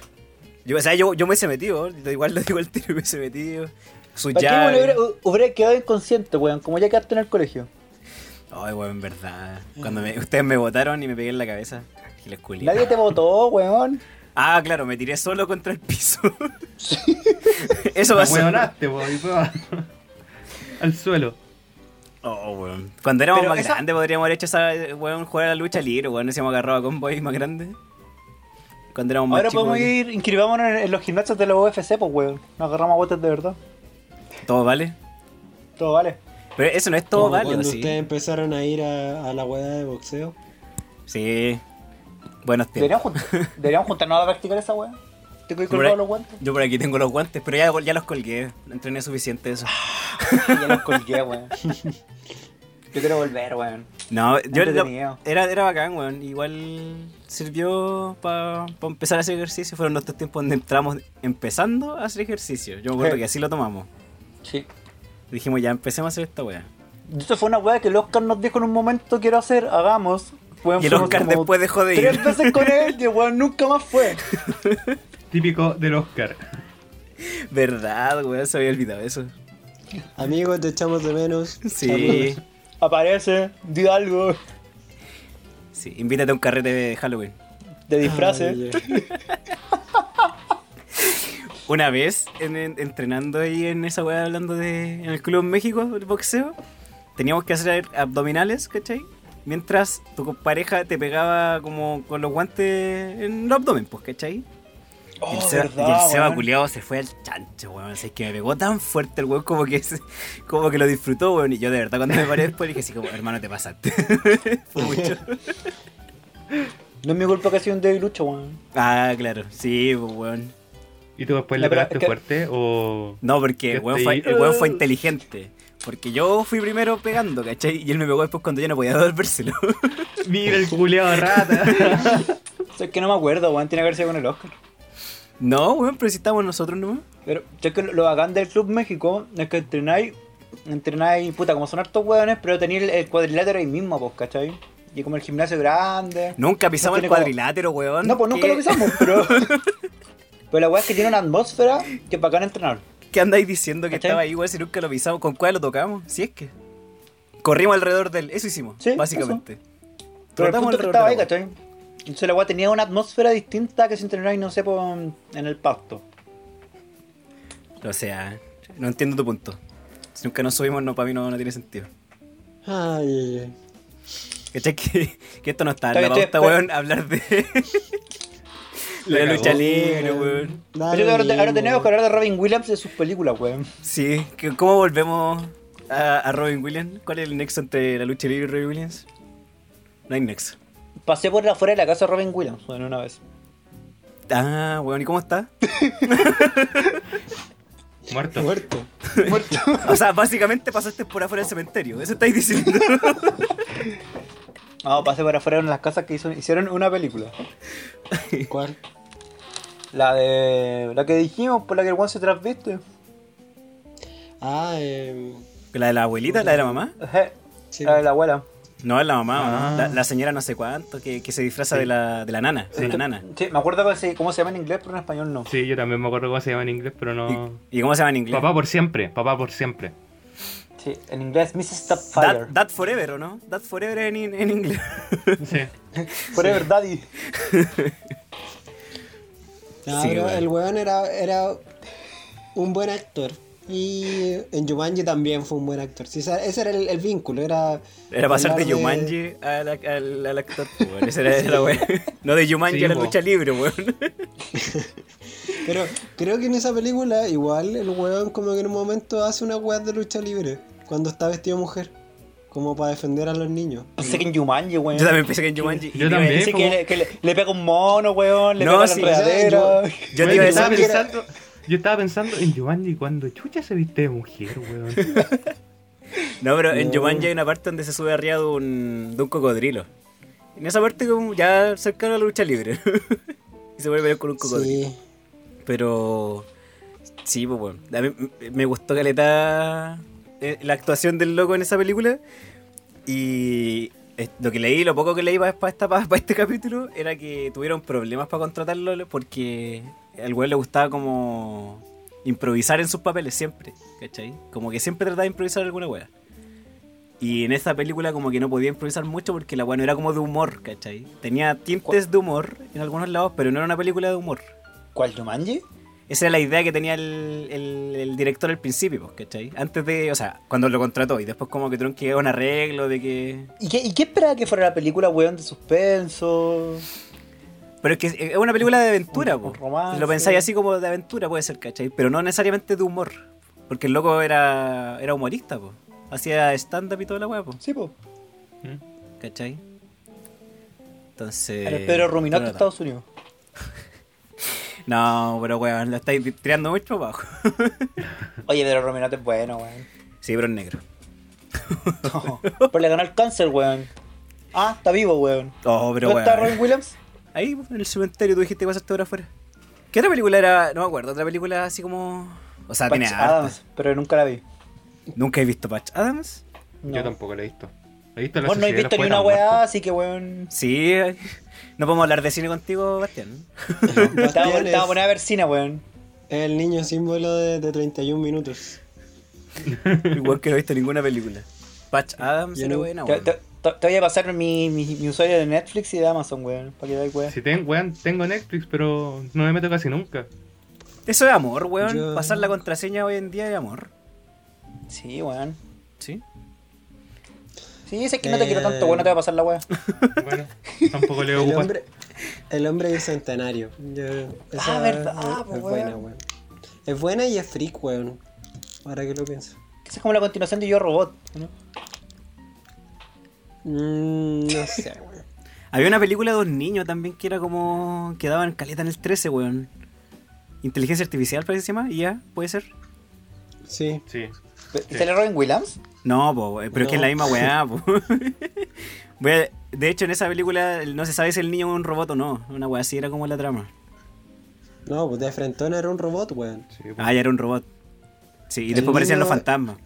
S4: Yo, o sea, yo, yo me hubiese metido, da igual lo digo al tiro, me hubiese metido. Su
S2: ¿Para qué
S4: llave.
S2: weón, hubiera, hu- hubiera quedado inconsciente, weón? Como ya quedaste en el colegio.
S4: Ay, weón, en verdad. Cuando me- ustedes me votaron y me pegué en la cabeza. Que les culié.
S2: Nadie te votó, weón.
S4: Ah, claro, me tiré solo contra el piso. Eso
S3: La
S4: pasó.
S3: weonaste, po, y fue a- al suelo.
S4: Oh, weón. Cuando éramos
S2: Pero
S4: más
S2: esa-
S4: grandes podríamos haber hecho esa weón jugar a la lucha libre, weón. Nos hemos agarrado a convoy más grandes. Cuando éramos más
S2: Ahora
S4: chicos.
S2: podemos
S4: weón.
S2: ir, inscribámonos en, en los gimnasios de la UFC, pues, weón. Nos agarramos a botes de verdad.
S4: Todo vale.
S2: Todo vale.
S4: Pero eso no es todo
S1: Como
S4: vale, ¿o
S1: cuando
S4: sí?
S1: ustedes empezaron a ir a, a la weá de boxeo.
S4: Sí. Buenos tiempos.
S2: Deberíamos, jun- deberíamos juntarnos a practicar esa weá. Tengo que ir
S4: Por
S2: colgado
S4: ahí-
S2: los guantes.
S4: Yo por aquí tengo los guantes, pero ya, ya los colgué. No Entrené suficiente eso.
S2: Y ya los colgué, weón. Yo quiero volver, weón.
S4: No, yo lo-
S2: Entretenido.
S4: era, era bacán, weón. Igual sirvió para empezar a hacer ejercicio. Fueron nuestros tiempos donde entramos empezando a hacer ejercicio. Yo me acuerdo
S2: Sí.
S4: que así lo tomamos.
S2: Sí.
S4: Dijimos, ya empecemos a hacer esta weá.
S2: Esto fue una weá que el Oscar nos dijo en un momento quiero hacer, hagamos. Weón,
S4: Y el
S2: fuimos
S4: Oscar
S2: como
S4: después dejó de ir.
S2: Tres veces con él y el weón nunca más fue.
S3: Típico del Oscar.
S4: Verdad, weón, se había olvidado eso.
S1: Amigos, te echamos de menos.
S4: Sí,
S1: Saludos.
S2: Aparece, di algo,
S4: sí. Invítate a un carrete de Halloween.
S2: de disfraces.
S1: Ay,
S4: Una vez, en- en- entrenando ahí en esa weá, hablando de. en el Club México, el boxeo, teníamos que hacer abdominales, ¿cachai? Mientras tu pareja te pegaba como con los guantes en el abdomen, pues, ¿cachai? Y el
S2: Oh,
S4: Seba,
S2: verdad,
S4: y el Seba
S2: weón.
S4: culiao se fue al chancho, weón. Así que me pegó tan fuerte el weón como que, se- como que lo disfrutó, weón. Y yo de verdad cuando me paré después dije así como, hermano, te pasaste. Fue mucho.
S2: No es mi culpa que sea un debilucho, weón.
S4: Ah, claro. Sí, pues, weón.
S3: ¿Y tú después
S2: No,
S3: le
S2: pero
S3: pegaste
S2: es que-
S3: fuerte o.?
S4: No, porque el
S3: Yo
S4: weón, fue,
S3: estoy-
S4: el weón
S2: Este,
S4: fue inteligente. Porque yo fui primero pegando, ¿cachai? Y él me pegó después cuando yo no podía devolvérselo.
S3: Mira el culeado rata.
S2: Sé que no me acuerdo, weón, tiene que ver sido con el Oscar.
S4: No, weón, pero si estamos nosotros nomás.
S2: Pero sé que lo bacán del Club México es que entrenáis, entrenáis, puta, como son hartos weones, pero tenéis el, el cuadrilátero ahí mismo, pues, ¿cachai? Y como el gimnasio grande.
S4: Nunca pisamos
S2: No
S4: el
S2: tiene como-
S4: cuadrilátero, weón.
S2: No, pues nunca
S4: ¿Qué-
S2: lo pisamos, pero. pero la weá es que tiene una atmósfera que es bacán entrenar.
S4: ¿Qué andáis diciendo que
S2: ¿Cachai?
S4: estaba ahí, weón, si nunca lo pisamos? ¿Con cuál lo tocamos? Si es que. Corrimos alrededor del. Eso hicimos,
S2: Sí,
S4: básicamente.
S2: Pero el
S4: Tratamos
S2: punto que
S4: alrededor
S2: estaba ahí,
S4: de la
S2: ¿cachai? Entonces la weá tenía una atmósfera distinta que se entrenó ahí, no sé, po, en el pasto.
S4: O sea, no entiendo tu punto. Si nunca nos subimos, no, para mí no, no tiene sentido.
S1: Ay, ay, ay.
S4: ¿Cachai? Que, que esto no está en
S2: Está
S4: la
S2: bien,
S4: pauta,
S2: estoy-
S4: weón, hablar de. de la
S3: cagó.
S4: lucha libre, weón.
S1: Da
S2: Pero
S1: lo
S2: ahora, ahora
S1: mismo.
S2: tenemos que hablar de Robin Williams y de sus películas, weón.
S4: Sí, que- ¿cómo volvemos a, a Robin Williams? ¿Cuál es el nexo entre la lucha libre y Robin Williams? No hay nexo.
S2: Pasé por afuera de la casa de Robin Williams, bueno, una vez.
S4: Ah, weón, ¿y cómo está?
S3: Muerto.
S1: Muerto.
S2: Muerto.
S4: O sea, básicamente pasaste por afuera del cementerio. Eso estáis diciendo.
S2: No, pasé por afuera de una de las casas que hizo- hicieron una película.
S1: ¿Cuál?
S2: La de. La que dijimos, por la que el weón se transviste.
S1: Ah, eh,
S4: ¿La de la abuelita? ¿La de la mamá?
S2: Ajá,
S1: sí.
S2: La de la abuela.
S4: No, es la mamá, ¿o ¿no?
S3: Ah.
S4: La, la señora no sé cuánto, que, que se disfraza de, la, de la nana. de la nana.
S2: Sí, me acuerdo cómo se, cómo se llama en inglés, pero en español no.
S3: Sí, yo también me acuerdo cómo se llama en inglés, pero no.
S4: ¿Y cómo se llama en inglés?
S3: Papá por siempre, papá por siempre.
S2: Sí, en inglés Mrs.
S4: That,
S2: Stopfire.
S4: that Forever, ¿o no? That Forever en, in- en inglés.
S3: Sí.
S2: Forever Daddy.
S1: No,
S4: Sí,
S1: pero
S4: weón.
S1: ah, el weón era, era un buen actor. Y en Jumanji también fue un buen actor. Sí, esa- ese era el, el vínculo, era...
S4: Era pasar de
S1: hablar
S4: Jumanji a la, al, al actor. pues, weón. Esa era, esa era la wea. No de Jumanji
S3: Sí,
S4: a la
S3: po.
S4: lucha libre, weón.
S1: Pero creo que en esa película igual el weón como que en un momento hace una weá de lucha libre. Cuando está vestido de mujer. Como para defender a los niños.
S2: Pensé que en Jumanji, weón.
S4: Yo también pensé que en Jumanji. y
S3: Yo
S4: te iba a
S3: también.
S4: decir-
S2: Dice que,
S3: como-
S2: le, que le- le pega un mono, weón, le
S4: No,
S2: pega
S4: sí,
S2: la enredadera.
S1: o sea,
S4: Yo
S3: Bueno,
S4: te iba a
S1: yo
S4: decir
S3: estaba
S1: que era-
S3: pensando, yo estaba pensando en Giovanni cuando Chucha se viste de mujer, weón.
S4: No, pero en
S1: No.
S4: Jumanji hay una parte donde se sube arriba de un, de un cocodrilo. En esa parte como ya cercana a la lucha libre. y se vuelve a pelear con un cocodrilo.
S1: Sí.
S4: Pero sí, pues bueno. A mí m- me gustó caleta eh, la actuación del loco en esa película. Y eh, lo que leí, lo poco que leí para, esta, para, este capítulo, era que tuvieron problemas para contratarlo porque al güey le gustaba como improvisar en sus papeles siempre, ¿cachai? Como que siempre trataba de improvisar alguna wea. Y en esta película como que no podía improvisar mucho porque la wea no era como de humor, ¿cachai? Tenía tintes de humor en algunos lados, pero no era una película de humor.
S2: ¿Cuál Jumanji?
S4: Esa era la idea que tenía el, el- el director al principio, pues, ¿cachai? Antes de, o sea, cuando lo contrató y después como que tuvieron que llegar a un arreglo de que...
S2: ¿Y qué, ¿Y qué esperaba que fuera la película, weón, de suspenso?
S4: Pero es que es una película de aventura,
S2: Un- un
S4: po.
S2: romance.
S4: Lo pensáis así como de aventura puede ser, ¿cachai? Pero no necesariamente de humor, porque el loco era, era humorista, po. Hacía stand-up y toda la weá, po,
S2: Sí, po.
S4: ¿cachai? Entonces...
S2: Era el Pedro Ruminato de
S4: no,
S2: Estados Unidos.
S4: No, pero weón, lo estáis tirando mucho para abajo.
S2: Oye, Pedro Ruminato es bueno, weón.
S4: Sí, pero es negro.
S2: No, pero le ganó el cáncer, weón. Ah, está vivo, weón.
S4: Oh,
S2: ¿Dónde
S4: pero weón.
S2: está Robin Williams?
S4: Ahí, pues, en el cementerio, tú dijiste que pasaste ahora afuera. ¿Qué otra película era? No me acuerdo, otra película así como. O sea, tiene
S2: Patch
S4: harta.
S2: Adams, pero nunca la vi.
S4: ¿Nunca he visto Patch Adams?
S2: No.
S3: Yo tampoco la he visto. He visto la
S2: Vos no he
S3: Sociedad de los
S2: visto ni
S3: Poetas
S2: una weá,
S3: Muertos.
S2: así que weón.
S4: Sí. No podemos hablar de cine contigo, Bastián.
S2: Estaba
S1: Bastián
S2: estaba
S1: es
S2: buena a ver cine, weón.
S1: el niño símbolo de, de 31 minutos.
S4: Igual que no he visto ninguna película. Patch Adams
S1: Yo
S4: era
S1: no-
S4: buena,
S2: Te,
S4: weón.
S2: te- te- te voy a pasar mi, mi, mi usuario de Netflix y de Amazon, weón. Para que veáis, weón.
S3: Si tengo, weón, tengo Netflix, pero no me meto casi nunca.
S4: Eso es amor, weón.
S1: Yo-
S4: Pasar la contraseña hoy en día es amor.
S2: Sí, weón.
S4: Sí.
S2: Sí, es que no te
S1: Eh,
S2: quiero tanto, weón. No te voy a pasar la
S3: Eh.
S2: weá.
S3: Bueno, tampoco le
S1: El
S3: ocupa.
S1: hombre, el hombre bicentenario. Yo- esa
S2: Ah, verdad, ah, pues
S1: es-
S2: po,
S1: es buena,
S2: weón.
S1: weón. Es buena y es freak, weón. Ahora que lo pienso.
S2: Esa es como la continuación de Yo Robot, ¿no?
S1: Mm, no sé, weón.
S4: Había una película de dos niños también que era como. que daban caleta en el 13, weón. Inteligencia artificial, parece que se llama. ¿Ya? ¿Puede ser?
S1: Sí.
S3: Sí. Sí.
S2: ¿Sale Robin Williams?
S4: No, po, eh, pero es que es la
S1: No.
S4: misma weá, po. Voy a- de hecho, en esa película no se sabe si el niño es un robot o no. Una weá así era como la trama.
S1: No, pues de frentón era un robot, weón.
S3: Sí, pues.
S4: Ah, ya era un robot. Sí, y
S1: El
S4: después aparecían los
S1: niño-
S4: fantasmas.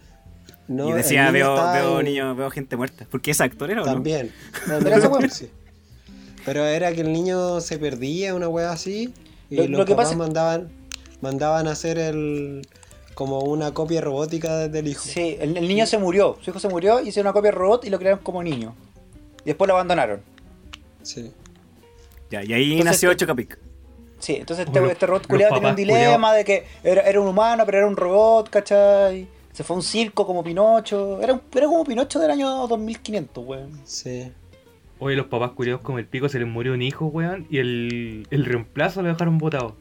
S1: No,
S4: y
S1: el
S4: decía,
S1: niño
S4: veo,
S1: estaba
S4: veo
S1: en-
S4: niño, veo gente muerta. Porque es actor era o no?
S1: También.
S2: Era ese weón.
S1: Sí. Pero era que el niño se perdía, una weá así. Y
S2: Lo-
S1: los
S2: lo que
S1: papás
S2: pasa-
S1: mandaban, mandaban a hacer el, Como una copia robótica del hijo.
S2: Sí, el, el niño se murió, su hijo se murió, hicieron una copia del robot y lo crearon como niño. Y después lo abandonaron.
S1: Sí.
S4: Ya, y ahí
S2: Entonces,
S4: nació
S2: ¿qué-
S4: Chocapic.
S2: Sí, entonces
S3: Como
S2: este,
S3: los-
S2: este robot
S3: los
S2: culiado tiene un
S3: papás
S2: dilema
S3: culiados.
S2: de que era, era un humano, pero era un robot, ¿cachai? Se fue a un circo como Pinocho. Era, un- era como Pinocho del año 2500, weón.
S1: Sí.
S3: Oye, los papás curiosos como el pico se les murió un hijo, weón, y el, el reemplazo lo dejaron botado.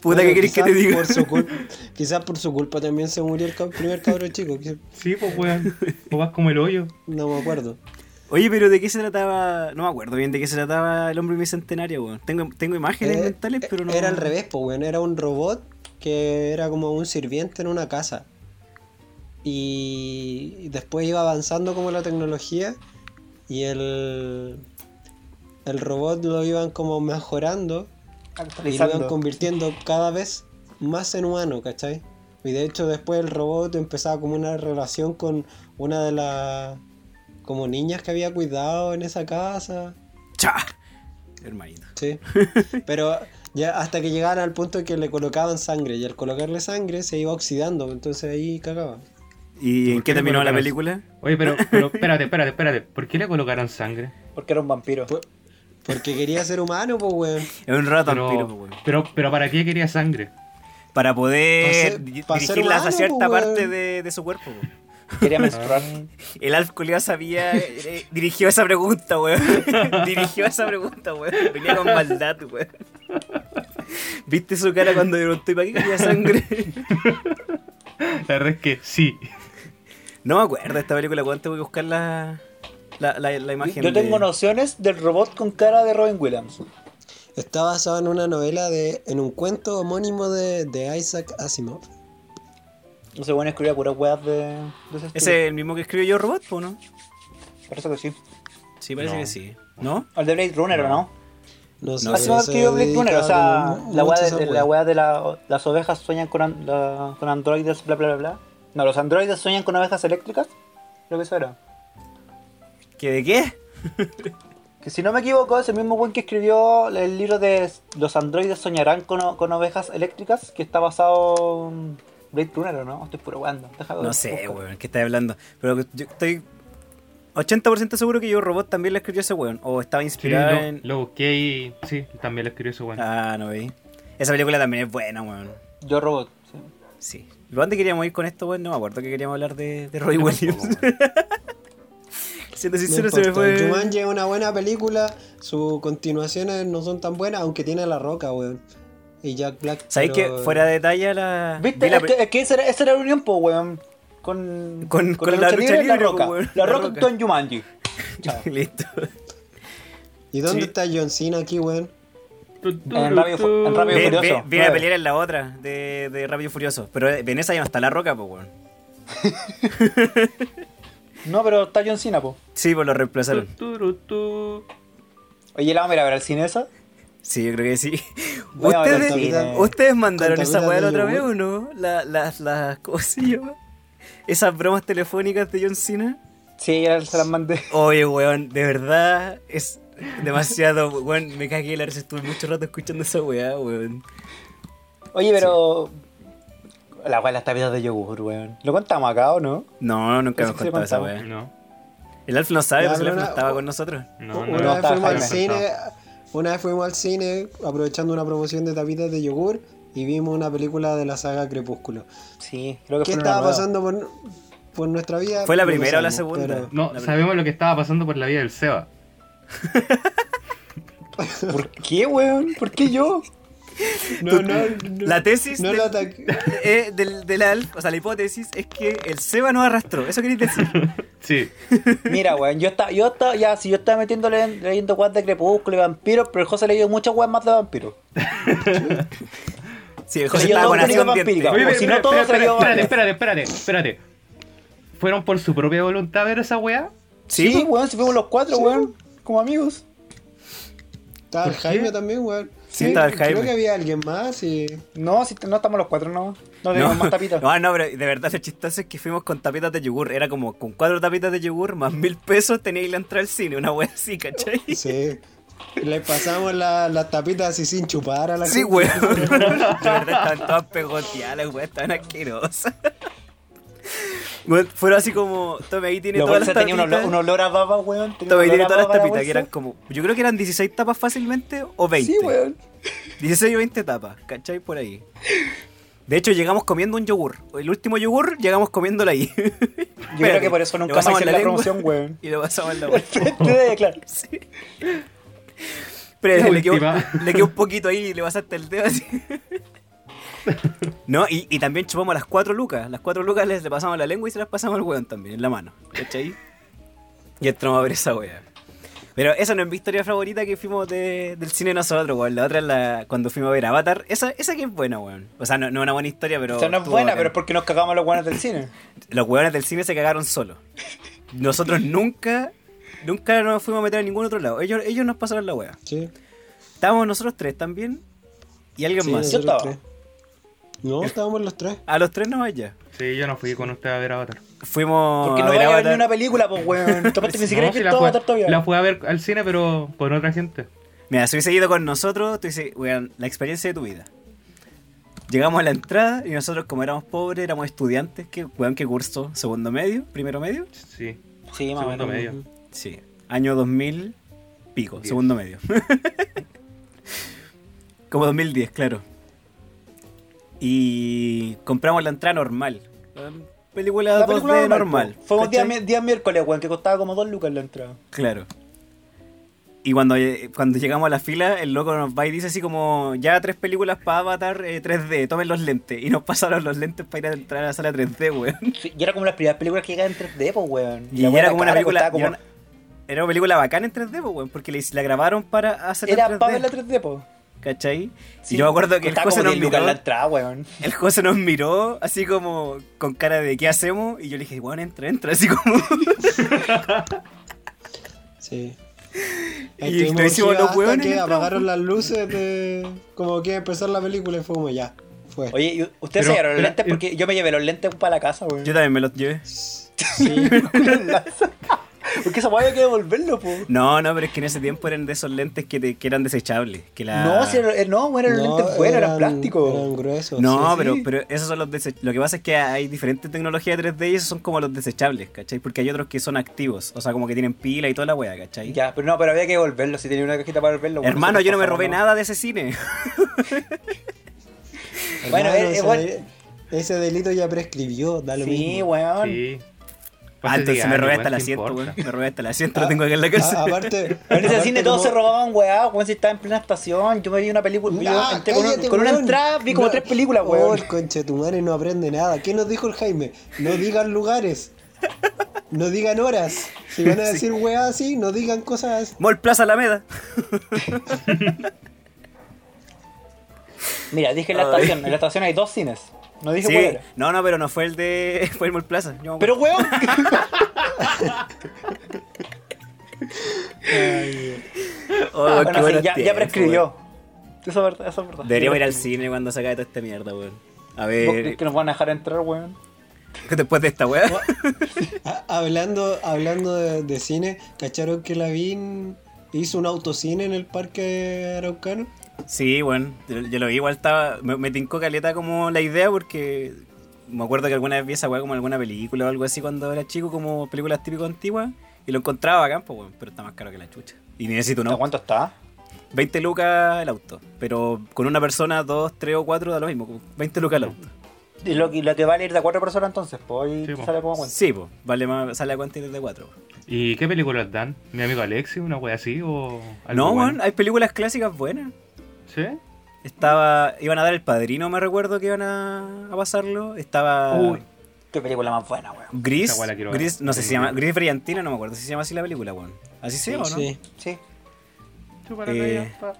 S4: Puta,
S1: Bueno,
S4: ¿qué querés que
S1: quizás
S4: te diga?
S1: Por su culpa, quizás por su culpa también se murió el cab- primer cabro chico. que
S3: Sí, pues, weón. Papás como el hoyo.
S1: No me acuerdo.
S4: Oye, pero ¿de qué se trataba? No me acuerdo bien de qué se trataba el hombre bicentenario, weón. Tengo, tengo imágenes
S1: Eh,
S4: mentales,
S1: eh,
S4: pero no.
S1: Era al revés, pues, weón. Era un robot que era como un sirviente en una casa. Y y después iba avanzando como la tecnología y el, el robot lo iban como mejorando y lo iban
S2: Actualizando.
S1: convirtiendo cada vez más en humano, ¿cachai? Y de hecho después el robot empezaba como una relación con una de las como niñas que había cuidado en esa casa.
S4: ¡Cha! Hermanito.
S1: Sí. Pero ya hasta que llegaban al punto que le colocaban sangre. Y al colocarle sangre se iba oxidando. Entonces ahí cagaba.
S4: ¿Y en
S3: ¿Por
S4: qué
S3: qué
S4: terminó la
S3: colocaron-
S4: película?
S3: Oye, pero, pero espérate, espérate, espérate. ¿Por qué le colocaron sangre?
S2: Porque era un vampiro.
S1: Por- porque quería ser humano, pues, weón.
S4: Es un rato vampiro,
S3: Pero,
S4: pues, weón.
S3: pero, pero ¿para qué quería sangre?
S4: Para poder
S1: Pa' ser-
S4: di-
S1: pa' ser
S4: dirigirlas a
S1: humano,
S4: cierta
S1: po,
S4: parte
S1: weón.
S4: de, de su cuerpo, weón.
S2: Quería menstruar.
S4: El Alf culiao sabía, eh, eh, dirigió esa pregunta, weón. dirigió esa pregunta, weón. Venía con maldad, weón. ¿Viste su cara cuando preguntó y para qué quería sangre?
S3: La verdad es que sí.
S4: No me acuerdo de esta película, weón. Tengo que buscar la, la, la, la imagen.
S2: Yo tengo
S4: de...
S2: nociones del robot con cara de Robin Williams.
S1: Está basado en una novela de. en un cuento homónimo de, de Isaac Asimov.
S2: No sé, bueno, escribía puras weas de, de ese estilo.
S4: ¿Ese es el mismo que escribió yo, Robot, po, no?
S2: Parece que sí.
S4: Sí, parece
S3: No.
S4: que sí. ¿No?
S2: Al de Blade Runner, ¿o ¿no?
S1: No sé.
S2: No, Así que yo Blade Runner, o sea, la weá de, de- la
S1: web.
S2: weá de la- las ovejas sueñan con, an- la- con androides, bla, bla, bla, bla. No, los androides sueñan con ovejas eléctricas. Creo que eso era.
S4: ¿Que de qué?
S2: Que si no me equivoco, es el mismo buen que escribió el libro de Los androides soñarán con, o- con ovejas eléctricas, que está basado en Blade Runner, ¿o ¿no? Estoy puro weando. Deja de-
S4: No sé,
S2: busca.
S4: weón, ¿qué estás hablando? Pero yo estoy 80% seguro que yo, Robot, también la escribió ese weón. O estaba
S3: Sí,
S4: inspirada
S3: lo,
S4: en.
S3: lo busqué y sí, también le escribió eso, weón.
S4: Ah, no vi. Esa película también es buena, weón.
S2: Yo robot. sí.
S4: Sí. ¿Y ¿Dónde queríamos ir con esto, weón? No me acuerdo que queríamos hablar de, de Robbie Williams. Siendo sincero, se me fue.
S1: Jumanji es una buena película. Sus continuaciones no son tan buenas, aunque tiene a La Roca, weón. Y Jack Black.
S4: ¿Sabéis que
S1: pero-
S4: fuera de talla la.
S2: ¿Viste?
S4: vi la
S2: Es
S4: pe-
S2: que, es que esa, era, esa era la unión, po, weón. Con,
S4: Con- con la lucha
S2: y La
S4: libre, po,
S2: Roca.
S4: weón.
S2: La
S4: La
S2: Roca
S4: Roca.
S2: actuó en Jumanji. Chao.
S4: Listo.
S1: ¿Y dónde
S4: Sí.
S1: está John Cena aquí, weón?
S2: En Rápido Fu- en Rápido
S4: Ve-
S2: Furioso,
S4: ve- Viene a
S2: nueve.
S4: pelear en la otra de, de Rápido y Furioso. Pero en esa ya no está la roca, pues, weón.
S2: No, pero está John Cena, po.
S4: Sí, pues lo reemplazaron.
S2: Oye, la vamos a ir a ver al cine esa.
S4: Sí, yo creo que sí.
S2: Voy a hablar
S4: ¿Ustedes,
S2: también.
S4: ¿ustedes mandaron
S1: Con
S4: esa weá la otra
S1: tableta de
S4: vez o no? Las, las, las, ¿cómo se llama? Esas bromas telefónicas de John Cena.
S2: Sí, ya se las mandé.
S4: Oye, weón, de verdad es demasiado, weón, me cagué la risa, estuve mucho rato escuchando esa weá, weón.
S2: Oye, pero. La weá, las tapitas de yogur, weón. ¿Lo contamos acá o no?
S4: No, nunca
S2: Eso
S4: hemos
S2: sí lo
S4: contado esa
S2: contamos.
S4: weá.
S3: No,
S4: El Alf no sabe,
S1: Ya,
S4: pues el Alf
S1: pero
S4: no
S1: una-
S4: estaba con nosotros.
S3: no, no.
S1: una
S2: no,
S1: vez
S2: está-
S1: fuimos al
S2: está-
S1: cine, una vez fuimos al cine aprovechando una promoción de tapitas de yogur y vimos una película de la saga Crepúsculo.
S2: Sí, creo que
S1: ¿Qué
S2: fue una
S1: estaba
S2: nueva.
S1: pasando por, por nuestra vida?
S4: ¿Fue la
S1: No lo
S4: primera o la
S1: sabemos,
S4: segunda?
S1: pero-
S3: No, sabemos lo que estaba pasando por la vida del Seba.
S2: ¿Por qué, weón? ¿Por qué yo?
S1: No, no, no.
S4: La tesis
S1: No
S4: del,
S1: lo ataqué.
S4: eh, del, del Alf, o sea, la hipótesis es que el Seba no arrastró, eso queréis decir.
S3: Sí.
S2: Mira, weón, yo estaba, yo estaba, ya, si yo estaba metiéndole, leyendo weas de crepúsculo y vampiros, pero el José leyó muchas weas más de vampiros.
S4: Sí, el
S2: Pero
S4: José
S2: yo
S4: estaba
S2: no
S4: con
S2: tengo
S4: acción
S2: vampírica.
S4: diente.
S2: Como si no todo se
S3: espérate,
S2: vio
S3: espérate,
S2: mal.
S3: espérate, espérate, espérate. ¿Fueron por su propia voluntad a ver esa weá?
S4: Sí,
S2: Sí, weón, si fuimos los cuatro, weón, como amigos.
S1: Estaba el
S3: ¿Por qué?
S1: Jaime también, weón.
S4: Sí, estaba el Jaime.
S1: Creo que había alguien más y.
S2: No, si t- no estamos los cuatro, no. No
S4: No,
S2: tenemos más tapitas.
S4: no, no, pero de verdad lo chistoso es que fuimos con tapitas de yogur. Era como con cuatro tapitas de yogur más mil pesos teníais la entrada al cine, una wea así, ¿cachai?
S1: Sí. Le pasamos la- las tapitas así sin chupar a la
S4: Sí,
S1: gente.
S4: weón. De verdad, estaban todas pegoteadas, las weas estaban asquerosas. Weón, fueron así como. Tome ahí tiene
S2: La
S4: todas las
S2: bolsa tenía un
S4: tapitas.
S2: olor, un olor a baba, weón. Tenía un
S4: Tome ahí
S2: olor
S4: tiene
S2: a
S4: todas las
S2: baba la
S4: tapitas, que
S2: bolsa.
S4: eran como. Yo creo que eran 16 tapas fácilmente o 20.
S2: Sí, weón.
S4: 16 o 20 tapas, ¿cachai? Por ahí. De hecho, llegamos comiendo un yogur. El último yogur, llegamos comiéndolo ahí.
S2: Yo creo que por eso nunca más en la, promoción, weón.
S4: Y lo pasamos en la
S2: Al
S4: boca.
S2: frente de- claro.
S3: La
S4: Pero le quedó,
S3: última.
S4: le quedó un poquito ahí y le pasaste el dedo así. No, y, y también chupamos las cuatro lucas. Las cuatro lucas les le pasamos la lengua y se las pasamos al weón también, en la mano. ¿Cachai? Y entramos a ver esa wea. Pero esa no es mi historia favorita que fuimos de- del cine nosotros, weón. La otra es la, cuando fuimos a ver Avatar. Esa, esa que es buena, weón. O sea, no, no es una buena historia, pero.
S2: O sea, no es
S4: estuvo
S2: buena,
S4: bacán.
S2: pero es porque nos cagamos a los weones del cine.
S4: Los weones del cine se cagaron solos. Nosotros nunca, nunca nos fuimos a meter a ningún otro lado. Ellos, ellos nos pasaron la wea.
S1: Sí,
S4: Estábamos nosotros tres también. Y alguien
S1: sí,
S4: más.
S1: nosotros
S2: estaba?
S1: tres. No, estábamos los tres.
S4: A los tres no vaya.
S3: Sí, yo no fui con usted a ver Avatar.
S4: Fuimos
S2: Porque
S4: a
S2: no
S4: ver
S2: vaya a ver
S4: Avatar.
S2: ni una película, pues, weón. Tomaste ni siquiera
S3: No,
S2: he
S3: sí
S2: visto
S3: la, fue,
S2: Avatar todavía.
S3: la fui a ver al cine, pero por otra gente.
S4: Mira, si hubiese ido con nosotros, tú dices, weón, la experiencia de tu vida. Llegamos a la entrada y nosotros, como éramos pobres, éramos estudiantes. que weón, qué curso? ¿Segundo medio? ¿Primero medio?
S3: Sí,
S2: Sí, más o
S3: segundo
S2: menos.
S3: medio.
S4: Sí. Año 2000 pico,
S3: Diez.
S4: segundo medio. Como 2010, claro. Y compramos la entrada normal. Weón, Película,
S2: La película
S4: 2D normal.
S2: pues. Fue un día,
S4: ¿cachai?
S2: mi- día miércoles, weón, que costaba como dos lucas la entrada.
S4: Claro. Y cuando, eh, cuando llegamos a la fila, el loco nos va y dice así como, ya tres películas para Avatar eh, 3D, tomen los lentes. Y nos pasaron los lentes para ir a entrar a la sala 3D, weón.
S2: Sí, y era como las primeras películas que llegaban en 3D, pues, weón.
S4: Y,
S2: la
S4: era
S2: weá
S4: como una
S2: cara
S4: película...
S2: costaba como-
S4: y Era, una, era una película bacana en 3D, po, weón, porque la, la grabaron para hacer en
S2: Era
S4: 3D,
S2: para ver la 3D, pues.
S4: ¿Cachai? y yo me acuerdo que el
S2: Costaba
S4: José
S2: como
S4: nos
S2: 10 lucas
S4: miró...
S2: la entrada, weón.
S4: El José nos miró así como con cara de ¿qué hacemos? Y yo le dije, bueno, entra, entra, así como...
S1: Sí.
S4: Y
S1: Estuvimos
S4: lo hicimos
S1: orgía
S4: los
S1: hasta
S4: hueones y
S1: que
S4: entramos.
S1: apagaron las luces de como que iba a empezar la película y fue como ya. Fue.
S2: Oye, ¿y ¿ustedes
S3: Pero-
S2: se llevaron los
S3: pero-
S2: lentes? Porque yo me llevé los lentes para la casa, weón.
S4: eh, Yo también me los llevé.
S1: Sí.
S2: Porque esa weá había que devolverlo, pues.
S4: No, no, pero es que en ese tiempo eran de esos lentes que, te- que eran desechables. Que la...
S2: No, si era, eh, no, weón, eran
S1: No,
S2: lentes buenos, eran
S1: Eran
S2: plástico.
S1: gruesos.
S4: No,
S1: sí,
S4: pero,
S1: sí.
S4: pero esos son los desechables. Lo que pasa es que hay diferentes tecnologías de 3D y esos son como los desechables, ¿cachai? Porque hay otros que son activos, o sea, como que tienen pila y toda la wea, ¿cachai?
S2: Ya, pero no, pero había que devolverlo. Si tenía una cajita para devolverlo, weón,
S4: Hermano,
S2: eso
S4: yo no me
S2: pasaba,
S4: robé nada de ese cine.
S2: Pues
S1: Hermano,
S2: Bueno, eh,
S1: ese,
S2: igual-
S1: de- ese delito ya prescribió, da lo
S2: Sí,
S1: mismo.
S2: weón.
S3: Sí.
S4: Ah, entonces me robé hasta el
S3: la
S4: asiento, weón.
S3: weón.
S4: Me robé hasta el asiento, lo
S1: Ah,
S4: tengo acá en la
S1: A-
S4: casa.
S1: aparte,
S2: En ese
S1: aparte
S2: cine todos
S1: como-
S2: se robaban, weá, weón, si estaba en plena estación, yo me vi una película,
S1: Ah,
S2: yo entré con, un-
S1: cállate,
S2: con una
S1: weón.
S2: entrada, vi como
S1: No.
S2: tres películas,
S1: Oh,
S2: weón.
S1: el conche tu madre no aprende nada. ¿Qué nos dijo el Jaime? No digan lugares. No digan horas. Si van a decir weá así, no digan cosas.
S4: Mall Plaza Alameda.
S2: Mira, dije en la
S4: Ay.
S2: estación, en la estación hay dos cines, no dije
S4: Sí.
S2: cuál era.
S4: No, no, pero no fue el de. Fue el Mall Plaza. Yo me
S2: Pero
S4: acuerdo.
S2: weón,
S4: Oh, qué
S2: ah, bueno, sí,
S4: buenos
S2: ya, ya
S4: tiempos, weón.
S2: prescribió. Eso es verdad, eso es verdad.
S4: Deberíamos ir al cine cuando se acabe toda esta mierda, weón. A ver,
S2: ¿Vos que nos van a dejar entrar, weón.
S4: después de esta weá.
S1: Ha- hablando hablando de, de cine, ¿cacharon que Lavín hizo un autocine en el parque araucano?
S4: Sí, bueno, yo, yo lo vi igual, estaba, me, me tincó caleta como la idea porque me acuerdo que alguna vez vi esa weá como en alguna película o algo así cuando era chico, como películas típico antiguas, y lo encontraba bacán, pues, weón, pero está más caro que la chucha. Y necesito
S2: ¿A
S4: uno,
S2: cuánto está?
S4: 20 lucas el auto, pero con una persona, dos, tres o cuatro da lo mismo, como 20 lucas el auto.
S2: Y lo, y lo que vale ir de a cuatro personas entonces, pues ahí
S3: Sí, po.
S2: sale como cuánto.
S4: Sí, pues, vale más, sale a cuánto ir de cuatro. weón.
S3: ¿Y qué películas dan? ¿Mi amigo Alexi? ¿Una wea así? ¿O algo
S4: No,
S3: bueno?
S4: weón, hay películas clásicas buenas.
S3: ¿Sí?
S4: Estaba, iban a dar El Padrino, me recuerdo que iban a, a pasarlo, estaba...
S3: Uy,
S2: Qué película más buena, weón.
S4: Gris,
S3: Esa weá la quiero ver.
S4: Gris, no sé si se
S3: Tengo
S4: llama,
S3: que ver.
S4: Gris Brillantina, no me acuerdo si se llama así la película, weón. ¿Así se llama o no?
S1: Sí.
S2: Sí.
S3: chúpala,
S4: Eh.
S3: calla,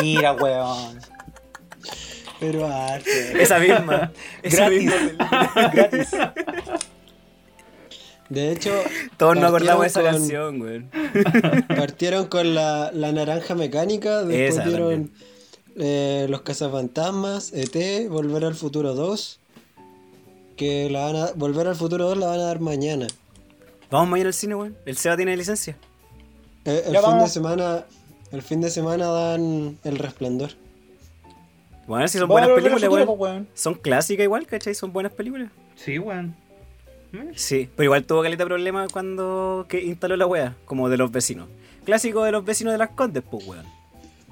S2: Mira, weón.
S1: Pero arte.
S4: Esa misma. esa
S2: Gratis.
S4: misma.
S2: Gratis.
S1: De hecho,
S4: Todos nos acordamos de esa
S1: partieron con-
S4: canción, weón.
S1: Partieron con la, la naranja mecánica, después
S4: Esa
S1: dieron eh, Los Cazafantasmas, ET, Volver al Futuro 2. Que la van a, Volver al Futuro 2 la van a dar mañana.
S4: Vamos mañana al cine, weón. El Seba tiene licencia.
S1: Eh, el
S2: Ya
S1: fin
S2: vamos.
S1: de semana El fin de semana dan El Resplandor.
S4: Bueno, si son
S2: Vamos a
S4: buenas
S2: volver al
S4: películas,
S2: futuro,
S4: weón.
S2: pues, weón.
S4: Son clásicas igual, ¿cachai? Son buenas películas.
S3: Sí, weón. Eh,
S4: Sí, pero igual tuvo caleta de problema cuando que instaló la wea, como de los vecinos. Clásico de los vecinos de las Condes, pues, weón.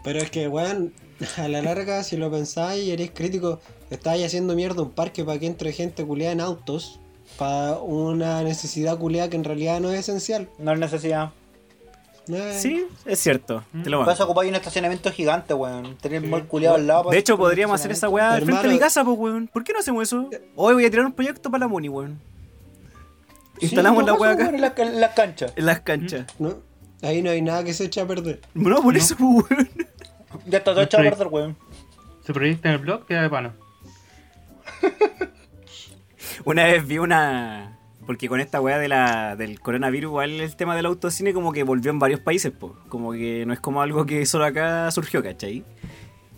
S1: Pero es que, weón, a la larga, si lo pensáis y eres crítico, estáis haciendo mierda un parque para que entre gente culeada en autos, para una necesidad culeada que en realidad no es esencial.
S2: No es necesidad.
S1: Eh,
S4: Sí, es cierto, te lo
S2: Vas a
S4: banco.
S2: ocupar un estacionamiento gigante, weón. Tener el
S3: Sí.
S2: mall culiado al lado. para
S4: De hecho,
S2: hacer un
S4: podríamos hacer esa
S2: estacionamiento.
S4: weá al
S1: Hermano-
S4: frente de mi casa, pues, weón. ¿Por qué no hacemos eso? Hoy voy a tirar un proyecto para la Moni, weón.
S2: Sí,
S4: Instalamos
S2: no,
S4: la
S2: eso,
S4: wea
S2: weón,
S4: acá
S2: En la, en la cancha.
S4: en las canchas.
S1: No, ahí no hay nada que se eche a perder.
S4: No, por
S3: No.
S4: eso, pues, weón.
S2: Ya está todo
S3: Los
S2: echado a
S3: proyect-
S2: perder, weón.
S3: Se proyecta en el blog, queda de pana.
S4: Una vez vi una. Porque con esta weá de la, del coronavirus, igual el tema del autocine como que volvió en varios países, po. Como que no es como algo que solo acá surgió, ¿cachai?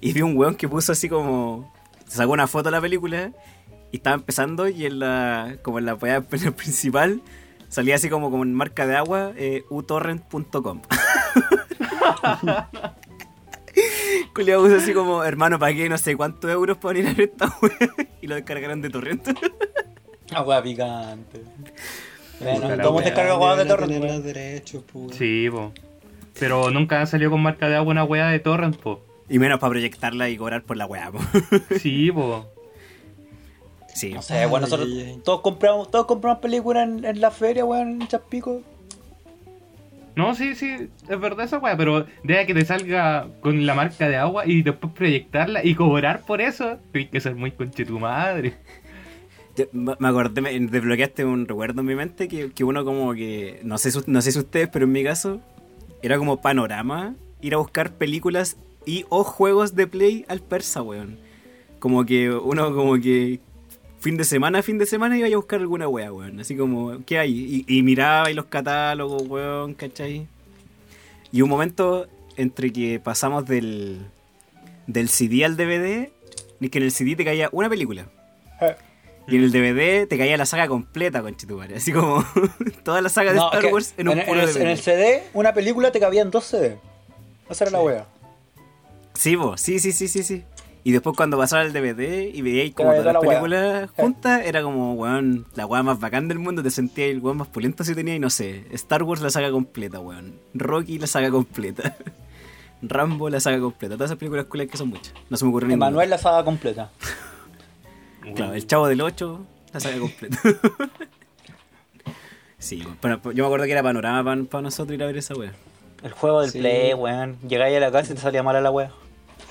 S4: Y vi un weón que puso así como. Sacó una foto de la película y estaba empezando y en la. Como en la weá principal salía así como con marca de agua, eh, utorrent.com. Culeado puso así como, hermano, pagué no sé cuántos euros para venir a ver esta weá y lo descargaron de torrent.
S2: Ah, weá picante. Bueno,
S3: Puta la
S2: ¿cómo
S3: weá.
S2: descarga weá de
S1: Deberían
S2: torre,
S1: tener
S2: weón?
S1: los derechos, pues, weón.
S3: Sí, po. Pero nunca ha salido con marca de agua una weá de torrent, po.
S4: Y menos para proyectarla y cobrar por la weá, po.
S3: Sí, po.
S4: Sí.
S2: No sé, weón,
S1: Ay,
S2: nosotros
S1: ay, ay.
S2: todos compramos, todos compramos películas en, en la feria, weón, en Chapico.
S3: No, sí, sí, es verdad esa weá, pero deja que te salga con la marca de agua y después proyectarla y cobrar por eso. Tienes que ser muy conche tu madre.
S4: Yo- me me acordé, me desbloqueaste un recuerdo en mi mente que, que uno como que, no sé, su- no sé si ustedes, pero en mi caso, era como panorama ir a buscar películas y o juegos de play al persa, weón. Como que uno como que fin de semana, fin de semana iba a buscar alguna weá, weón. Así como, ¿qué hay? Y, y miraba y los catálogos, weón, ¿cachai? Y un momento entre que pasamos del, del CD al DVD, y que en el CD te caía una película.
S2: Eh.
S4: Y en el DVD te caía la saga completa, conchetumare. Así como toda la saga de
S2: No,
S4: Star
S2: que
S4: Wars en un
S2: el-
S4: puro
S2: el,
S4: DVD.
S2: en el CD, una película te cabían dos CD. Esa era la wea.
S4: Sí, vos, sí, sí, sí, sí, sí. Y después cuando pasaba el DVD y veíais como
S2: Era
S4: todas las
S2: la wea.
S4: películas juntas, era como, weón, la weá más bacán del mundo, te sentías el weón más pulento si tenía y no sé. Star Wars la saga completa, weón. Rocky la saga completa. Rambo la saga completa. Todas esas películas culas que son muchas. No se me ocurrió ninguna.
S2: Emanuel la saga completa.
S4: Claro, el Chavo del 8, la saga completa. sí, weón. Pero yo me acuerdo que era panorama para nosotros ir a ver esa weá.
S2: El juego del
S1: Sí.
S2: play, weón. Llegáis a la casa y te salía mala la wea.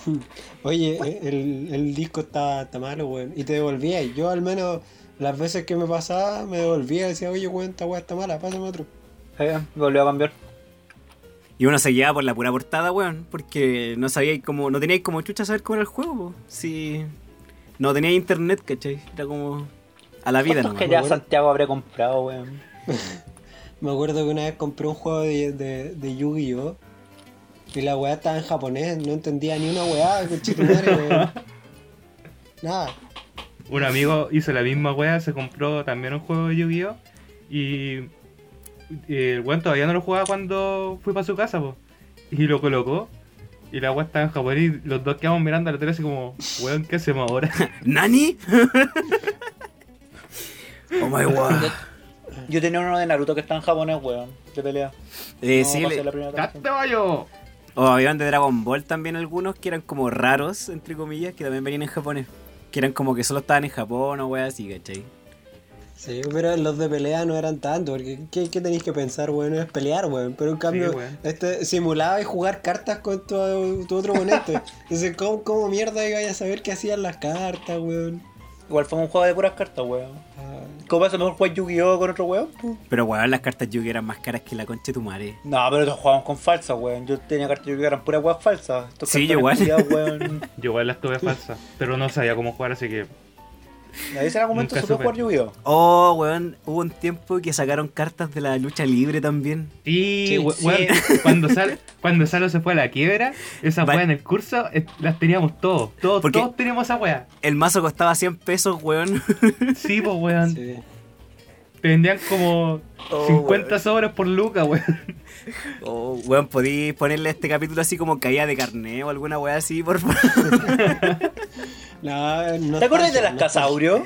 S1: Oye, el, el disco está, está malo, weón. Y te devolvía. y Yo al menos las veces que me pasaba, me devolvía y decía, oye, weón, esta weá está mala, pásame otro.
S2: Eh, volvió a cambiar.
S4: Y uno se guiaba por la pura portada, weón, porque no sabíais cómo, no teníais como chucha saber cómo era el juego, po. si no teníais internet, ¿cachai? Era como a la vida
S2: ¿Cuántos
S4: nomás.
S2: que ya
S1: weón.
S2: Santiago habré comprado, weón?
S1: Me acuerdo que una vez compré un juego de, de, de Yu-Gi-Oh! Y la weá estaba en japonés, no entendía ni una weá, conchetumare, weón. Nada.
S3: Un amigo hizo la misma weá, se compró también un juego de Yu-Gi-Oh! Y eh, el weón todavía no lo jugaba cuando fui para su casa, po. Y lo colocó. Y la weá estaba en japonés y los dos quedamos mirando a la tele así como, weón, ¿qué hacemos ahora?
S4: ¿Nani? oh my god.
S2: Yo tenía uno de Naruto que está en japonés, weón. De pelea.
S4: Eh,
S2: No
S4: sí,
S2: pasé
S4: le-
S2: la primera
S3: ¡Cate
S2: canción.
S3: baño!
S4: o habían de Dragon Ball también algunos que eran como raros, entre comillas, que también venían en japonés. Que eran como que solo estaban en Japón o weá así, ¿cachai?
S1: Sí, pero los de pelea no eran tanto, porque ¿qué, qué tenéis que pensar, weón? Es pelear, weón. Pero en cambio,
S3: weón.
S1: este simulaba y jugar cartas con tu, tu otro oponente. Entonces, ¿cómo, cómo mierda iba a saber qué hacían las cartas, weón?
S2: Igual fue un juego de puras cartas, weón.
S1: Ah,
S2: ¿Cómo pasa mejor jugar Yu-Gi-Oh con otro weón? pu?
S4: Pero weón, las cartas Yu-Gi eran más caras que la concha de tu madre.
S2: No, pero nosotros jugábamos con falsas, weón. Yo tenía cartas de Yu-Gi-Oh eran puras weas falsas. Estos
S4: Sí, yo
S2: cartones
S4: igual.
S2: culiados, weón.
S3: Yo igual las tuve falsas, pero no sabía cómo jugar, así que
S2: Ahí en algún momento
S3: Nunca
S2: supe
S3: supe.
S2: jugar Yu-Gi-Oh.
S4: Oh, weón, hubo un tiempo que sacaron cartas de la lucha libre también.
S3: Sí,
S1: Sí,
S3: we-
S1: sí.
S3: weón, cuando, Sal, cuando Salo se fue a la quiebra, esa
S4: Va-
S3: weá en el curso eh, las teníamos todos. Todos,
S4: Porque-
S3: todos teníamos esa weá.
S4: El mazo costaba 100 pesos, weón.
S3: Sí, pues weón.
S1: sí.
S3: Te vendían como
S4: Oh,
S3: 50
S4: weón.
S3: sobres por lucas, weón.
S4: Oh, weón, podí ponerle este capítulo así como caída de carné o alguna weá así, por favor.
S1: No,
S2: ¿Te acuerdas de las Casaurio?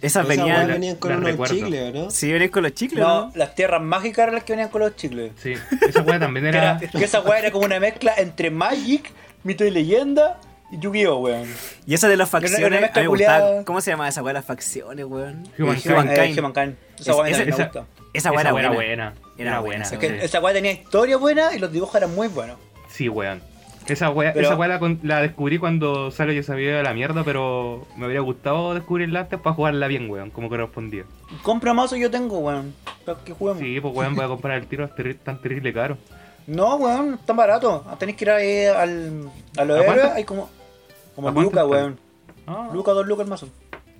S4: Esas
S1: venían,
S4: venían.
S1: venían con
S3: las
S1: unos
S3: recuerdo.
S1: chicles, ¿no?
S4: Sí, venían con los chicles, ¿no?
S2: No, las tierras mágicas eran las que venían con los chicles.
S3: Sí, esa weá también
S2: Que,
S3: era.
S2: era- que esa weá era como una mezcla entre Magic, Mito y Leyenda y Yu-Gi-Oh, weón.
S4: Y esa de las
S2: Pero era una
S4: facciones, a mí me
S2: mezcla
S4: gustaba.
S2: culiada.
S4: ¿Cómo se llama esa weá de las facciones, weón?
S3: Humankind.
S2: Eh,
S4: Humankind.
S2: Humankind. Esa
S4: Es-
S2: weá
S4: esa-
S2: me
S3: esa-
S2: gusta.
S4: Esa weá era buena. Era
S3: Era
S4: buena,
S3: buena.
S4: esa
S2: Es
S3: sí.
S2: que esa weá tenía historia buena y los dibujos eran muy buenos.
S3: Sí, weón. Esa weá,
S2: Pero-
S3: esa weá la, con- la descubrí cuando salió yo sabía de la mierda, pero me habría gustado descubrirla antes para jugarla bien, weón, como correspondía.
S2: Compra mazo yo tengo, weón. Para que juguemos.
S3: Sí, pues weón, voy a comprar el tiro, es terri- tan terrible caro.
S2: No, weón, tan barato. Tenéis que ir ahí al, a los
S3: ¿A cuánto?
S2: héroes, hay como, como
S3: ¿A cuánto
S2: Luca,
S3: está?
S2: weón.
S3: Ah,
S2: Luca, dos lucas el mazo.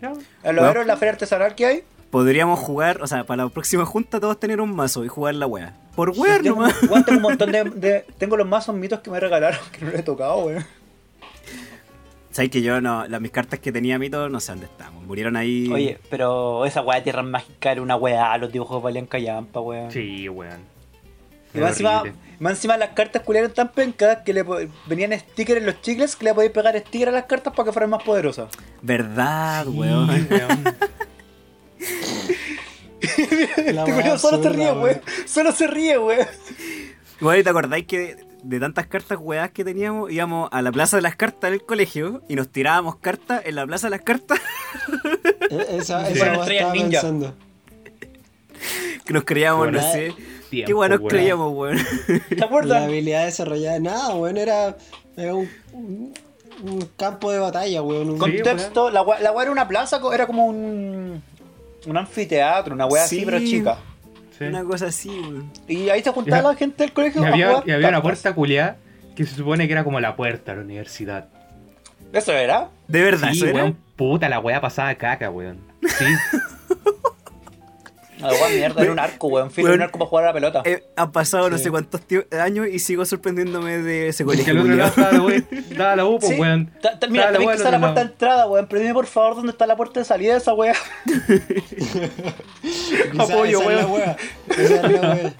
S3: ya.
S2: A los
S4: Weón.
S2: héroes, la feria artesanal que hay.
S4: Podríamos jugar, o sea, para la próxima junta todos tener un mazo y jugar la weá. Por weón
S2: tengo,
S4: nomás.
S2: weón, tengo un montón de, de- Tengo los mazos mitos que me regalaron que no les he tocado, weón.
S4: Sabes que yo no, las mis cartas que tenía mito no sé dónde estamos. Murieron ahí.
S2: pero esa weá de tierra mágica era una weá. Los dibujos valían callampa, weón.
S3: Sí, weón.
S2: Y más encima,
S3: Horrible.
S2: más encima las cartas culiaron tan pencadas que le po- venían stickers en los chicles que le podéis pegar stickers a las cartas para que fueran más poderosas.
S4: Verdad,
S3: Sí,
S4: weón.
S3: weón.
S1: La
S2: Este
S1: weá
S2: culiao solo se
S1: absurda,
S2: ríe, weón. Solo se ríe, weón.
S4: Bueno, ¿y ¿te acordáis que de tantas cartas weás que teníamos, íbamos a la plaza de las cartas del colegio y nos tirábamos cartas en la plaza de las cartas
S1: Eh, Esa,
S3: Sí.
S1: esa
S3: Bueno,
S1: weá
S2: estrellas
S1: estaba
S2: ninja.
S1: pensando.
S4: que nos creíamos, no
S1: Buena.
S4: sé. Qué
S3: Tiempo,
S4: bueno nos
S3: weón.
S4: creíamos, weón.
S2: ¿Te
S1: La
S2: acuerdas?
S1: habilidad desarrollada, nada, weón, era, era un, un- un campo de batalla, weón. un-
S3: Con-
S2: Contexto, la weá la weá era una plaza, co- era como un, un anfiteatro, una weá
S4: Sí.
S2: así, pero chica.
S3: Sí.
S4: Una cosa así, weón.
S2: Y ahí se juntaba
S3: Ya.
S2: la gente del colegio
S3: Y
S2: a
S3: había,
S2: jugar
S3: y había
S2: cartas.
S3: una puerta culiada que se supone que era como la puerta a la universidad.
S2: Eso era.
S4: De verdad,
S3: Sí,
S4: ¿eso era?
S3: weón, puta, la weá pasaba caca, weón. Sí,
S2: La weá mierda, era un arco, weón. Filo,
S4: Weón.
S2: era un arco para jugar a la pelota.
S4: Eh, han pasado no
S1: Sí.
S4: sé cuántos ti- años y sigo sorprendiéndome de ese
S3: porque
S4: colegio.
S3: el otro
S4: culiao.
S3: lado estaba la U, estaba la U, pues,
S2: Sí.
S3: weón.
S2: Ta- ta- mira,
S3: Estaba
S2: también que
S3: weá
S2: está la
S3: del otro
S2: puerta de
S3: lado.
S2: entrada, weón. Pero dime por favor dónde está la puerta de salida de esa weá.
S1: Esa-
S2: apoyo,
S1: esa es la
S2: weón.
S1: weá, esa es la weá.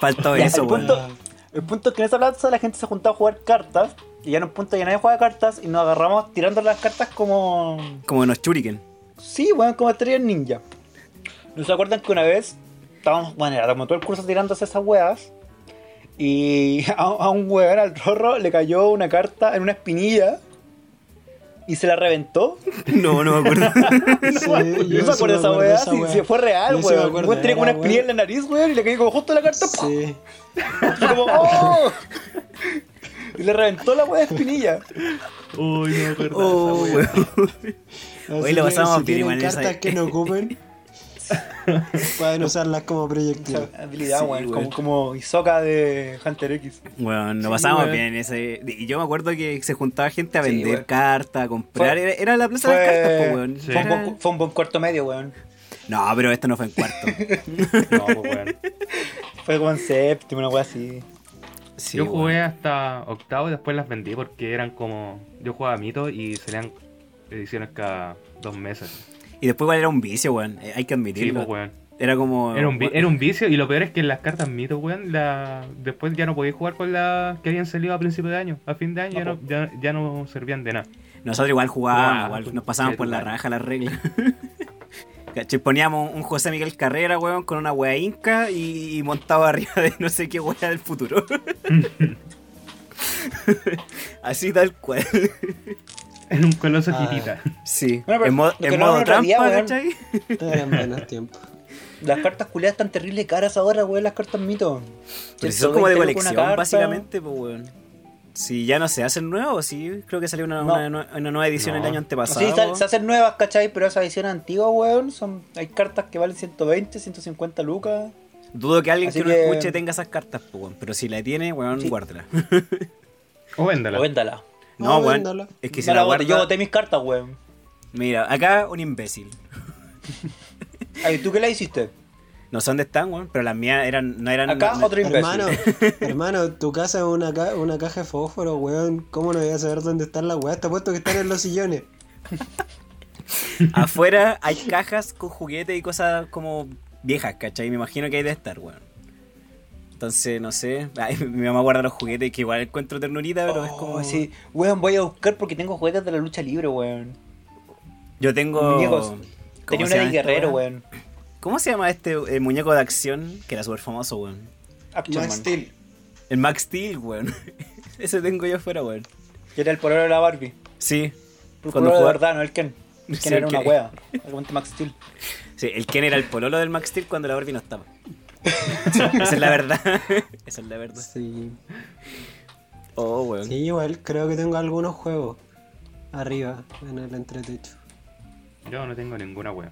S4: Faltó
S2: Ya,
S4: eso,
S2: el
S4: weón.
S2: punto- El punto es que en esa plaza la gente se juntaba a jugar cartas. Y ya en un punto ya nadie juega cartas y nos agarramos tirando las cartas como.
S4: Como nos churiquen.
S2: Sí, weón, como estrellas ninja. ¿No se acuerdan que una vez estábamos, bueno, era como todo el curso tirándose esas weas? Y a, a un weón, al rorro, le cayó una carta en una espinilla y se la reventó.
S4: No, no me acuerdo.
S1: Sí,
S2: ¿No
S1: yo
S2: se
S1: sí me
S2: acuerdan esa
S1: acuerdo de
S2: wea?
S1: esa
S2: Si,
S1: weá.
S2: si fue real,
S1: Yo sí me
S2: weón.
S1: acuerdo,
S2: weón tenía como una
S1: era
S2: espinilla en
S1: weón.
S2: la nariz, weón, y le cayó como justo la carta. ¡pum!
S1: Sí.
S2: Y como, ¡oh! Y le reventó la wea de espinilla.
S3: Uy, no me acuerdo.
S4: Oh,
S3: esa weá.
S4: weón. Hoy lo
S1: que
S4: pasamos
S1: si
S4: bien,
S1: tienen
S4: igual, esa-
S1: cartas que no ocupen, pueden usarlas como proyectil.
S2: Esa habilidad,
S4: Sí,
S2: weón, Como,
S4: weón.
S2: como Hisoka de Hunter X.
S4: Bueno, nos
S3: Sí,
S4: pasábamos
S3: weón.
S4: bien ese. Y yo me acuerdo que se juntaba gente a
S2: Sí,
S4: vender
S2: weón.
S4: cartas, a comprar.
S2: Fue-
S4: era, era la plaza
S2: Fue,
S4: de las cartas, po, weón.
S3: Sí.
S2: fue un
S4: Era-
S2: buen, cu- fue un buen cuarto medio, weón.
S4: No, pero esto no fue en cuarto.
S3: No, pues, weón.
S2: Fue como en séptimo, una weá así.
S4: Sí,
S3: yo
S4: weón.
S3: jugué hasta octavo y después las vendí porque eran como. Yo jugaba mito y salían ediciones cada dos meses.
S4: Y después igual era un vicio, weón. Eh, Hay que
S3: Sí,
S4: admitirlo.
S3: pues, weón.
S4: era como.
S3: Era un, vi- era un vicio y lo peor es que las cartas mito, weón, la... después ya no podía jugar con las que habían salido a principio de año. A fin de año ya,
S4: Ah,
S3: no, ya, ya no servían de nada.
S4: Nosotros igual jugábamos,
S3: Jugábamos,
S4: igual nos pasábamos
S3: sí,
S4: por la
S3: pues, claro.
S4: raja las reglas. ¿Cachai? Poníamos un José Miguel Carrera, weón, con una wea inca y, y montaba arriba de no sé qué wea del futuro. Así tal cual.
S3: En un coloso
S1: Ah.
S3: hitita.
S4: Sí.
S2: Bueno, pero
S4: en mo-
S2: lo que
S4: en
S2: no
S4: modo
S2: nos
S4: trampa,
S2: reía, weón.
S4: ¿cachai?
S1: Eran buenos tiempos.
S2: Las cartas culiadas están terrible caras ahora, weón, las cartas mito.
S4: Pero si
S2: 120
S4: son como de
S2: lucas una carta.
S4: colección, básicamente, pues weón. Si ya no se hacen nuevos, sí, creo que salió una,
S2: No.
S4: una nue- una nueva edición
S3: No.
S4: el año antepasado.
S2: Sí, sal- se hacen nuevas, ¿cachai? Pero esas ediciones antiguas, weón, son, hay cartas que valen 120, 150 lucas.
S4: Dudo que alguien
S2: Así
S4: que no
S2: que-
S4: escuche tenga esas cartas, pues, weón. Pero si la tiene, weón,
S2: Sí.
S4: guárdala.
S3: O véndala.
S2: O véndala.
S4: No,
S1: No,
S4: weón.
S1: véndala.
S4: Es que si
S2: No
S4: la
S2: la bote, yo
S4: guarda...
S2: boté mis cartas, weón.
S4: Mira, acá un imbécil.
S2: Ay, ¿tú qué le hiciste?
S4: No sé dónde están, weón, pero las mías eran, no eran...
S2: Acá
S4: no-
S2: otro imbécil.
S1: Hermano, hermano, tu casa es una, ca- una caja de fósforo, weón. ¿Cómo no voy a saber dónde están las weas? Te apuesto que están en los sillones.
S4: Afuera hay cajas con juguetes y cosas como viejas, ¿cachai? Me imagino que hay de estar, weón. Entonces, no sé. Ay, mi mamá guarda los juguetes que igual encuentro ternurita, pero es como.
S2: Oh, sí. Weón, voy a buscar porque tengo juguetes de la lucha libre, weón.
S4: Yo tengo.
S2: Muñecos.
S4: ¿cómo
S2: Tenía
S4: se
S2: una
S4: llama
S2: de
S4: esta
S2: guerrero,
S4: weá?
S2: weón.
S4: ¿Cómo se llama este eh, muñeco de acción que era súper famoso, weón?
S2: Action
S5: Max
S2: Man.
S5: Steel.
S4: El Max Steel, weón. Ese tengo yo afuera, weón.
S2: Que era el pololo de la Barbie.
S4: Sí.
S2: El pololo
S4: Cuando
S2: de
S4: jugaba-
S2: verdad, no el Ken. El Ken
S4: Sí, el
S2: era una
S4: Ken.
S2: wea. Aguante Max Steel.
S4: Sí, el Ken era el pololo del Max Steel cuando la Barbie no estaba. Esa es la verdad. Esa es la verdad.
S1: Sí.
S4: Oh, weón.
S1: Sí, igual creo que tengo algunos juegos arriba en el entretecho.
S3: Yo no tengo ninguna wea.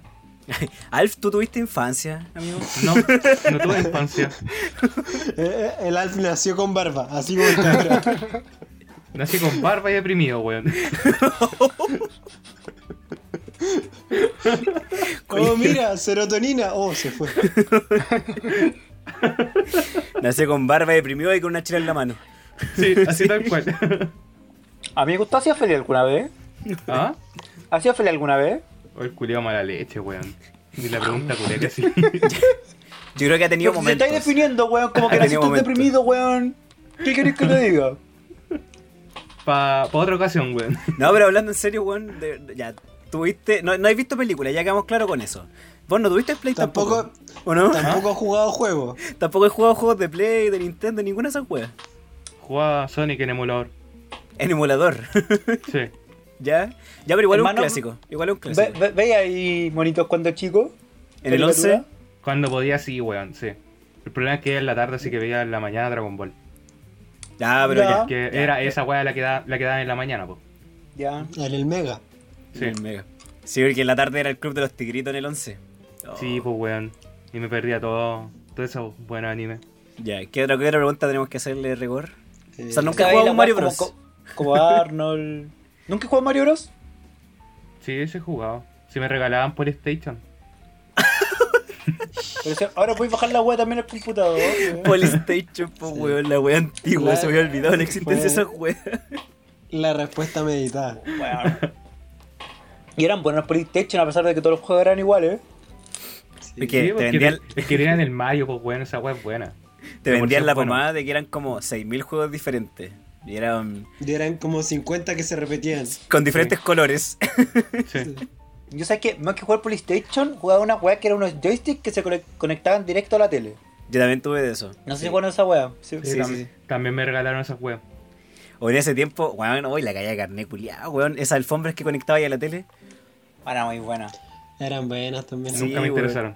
S4: Alf, ¿tú tuviste infancia, amigo?
S3: No, no tuve infancia.
S1: Eh, eh, el Alf nació con barba, así como el cabrón.
S3: Nací con barba y deprimido, weón.
S1: Oh, mira, serotonina. Oh, se fue.
S4: Nací con barba deprimido y con una chela en la mano.
S3: Sí, así tal cual.
S2: Amigo, ¿tú hacías Feli alguna vez?
S3: ¿Ah?
S2: ¿Hacías Feli alguna vez?
S3: O el culiao mala leche, weón. Ni la pregunta culia que sí.
S4: Yo creo que ha tenido
S2: Pero si te estáis
S4: momentos.
S2: definiendo, weón, como que
S4: Ha
S2: eres
S4: tenido
S2: un
S4: momentos.
S2: deprimido, weón. ¿Qué querés que te diga?
S3: Pa, pa otra ocasión, weón.
S4: No, pero hablando en serio, weón, de- de- ya, tuviste. No, no has visto películas, ya quedamos claros con eso. Vos no tuviste Play tampoco.
S1: Tampoco,
S4: ¿O no?
S1: tampoco he jugado juegos.
S4: Tampoco he jugado juegos de Play, de Nintendo, ninguna de esas weas.
S3: Jugaba Sonic en emulador.
S4: En emulador.
S3: Sí.
S4: ¿Ya? Ya, pero igual es un
S2: Hermano,
S4: clásico. Igual es un
S2: Ve,
S4: clásico.
S2: ve- ve ahí monitos cuando chico.
S4: en el 11.
S2: caricatura.
S3: Cuando podía, sí, weón, sí. El problema es que era en la tarde, así que veía en la mañana Dragon Ball.
S4: Ya, pero
S2: Ya.
S4: ya.
S3: Que era esa weá la que, da, la que daban en la mañana, po.
S2: Ya.
S1: En el Mega.
S3: Sí,
S4: El mega. Sí, porque en la tarde era el club de los tigritos en el 11. Oh,
S3: sí, pues weón. Y me perdía todo, todo eso buen anime.
S4: Ya, ¿qué otra, qué otra pregunta tenemos que hacerle rigor?
S1: Eh,
S4: O sea, nunca
S2: Estaba ahí
S4: he jugado
S2: la
S4: un Mario
S2: weá
S4: Bros.
S2: como- co- Como Arnold. ¿Nunca jugó Mario Bros?
S3: Sí, sí he jugado. Si me regalaban PlayStation.
S2: Pero si- ahora puedes bajar la weá también al computador. weón.
S4: Polystation, po, weón, la wea antigua.
S1: La-
S4: Se me había olvidado la existencia de
S1: fue-
S4: esa wea.
S1: La respuesta meditada.
S2: Weón. Y eran buenos PlayStation a pesar de que todos los juegos eran iguales.
S4: Porque
S3: Sí,
S4: te
S3: porque
S4: vendían,
S3: te- es que eran el Mario, pues weón, esa weá es buena.
S4: te
S3: por
S4: vendían
S3: sí
S4: la
S3: es bueno.
S4: pomada de que eran como 6.000 juegos diferentes. Y eran
S1: Y eran como 50 que se repetían.
S4: con diferentes colores.
S3: Sí.
S2: Yo sé que más que jugar PlayStation, jugaba una weá que eran unos joysticks que se cone- conectaban directo a la tele.
S4: Yo también tuve de eso.
S2: No sé si jugaron esa weá. Sí,
S3: Sí,
S2: sí,
S3: tam-
S2: sí.
S3: También me regalaron esas weas.
S4: O en ese tiempo, weón, hoy la calle de carne culiada, weón. Esas alfombras que conectaba ahí a la tele,
S2: Era Ah, muy buena.
S1: Eran buenas también.
S4: Sí.
S3: Nunca me
S4: weón.
S3: interesaron.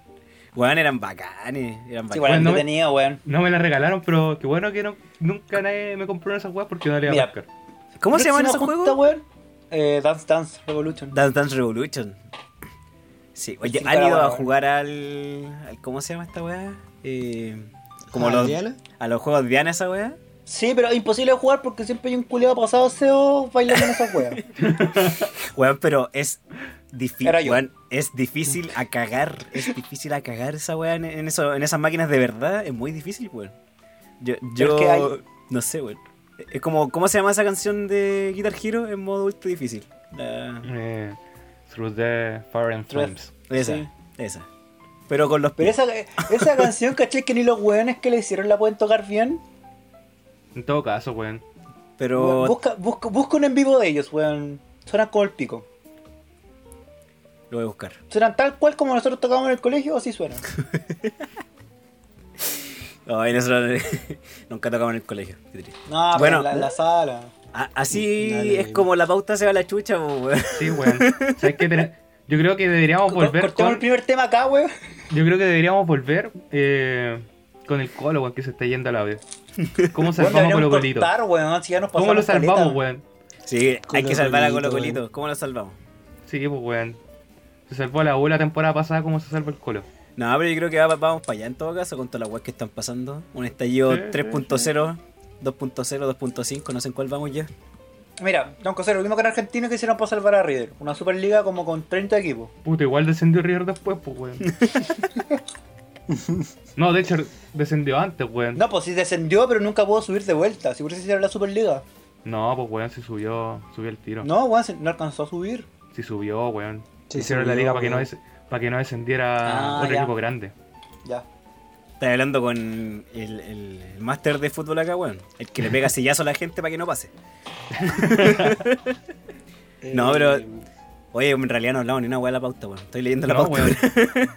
S4: weón, eran bacanes. Eran
S2: Sí,
S4: bacanes.
S2: igual
S3: Bueno,
S2: entretenida, weón.
S3: No me las regalaron, pero qué bueno que no, nunca nadie me compró esas weas porque no le iba a
S2: Mira.
S3: buscar.
S4: ¿Cómo se llaman
S2: Próxima
S4: esos
S2: junta,
S4: juegos?
S2: weón? Eh, Dance Dance Revolution.
S4: Dance Dance Revolution. Sí, oye,
S2: Sí,
S4: han ido
S2: para-
S4: a jugar al, al- ¿Cómo se llama esta weá? Eh, como
S1: ¿A
S4: los,
S1: Diana?
S4: a los juegos Diana, esa weá.
S2: Sí, pero es imposible de jugar porque siempre hay un culeado pasado SEO bailando en esa weá.
S4: Weón, pero es difícil.
S2: Era yo.
S4: Weón, es difícil a cagar. Es difícil a cagar esa weá en, en eso- en esas máquinas de verdad. Es muy difícil, weón. Yo, yo
S2: que hay-
S4: no sé, weón. Es como, ¿cómo se llama esa canción de Guitar Hero en modo ultra difícil? La-
S3: Eh, through the Fire and
S2: Through-
S3: Flames.
S4: esa,
S2: Sí.
S4: esa. Pero con los
S2: Pero
S4: pies.
S2: esa, esa canción, ¿cachai? Que ni los weones que le hicieron la pueden tocar bien.
S3: En todo caso, weón.
S4: Pero
S2: Busca, busca, busca un en vivo de ellos, weón. Suenan como el pico.
S4: lo voy a buscar.
S2: Suenan tal cual como nosotros tocábamos en el colegio, así suenan.
S4: Ay, nosotros nunca tocamos en el colegio. Qué triste.
S2: No,
S4: Bueno.
S2: bueno, en la, en la sala.
S4: A- así
S1: Dale.
S4: es como la pauta se va a la chucha, po, weón.
S3: Sí, weón. ¿Sabes qué? Ten- Yo creo que deberíamos volver
S2: Cortemos el
S3: con...
S2: primer tema acá, weón.
S3: Yo creo que deberíamos volver eh, con el colo, weón, que se está yendo a la vez. ¿Cómo
S2: Weón,
S3: salvamos con
S2: deberíamos
S3: los colitos?
S2: cortar, weón. Si ya nos pasamos
S3: ¿Cómo lo
S2: caleta.
S3: salvamos, weón?
S4: Sí, hay que
S1: Colo
S4: salvar a Colo
S1: Colito,
S4: Colito. ¿Cómo lo salvamos?
S3: Sí, pues, weón. Se salvó la U la temporada pasada, ¿cómo se salva el colo?
S4: No, pero yo creo que va- vamos para allá en todo caso con todas las weas que están pasando. Un estallido
S3: Sí, sí,
S4: 3.0, 2.0, 2.5, no sé en cuál vamos ya.
S2: Mira, Don José, lo mismo que en Argentina que hicieron para salvar a River. Una superliga como con 30 equipos.
S3: Puta, igual descendió River después, pues, weón. no, de hecho, descendió antes, weón. No,
S2: No, pues sí descendió, pero nunca pudo subir de vuelta. Si por eso hicieron la superliga.
S3: pues, weón, si subió, subió el tiro.
S2: No, weón, se- no alcanzó a subir.
S3: Si subió, weón.
S1: Sí,
S3: Hicieron
S1: se
S3: la
S1: me
S3: liga
S1: olvidó,
S3: para que no,
S1: weón.
S3: des- para que no descendiera
S2: Ah,
S3: otro
S2: ya.
S3: equipo grande.
S2: Ya.
S4: Estás hablando con el, el, el máster de fútbol acá, weón. El que le pega sillazo a la gente para que no pase. No, pero-
S1: Eh,
S4: Oye, en realidad no hablamos ni una weá de la pauta, weón. Estoy leyendo la
S3: No,
S4: pauta.
S3: weón.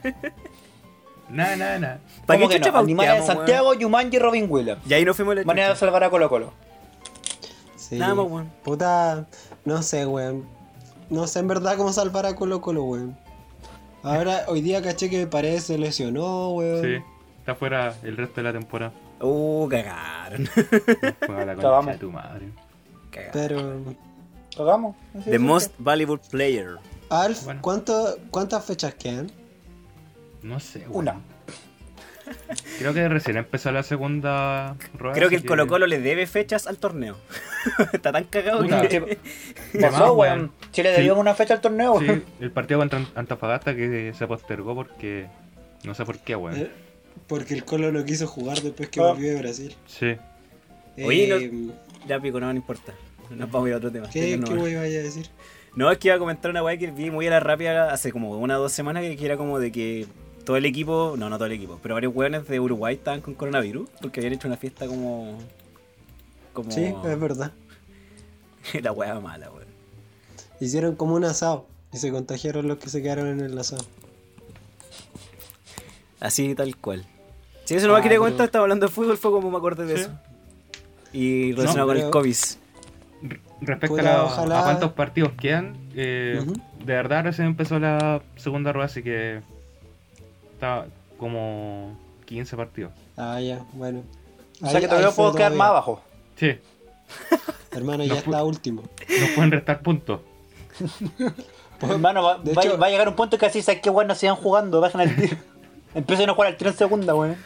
S3: Nada, nada, nada.
S4: ¿Para
S2: ¿Cómo
S4: qué
S2: que
S4: chucha
S2: no? Animales de
S4: pauteamos,
S2: Santiago, Yumanji, Robin Williams.
S4: weón? Y ahí nos fuimos a la
S2: Manera de
S4: chucha.
S2: salvar a Colo Colo.
S1: Sí.
S4: Nada más, weón.
S1: Puta, no sé, weón. No sé en verdad cómo salvar a Colo Colo, weón. Ahora, hoy día caché que Paredes se lesionó, weón.
S3: Sí, está fuera el resto de la temporada.
S4: Uh, cagaron.
S3: Juega la
S2: Ya vamos.
S3: concha de tu madre.
S4: cagaron.
S1: Pero,
S2: ¿Tocamos? Así
S4: The
S2: es.
S4: most valuable player.
S1: Alf,
S3: Bueno.
S1: ¿cuánto, ¿cuántas fechas quedan?
S3: No sé, weón.
S2: Una.
S3: Creo que recién empezó la segunda rueda.
S4: Creo que el
S3: así
S4: Colo Colo le debe fechas al torneo. Está tan cagado
S3: Puta.
S4: que...
S2: Che,
S3: Además,
S2: Pasó, weón.
S3: weón.
S2: Chile debió
S3: Sí.
S2: una fecha al torneo,
S3: Sí,
S2: weón.
S3: el partido contra Ant- Antofagasta que se postergó porque. No sé por qué, weón.
S1: Eh, Porque el Colo no quiso jugar después que
S2: Ah.
S1: volvió de Brasil.
S3: Sí.
S4: Oye,
S1: Eh,
S4: Ya pico, no, no importa. Nos vamos a ir a otro tema.
S1: ¿Qué,
S4: no,
S1: qué wey vaya a decir?
S4: No, es que iba a comentar una weá que vi muy a la rápida hace como una o dos semanas que que era como de que todo el equipo, no, no todo el equipo, pero varios weones de Uruguay estaban con coronavirus porque habían hecho una fiesta como. como.
S1: Sí, eh. es verdad.
S4: la weá mala, weón.
S1: Hicieron como un asado y se contagiaron los que se quedaron en el asado.
S4: Así tal cual. Si eso no me
S1: Ah,
S4: quería
S1: pero-
S4: contar, estaba hablando de fútbol, fue como me acordé de
S3: Sí.
S4: eso. Y relacionado con
S1: pero-
S4: el COVID.
S3: Respecto
S1: Puta,
S3: a, la-
S1: ojalá-
S3: a cuántos partidos quedan, eh,
S1: Ujú.
S3: de verdad recién empezó la segunda rueda, así que. Está como 15 partidos.
S1: Ah, ya, bueno.
S2: O sea
S1: Ahí-
S2: que todavía
S1: ahí
S2: puedo
S1: fue
S2: quedar
S1: todavía.
S2: más abajo.
S3: Sí,
S1: Hermano,
S3: No
S1: ya
S3: pu-
S1: está último.
S3: nos pueden restar puntos.
S2: Hermano, va,
S1: Pues, De
S2: va-
S1: hecho-
S2: va a llegar un punto que así, ¿sabes qué, weón? No sigan jugando, bajen al tiro. Empiecen a jugar al tiro en segunda, weón.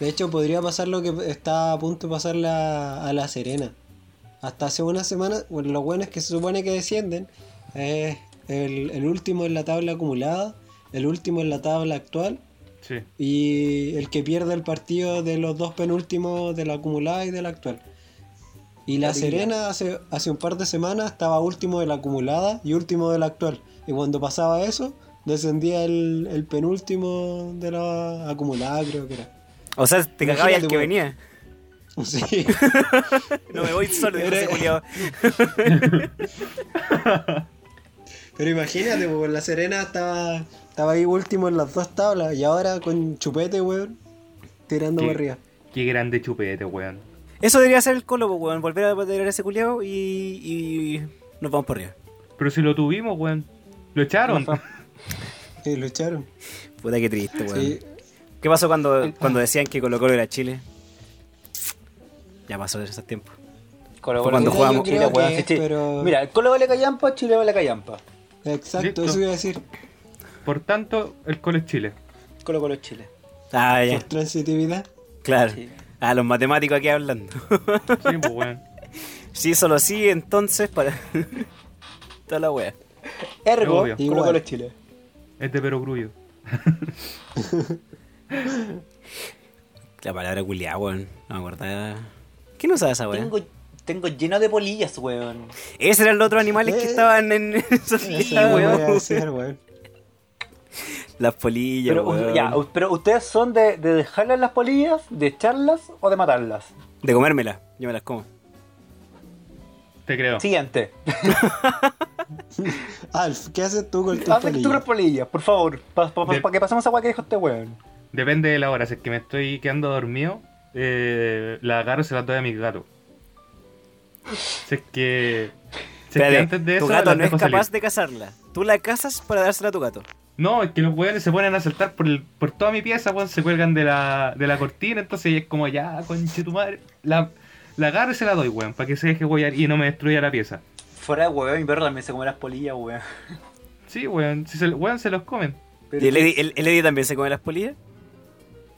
S1: De hecho, podría pasar lo que está a punto de pasarle a, a La Serena. Hasta hace una semana, bueno, lo bueno es que se supone que descienden. Es el, el último en la tabla acumulada, el último en la tabla actual
S3: Sí.
S1: y el que pierde el partido de los dos penúltimos de la acumulada y de la actual. Y La
S2: Terrible.
S1: Serena hace, hace un par de semanas estaba último de la acumulada y último de la actual. Y cuando pasaba eso, descendía el, el penúltimo de la acumulada, creo que era.
S4: O sea, te cagaba ya el
S1: Imagínate,
S4: que
S1: weón.
S4: venía.
S1: Sí.
S4: No me voy solo, dijo ese
S1: Era-
S4: culiao.
S1: Pero imagínate, weón, la Serena estaba, estaba ahí último en las dos tablas y ahora con chupete, weón, tirando
S3: Sí.
S1: para arriba.
S3: Qué grande chupete, weón.
S4: Eso debería ser el colo, pues, weón. Volver a batallar a ese culiao y, y nos vamos por arriba.
S3: Pero si lo tuvimos, weón. Lo echaron.
S1: Y lucharon.
S4: Puta que triste, weón.
S1: Sí.
S4: ¿Qué pasó cuando, cuando decían que Colo Colo era Chile? Ya pasó de esos tiempos.
S2: Colo
S4: Fue cuando
S2: Mira,
S4: jugamos.
S2: yo creo
S1: Chile,
S2: que-
S1: sí, sí. pero-
S2: Mira, el Colo vale callampa, Chile vale callampa.
S1: Exacto,
S3: Listo.
S1: eso iba a decir.
S3: Por tanto, el Colo es Chile.
S2: Colo Colo es Chile.
S4: Ah, ya,
S1: Por transitividad.
S4: claro.
S2: Sí.
S4: Ah, los matemáticos aquí hablando.
S3: Sí, pues, weón.
S4: sí, solo sí, entonces para. Toda la wea.
S2: Ergo,
S3: Obvio.
S2: Colo
S1: Igual.
S2: Colo es Chile.
S3: Es de perogrullo.
S4: La palabra culiá, weón. No me acordaba. ¿Quién usaba esa wea?
S2: Tengo, tengo lleno de polillas, weón.
S4: Esos eran los otros animales que
S1: Eh.
S4: estaban en esa
S1: Eso
S4: fiesta,
S1: iba a
S4: weón.
S1: decir, weón.
S4: Las polillas,
S2: Pero,
S4: weón.
S2: ya, pero ustedes son de, de dejarlas las polillas, de echarlas o de matarlas.
S4: De comérmela. Yo me las como.
S3: Te creo.
S2: Siguiente.
S1: Alf, ¿qué haces tú con tu
S2: Hazme que tú
S1: pelillo?
S2: las polillas, por favor. Para
S3: Bien.
S2: que pasemos agua que dijo este weón.
S3: Depende de la hora. Si es que me estoy quedando dormido, eh, la agarro y se la doy a mi gato. Si es que. Si es que
S4: Espérate,
S3: antes de eso.
S4: tu gato
S3: las
S4: no es
S3: dejo
S4: capaz
S3: salir.
S4: de cazarla. Tú la cazas para dársela a tu gato.
S3: No, es que los weones se ponen a saltar por, el- por toda mi pieza, weón. Se cuelgan de la, de la cortina. Entonces es como, ya, conche tu madre. La, la agarro y se la doy, weón. Para que se deje huear y no me destruya la pieza.
S2: Fuera de weón, mi perro también se come las polillas, weón.
S3: Sí, weón. Si se, weón, se los comen.
S2: Pero-
S4: ¿Y el Eddie, el- el Eddie también se come las polillas?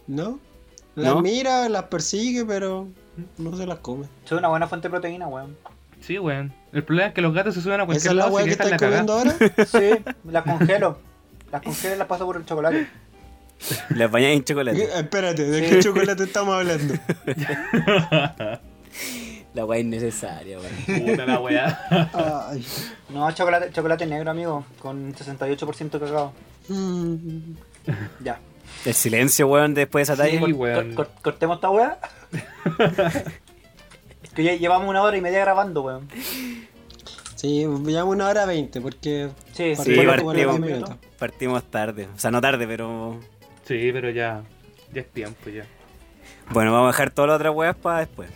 S1: ¿No? Las
S4: ¿No?
S1: mira, las persigue, pero no se las come.
S2: Son una buena fuente de proteína, weón.
S3: Sí, weón. El problema es Pues que los gatos se suben a
S1: ¿Esa
S3: cualquier
S1: es la
S3: lado
S1: weá
S3: y
S1: que
S3: dejan
S1: estás
S3: la cagada.
S1: comiendo ahora?
S2: Sí, las congelo. Las congelo y las paso por el chocolate.
S4: Las bañas en
S1: ¿Qué-
S4: chocolate.
S1: Espérate, ¿de qué chocolate estamos hablando?
S4: La weá innecesaria, weón.
S3: Puta la weá.
S2: Ay. No, chocolate, chocolate negro, amigo, con 68% cacao.
S1: Mm.
S2: Ya.
S4: El silencio, weón, después de esa talla.
S3: Sí, weón.
S2: Cor- cortemos esta weá. que ya llevamos una hora y media grabando, weón.
S1: Sí, llevamos una hora veinte porque
S2: Sí,
S1: Partimos
S4: Sí,
S1: como
S4: partimos.
S1: en 10 minutos.
S4: Partimos tarde. O sea, no tarde, pero.
S3: Sí, pero ya. Ya es tiempo ya.
S4: Bueno, vamos a dejar todas las otras weas para después.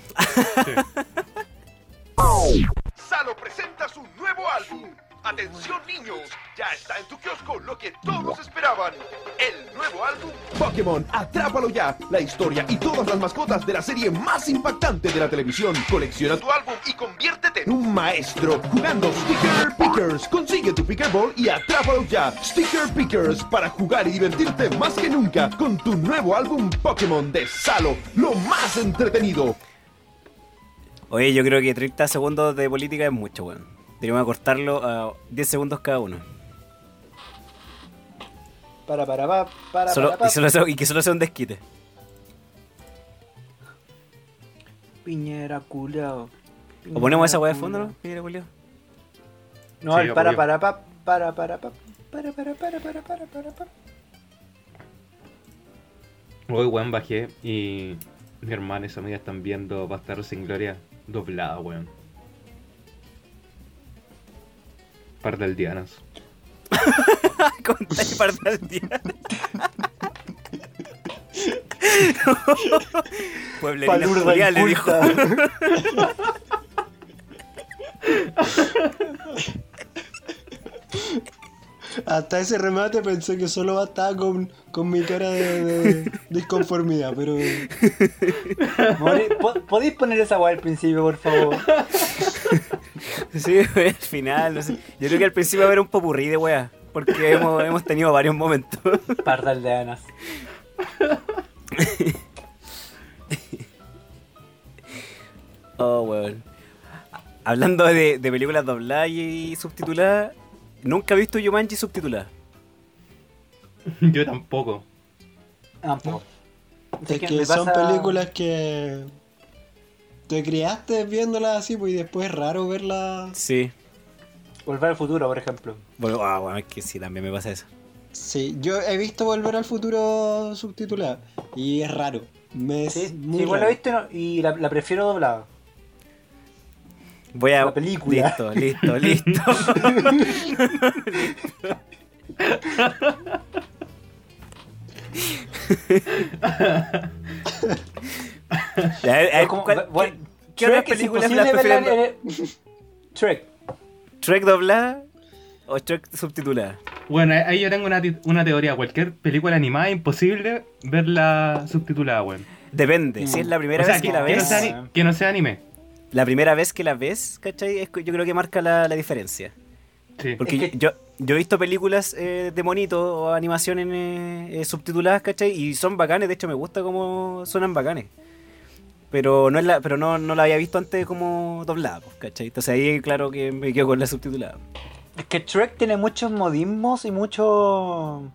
S5: Salo presenta su nuevo álbum. Atención niños, ya está en tu kiosco lo que todos esperaban. El nuevo álbum.
S6: Pokémon, atrápalo ya. La historia y todas las mascotas de la serie más impactante de la televisión. Colecciona tu
S5: Tu álbum y conviértete
S6: en un maestro jugando Sticker Pickers. Consigue tu Pickerball y atrápalo ya. Sticker Pickers para jugar y divertirte más que nunca con tu nuevo álbum Pokémon de Salo, lo más entretenido.
S4: Oye, yo creo que 30 segundos de política es mucho, weón. Deberíamos cortarlo a 10 segundos cada uno.
S2: Para, para, pa, para,
S4: Solo-
S2: para, pa.
S4: y, solo sea- y que solo sea un desquite.
S2: Piñera culiao. Mm.
S4: O ponemos esa weá de
S2: Piñera
S4: fondo, ¿no?
S2: culiao.
S4: Mira, Julio.
S2: No,
S3: Sí,
S2: el
S3: yo
S2: para,
S3: apoyo.
S2: para, pa, para, para, pa, para, para, para, para, para, para, pa.
S3: Hoy, weón, bajé y mi hermana y su amiga están viendo Bastardos sin Gloria doblada, weón. Par de aldeanas.
S4: Conta y parte al día. Pueblerinas
S2: Palurda
S4: culiadas, le dijo.
S2: inculta.
S1: hasta ese remate pensé que solo bastaba con, con mi cara de, de disconformidad, pero
S2: Mori- po- ¿Podéis poner esa weá al principio, por favor?
S4: Sí, güey, al final, no sé. Yo creo que al principio va a haber un popurrí de weá. Porque hemos, hemos tenido varios momentos.
S2: Parda aldeanas.
S4: Oh, weón. Hablando de, de películas dobladas y subtituladas, nunca he visto Yumanji subtitulada.
S3: Yo tampoco.
S2: Tampoco.
S1: es que
S2: me
S1: son
S2: pasa-
S1: películas que te criaste viéndolas así, pues y después es raro verlas.
S4: Sí.
S2: Volver al futuro, por ejemplo.
S4: Bueno, ah, bueno, es que sí, también me pasa eso.
S1: Sí, yo he visto Volver al Futuro subtitulada y es raro. Me es
S2: Sí,
S1: muy
S2: sí, igual la
S1: raro.
S2: viste no- y la, la prefiero doblada.
S4: Voy a.
S2: La película.
S4: Listo, listo, listo. Ya, a ver, a ver,
S2: Es como-
S4: Eh, ¿cuál-
S2: bueno,
S4: qué- ¿Qué otras
S2: Shrek es
S4: películas
S2: imposible
S4: las prefieren?
S2: verla en- Shrek.
S4: ¿Trek doblada o Trek subtitulada?
S3: Bueno, ahí- ahí yo tengo una, ti- una teoría. Cualquier película animada es imposible verla subtitulada, weón.
S4: Depende, si es la primera
S3: O sea,
S4: vez que,
S3: que,
S4: la
S3: que no
S4: ves,
S3: sea, ani- que no sea anime.
S4: la primera vez que la ves, ¿cachai? Es que yo creo que marca la, la diferencia.
S3: Sí.
S4: Porque
S2: Es que-
S4: yo, yo he visto películas eh, de monito o animaciones eh, eh, subtituladas, ¿cachai? Y son bacanes, de hecho me gusta cómo suenan bacanes. Pero no es la, pero no, no la había visto antes como doblada, pues, ¿cachai? Entonces ahí claro que me quedo con la subtitulada.
S2: Es que Shrek tiene muchos modismos y mucho...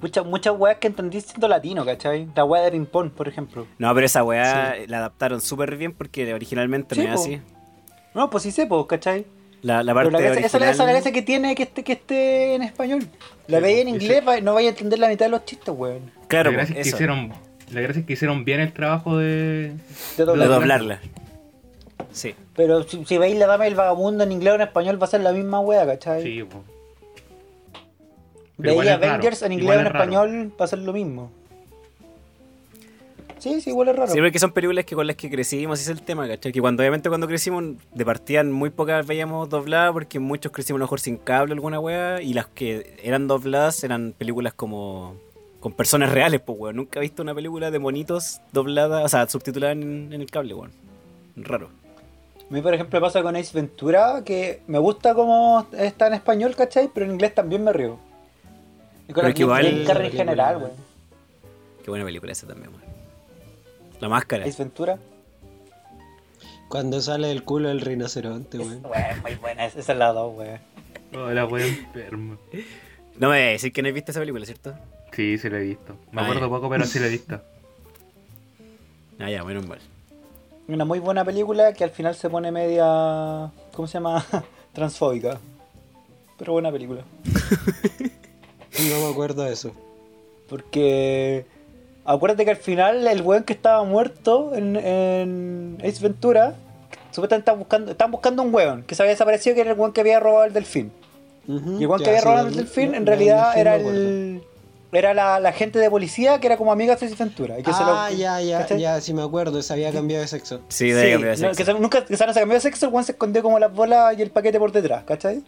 S2: Muchas, muchas weas que entendí siendo latino, ¿cachai? La wea de Rimpón, por ejemplo.
S4: No, pero esa weá la adaptaron súper bien porque originalmente
S2: Sí,
S4: no era
S2: po.
S4: así.
S2: No, pues sí sé, pues, ¿cachai?
S4: La, la
S2: Pero
S4: parte
S2: la gracia- esa es la- esa es la
S4: original-
S2: gracia que tiene que esté, que esté en español. La
S3: Sí,
S2: veía en
S3: y sí.
S2: inglés, va- no vaya a entender la mitad de los chistes, weón.
S4: Claro,
S3: la
S4: pues,
S3: gracia es que
S4: eso,
S3: hicieron, la gracia es que hicieron bien el trabajo de.
S2: De
S4: de
S2: doblar.
S4: doblarla. Sí.
S2: Pero si, si veis la dama del vagabundo en inglés o en español, va a ser la misma wea, ¿cachai?
S3: Sí, po. Pero igual
S2: Veía
S3: es raro,
S2: Avengers en inglés
S3: igual
S2: o en
S3: es raro.
S2: español, va a ser lo mismo. Sí, sí, igual es raro.
S4: Sí, porque son películas que con las que crecimos, ese es el tema, ¿cachai? Que cuando, obviamente, cuando crecimos, de partida muy pocas veíamos dobladas, porque muchos crecimos a lo mejor sin cable, alguna weá, y las que eran dobladas eran películas como. con personas reales, pues, weón. Nunca he visto una película de monitos doblada, o sea, subtitulada en, en el cable, weón. Raro.
S2: A mí, por ejemplo, pasa con Ace Ventura, que me gusta cómo está en español, ¿cachai? Pero en inglés también me río. Y con
S4: Pero
S2: la
S4: que igual-
S2: Jim Carrey en general, weón.
S4: Qué buena película esa también, weón. La máscara.
S2: Ace Ventura.
S1: Cuando sale del culo el rinoceronte,
S2: Es,
S4: eh.
S1: weón.
S2: weón, muy buena, esa es la dos, weón.
S3: Oh, la wea enferma.
S4: No me voy a decir que no he visto esa película, ¿cierto?
S3: Sí, sí la he visto. Me
S4: Ah,
S3: acuerdo
S4: ya.
S3: poco, pero sí la he visto.
S4: Ah, ya, menos mal.
S2: Una muy buena película que al final se pone media. ¿Cómo se llama? Transfóbica. Pero buena película.
S1: No me acuerdo de eso.
S2: Porque. Acuérdate que al final el weón que estaba muerto en, en Ace Ventura. Supuestamente están buscando, estaban buscando un weón que se había desaparecido, que era el weón que había robado el delfín.
S1: Ujú,
S2: Y el weón que
S1: ya,
S2: había
S1: sí,
S2: robado
S1: del-
S2: el delfín, en
S1: del
S2: realidad
S1: delfín
S2: era
S1: me acuerdo.
S2: el. Era la, la gente de policía que era como amiga de Ace Ventura. Y que se lo-
S1: Ah, ya, ya,
S2: ¿cachai?
S1: ya, sí me acuerdo, se había cambiado de sexo.
S4: Sí,
S2: Sí,
S4: de cambiar de
S2: no,
S4: sexo.
S2: que se- nunca que se cambió de sexo, el Juan se escondió como las bolas y el paquete por detrás, ¿cachai?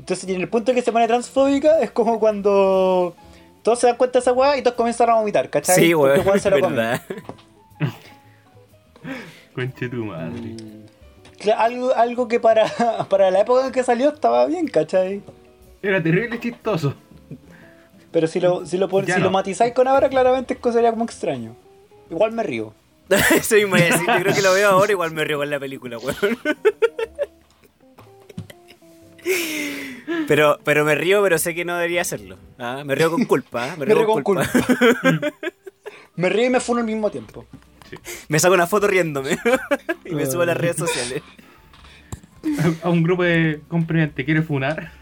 S2: Entonces, y en el punto que se pone transfóbica es como cuando todos se dan cuenta de esa weá y todos comienzan a vomitar, ¿cachai?
S4: Sí,
S2: Porque
S4: weón.
S2: el Juan se lo come.
S4: verdad.
S3: Conche tu madre.
S2: Cla- Algo, algo que para, para la época en que salió estaba bien, ¿cachai?
S3: Era terrible chistoso.
S2: Pero si lo, si lo, pon-
S3: Ya
S2: si
S3: no.
S2: lo matizáis con ahora, claramente es cosa sería como extraño. Igual me río.
S4: Eso mismo iba a decir, Yo creo que lo veo ahora, igual me río con la película, weón. Pero, pero me río, pero sé que no debería hacerlo. Ah, Me río con culpa. ah,
S2: Me río con culpa. me río y me funo al mismo tiempo.
S4: Me saco una foto riéndome y me subo a las redes sociales.
S3: A un grupo de comprimente quiere funar.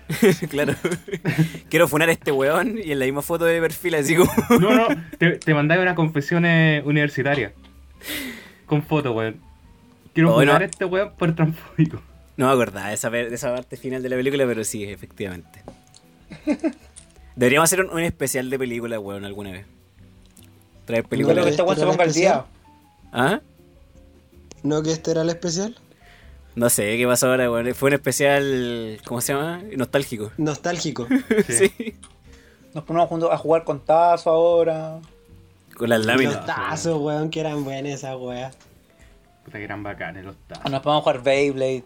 S4: claro. Quiero funar a este weón y en la misma foto de perfil así como...
S3: No, no, te, te mandáis una confesión eh, universitaria. Con foto, weón. Quiero
S4: Oh,
S3: funar
S4: no.
S3: a este weón por transfóbico.
S4: No me acordaba de esa, pe- de esa parte final de la película, pero sí, efectivamente. Deberíamos hacer un, un especial de película, weón, alguna vez. Traer
S2: Igual
S4: películas.
S2: que
S1: Pero
S2: este Juan se
S1: esto
S2: ponga al día.
S4: ¿Ah?
S1: ¿No que este era el especial?
S4: No sé, ¿qué pasó ahora, weón? Fue un especial... ¿Cómo se llama? Nostálgico.
S1: Nostálgico.
S3: Sí.
S4: sí.
S2: Nos ponemos juntos a jugar con tazo ahora.
S4: Con las
S1: Los
S4: láminas.
S1: tazos, weón, que eran buenas esas weas.
S3: Puta que eran bacanes los
S2: Ah,
S3: tazos.
S2: Nos podemos jugar Beyblade.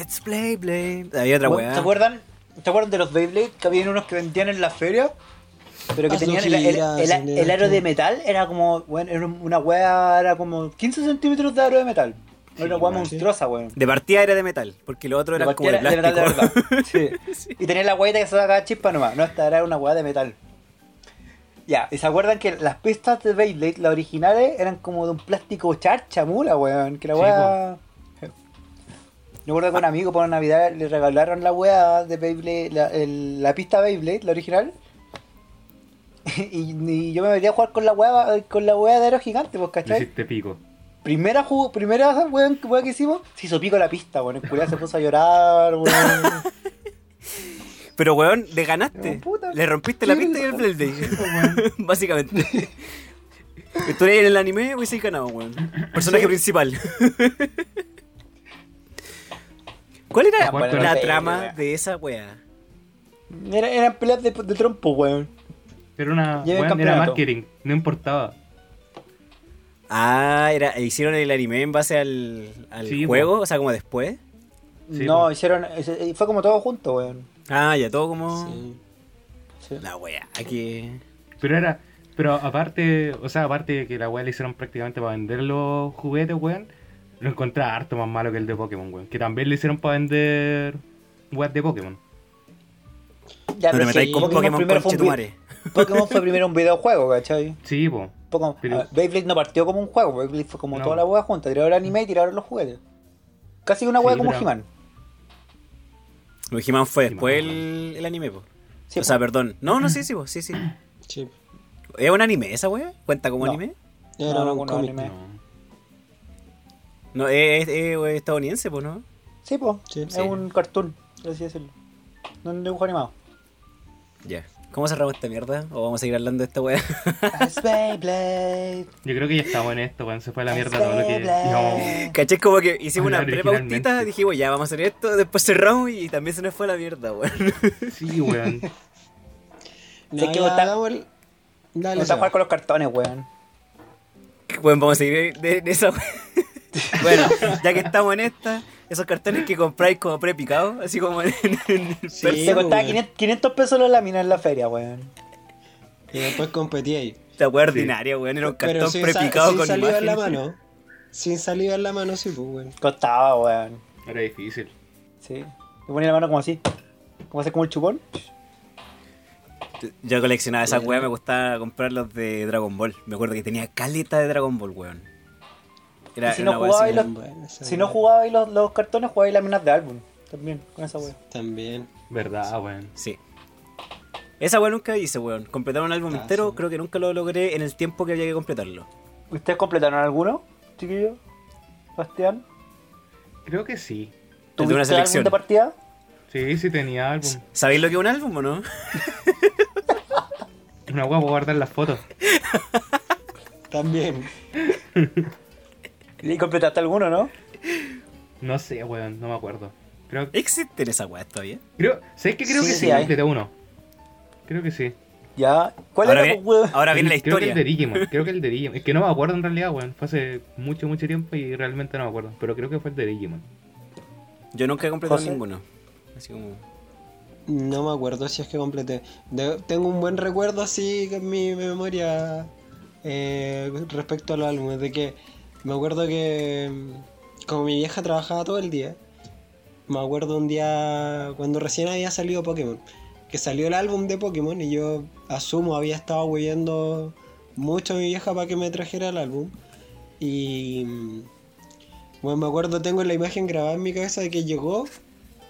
S4: It's Play Blade. Había otra
S2: Bueno,
S4: weá.
S2: ¿Se acuerdan? ¿Te acuerdan de los Beyblade? Que habían unos que vendían en la feria. Pero que
S1: Hazlo
S2: tenían el, el-
S1: girar,
S2: el-
S1: señor.
S2: el aro de metal era como, bueno, era una weá, era como 15 centímetros de aro de metal. Era una weá
S3: man.
S2: monstruosa, weón.
S4: De partida era de metal, porque lo otro era como de
S2: Cualquiera-
S4: plástico.
S2: de metal de verdad. Sí. Y tenía la weá que se sacaba chispa nomás. No, esta era una weá de metal. Ya, ¿y se acuerdan que las pistas de Beyblade, las originales, eran como de un plástico charcha, mula, weón? Que la
S3: Sí,
S2: weá. Yo recuerdo que un amigo para Navidad le regalaron la weá de Beyblade, la, el- la pista Beyblade, la original. Y, y yo me metí a jugar con la weá, con la weá de Aero Gigante, pues,
S3: Le
S2: ¿cachai?
S3: hiciste pico.
S2: Primera, jugo, primera weón, weón que hicimos, se hizo pico la pista, weón. El culiao se puso a llorar, weón.
S4: Pero weón, le ganaste.
S2: No, puta.
S4: Le rompiste la
S2: Sí,
S4: pista y el
S2: weón.
S4: Blade. Básicamente. Estuviera en el anime, hubiese ganado, weón. Personaje principal. ¿Cuál era
S2: Ah, bueno,
S4: la
S2: no sé,
S4: trama
S2: weón.
S4: de esa wea?
S2: Era, eran peleas de, de trompo, weón.
S3: Era una.
S2: Lleva el
S3: weón, era
S2: campeonato.
S3: marketing, no importaba.
S4: Ah, era, hicieron el anime en base al, al
S3: Sí,
S4: juego,
S3: po.
S4: o sea, como después.
S3: Sí,
S2: no,
S3: weón.
S2: hicieron. ese- Fue como todo junto, weón.
S4: Ah, ya todo como.
S1: Sí.
S2: Sí.
S4: La wea, aquí.
S3: Pero era. Pero aparte, o sea, aparte de que la weá le hicieron prácticamente para vender los juguetes, weón, lo encontraba harto más malo que el de Pokémon, weón. Que también le hicieron para vender weas de Pokémon.
S2: Ya, pero es
S4: No le
S2: que
S4: metáis con Pokémon
S2: primero fue un vi-
S4: Conchetumare.
S2: Pokémon fue primero un videojuego, ¿cachai?
S3: Sí, po.
S2: Pokémon-
S3: Pero-
S2: a ver, Beyblade no partió como un juego, Beyblade fue como
S3: No.
S2: toda la hueá junta. Tiraron el anime y tiraron los juguetes. Casi una
S3: Sí,
S2: hueá como
S3: pero-
S2: He-Man.
S4: No, He-Man fue
S3: He-Man,
S4: después el, el anime, po.
S2: Sí,
S4: o sea,
S2: po.
S4: perdón. No, no, sí, sí, po, sí, sí.
S1: Chip.
S4: ¿Es un anime esa wea? ¿Cuenta como
S2: No.
S4: anime?
S1: Era
S2: No, no,
S1: un
S2: con
S1: cómic.
S2: anime.
S3: No.
S4: No, es, es- es estadounidense, pues, ¿no?
S2: Sí, po.
S1: Sí.
S2: es
S1: Sí.
S2: un cartoon, por así decirlo. No es un dibujo animado.
S4: Ya. ¿Cómo cerramos esta mierda? ¿O vamos a seguir hablando de esta wea?
S2: Es Beyblade.
S3: Yo creo que ya estamos en esto, weón. Se fue a la mierda todo lo que.
S2: Beyblade.
S3: íbamos-
S4: Caché como que hicimos
S3: Hablar
S4: una pre pautita,
S3: originalmente.
S4: dijimos ya vamos a hacer esto, después cerramos y también se nos fue a la mierda, weón.
S3: Sí, weón.
S1: No,
S2: Sí, es que
S1: ya,
S2: botar-
S1: hagamos el-
S2: Me
S1: Dale,
S2: gusta
S1: Seba.
S2: jugar con los cartones, weón.
S4: Bueno, vamos a seguir de, de esa wea. Bueno, ya que estamos en esta, esos cartones que compráis como prepicados, así como en, en- en-
S1: Sí, pues,
S2: Se costaba
S1: weón.
S2: 500, 500 pesos la lámina en la feria, weón.
S1: Y después competí ahí.
S4: la wea ordinaria, weón. Era un
S1: Pero
S4: cartón
S1: sin, sa-
S4: prepicado
S1: sin
S4: con
S1: saliva
S4: imágenes.
S1: en la mano. Sin saliva en la mano, sí, pues, weón.
S2: Costaba, weón.
S3: Era difícil.
S2: Sí. Le ponía la mano como así. Como hacer como el chupón.
S4: Yo coleccionaba esas weas, me gustaba comprar los de Dragon Ball. Me acuerdo que tenía caleta de Dragon Ball, weón. Era,
S2: Y si
S4: era
S2: no
S4: una wea así
S2: jugabais los,
S1: Bueno, esa
S2: si no
S1: wea.
S2: jugabais los, los cartones, jugabais láminas de álbum. También, con esa wea.
S1: También.
S3: Verdad, weón.
S4: como- Sí. Esa weón nunca hice, weón. Completar un álbum
S1: Ah,
S4: entero,
S1: sí.
S4: creo que nunca lo logré en el tiempo que había que completarlo.
S2: ¿Ustedes completaron alguno, chiquillo? Bastián.
S3: Creo que
S4: El
S3: sí.
S4: de una
S2: ¿Tuviste álbum
S4: selección.
S2: de partida?
S3: Sí, sí tenía álbum.
S4: ¿Sabéis lo que es un álbum o no?
S3: Una weá para guardar las fotos.
S1: También.
S2: ¿Y completaste alguno, no?
S3: No sé, weón, no me acuerdo. Creo,
S4: ¿Existen esas weas todavía?
S3: creo, ¿Sabes que creo
S2: Sí,
S3: que
S2: sí
S3: sí?
S2: hay.
S3: Completé uno. Creo que sí.
S2: Ya. ¿Cuál
S4: ahora
S2: era,
S4: viene,
S2: pues, weón?
S4: ahora viene la
S3: Creo que
S4: historia.
S3: el de Digimon, creo que el de Digimon. Es que no me acuerdo en realidad, weón. Fue hace mucho, mucho tiempo y realmente no me acuerdo. Pero creo que fue el de Digimon.
S4: Yo nunca he completado
S2: José.
S4: ninguno. Así como.
S1: No me acuerdo si es que completé. De- tengo un buen recuerdo así en mi memoria eh, respecto a los álbumes. De que me acuerdo que mm, como mi vieja trabajaba todo el día, me acuerdo un día cuando recién había salido Pokémon, que salió el álbum de Pokémon y yo asumo había estado huyendo mucho a mi vieja para que me trajera el álbum. Y mm, bueno, me acuerdo, tengo la imagen grabada en mi cabeza de que llegó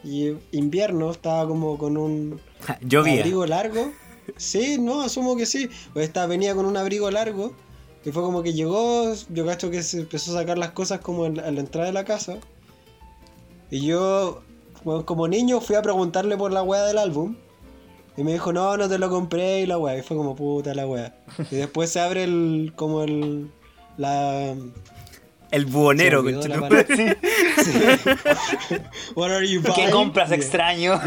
S1: y invierno, estaba como con un
S4: Ja, llovía.
S1: abrigo largo. Sí, no, asumo que sí. Pues esta venía con un abrigo largo. Que fue como que llegó, yo cacho que se empezó a sacar las cosas como en- a la entrada de la casa. Y yo, bueno, como niño, fui a preguntarle por la wea del álbum. Y me dijo, no, no te lo compré y la wea. Y fue como puta la wea. Y después se abre el, como el, la...
S4: El buhonero,
S1: se me olvidó la
S4: conchetum-
S1: palabra.
S2: Sí.
S1: What are you
S2: ¿Qué
S1: buying?
S2: compras
S1: Yeah.
S2: extraño?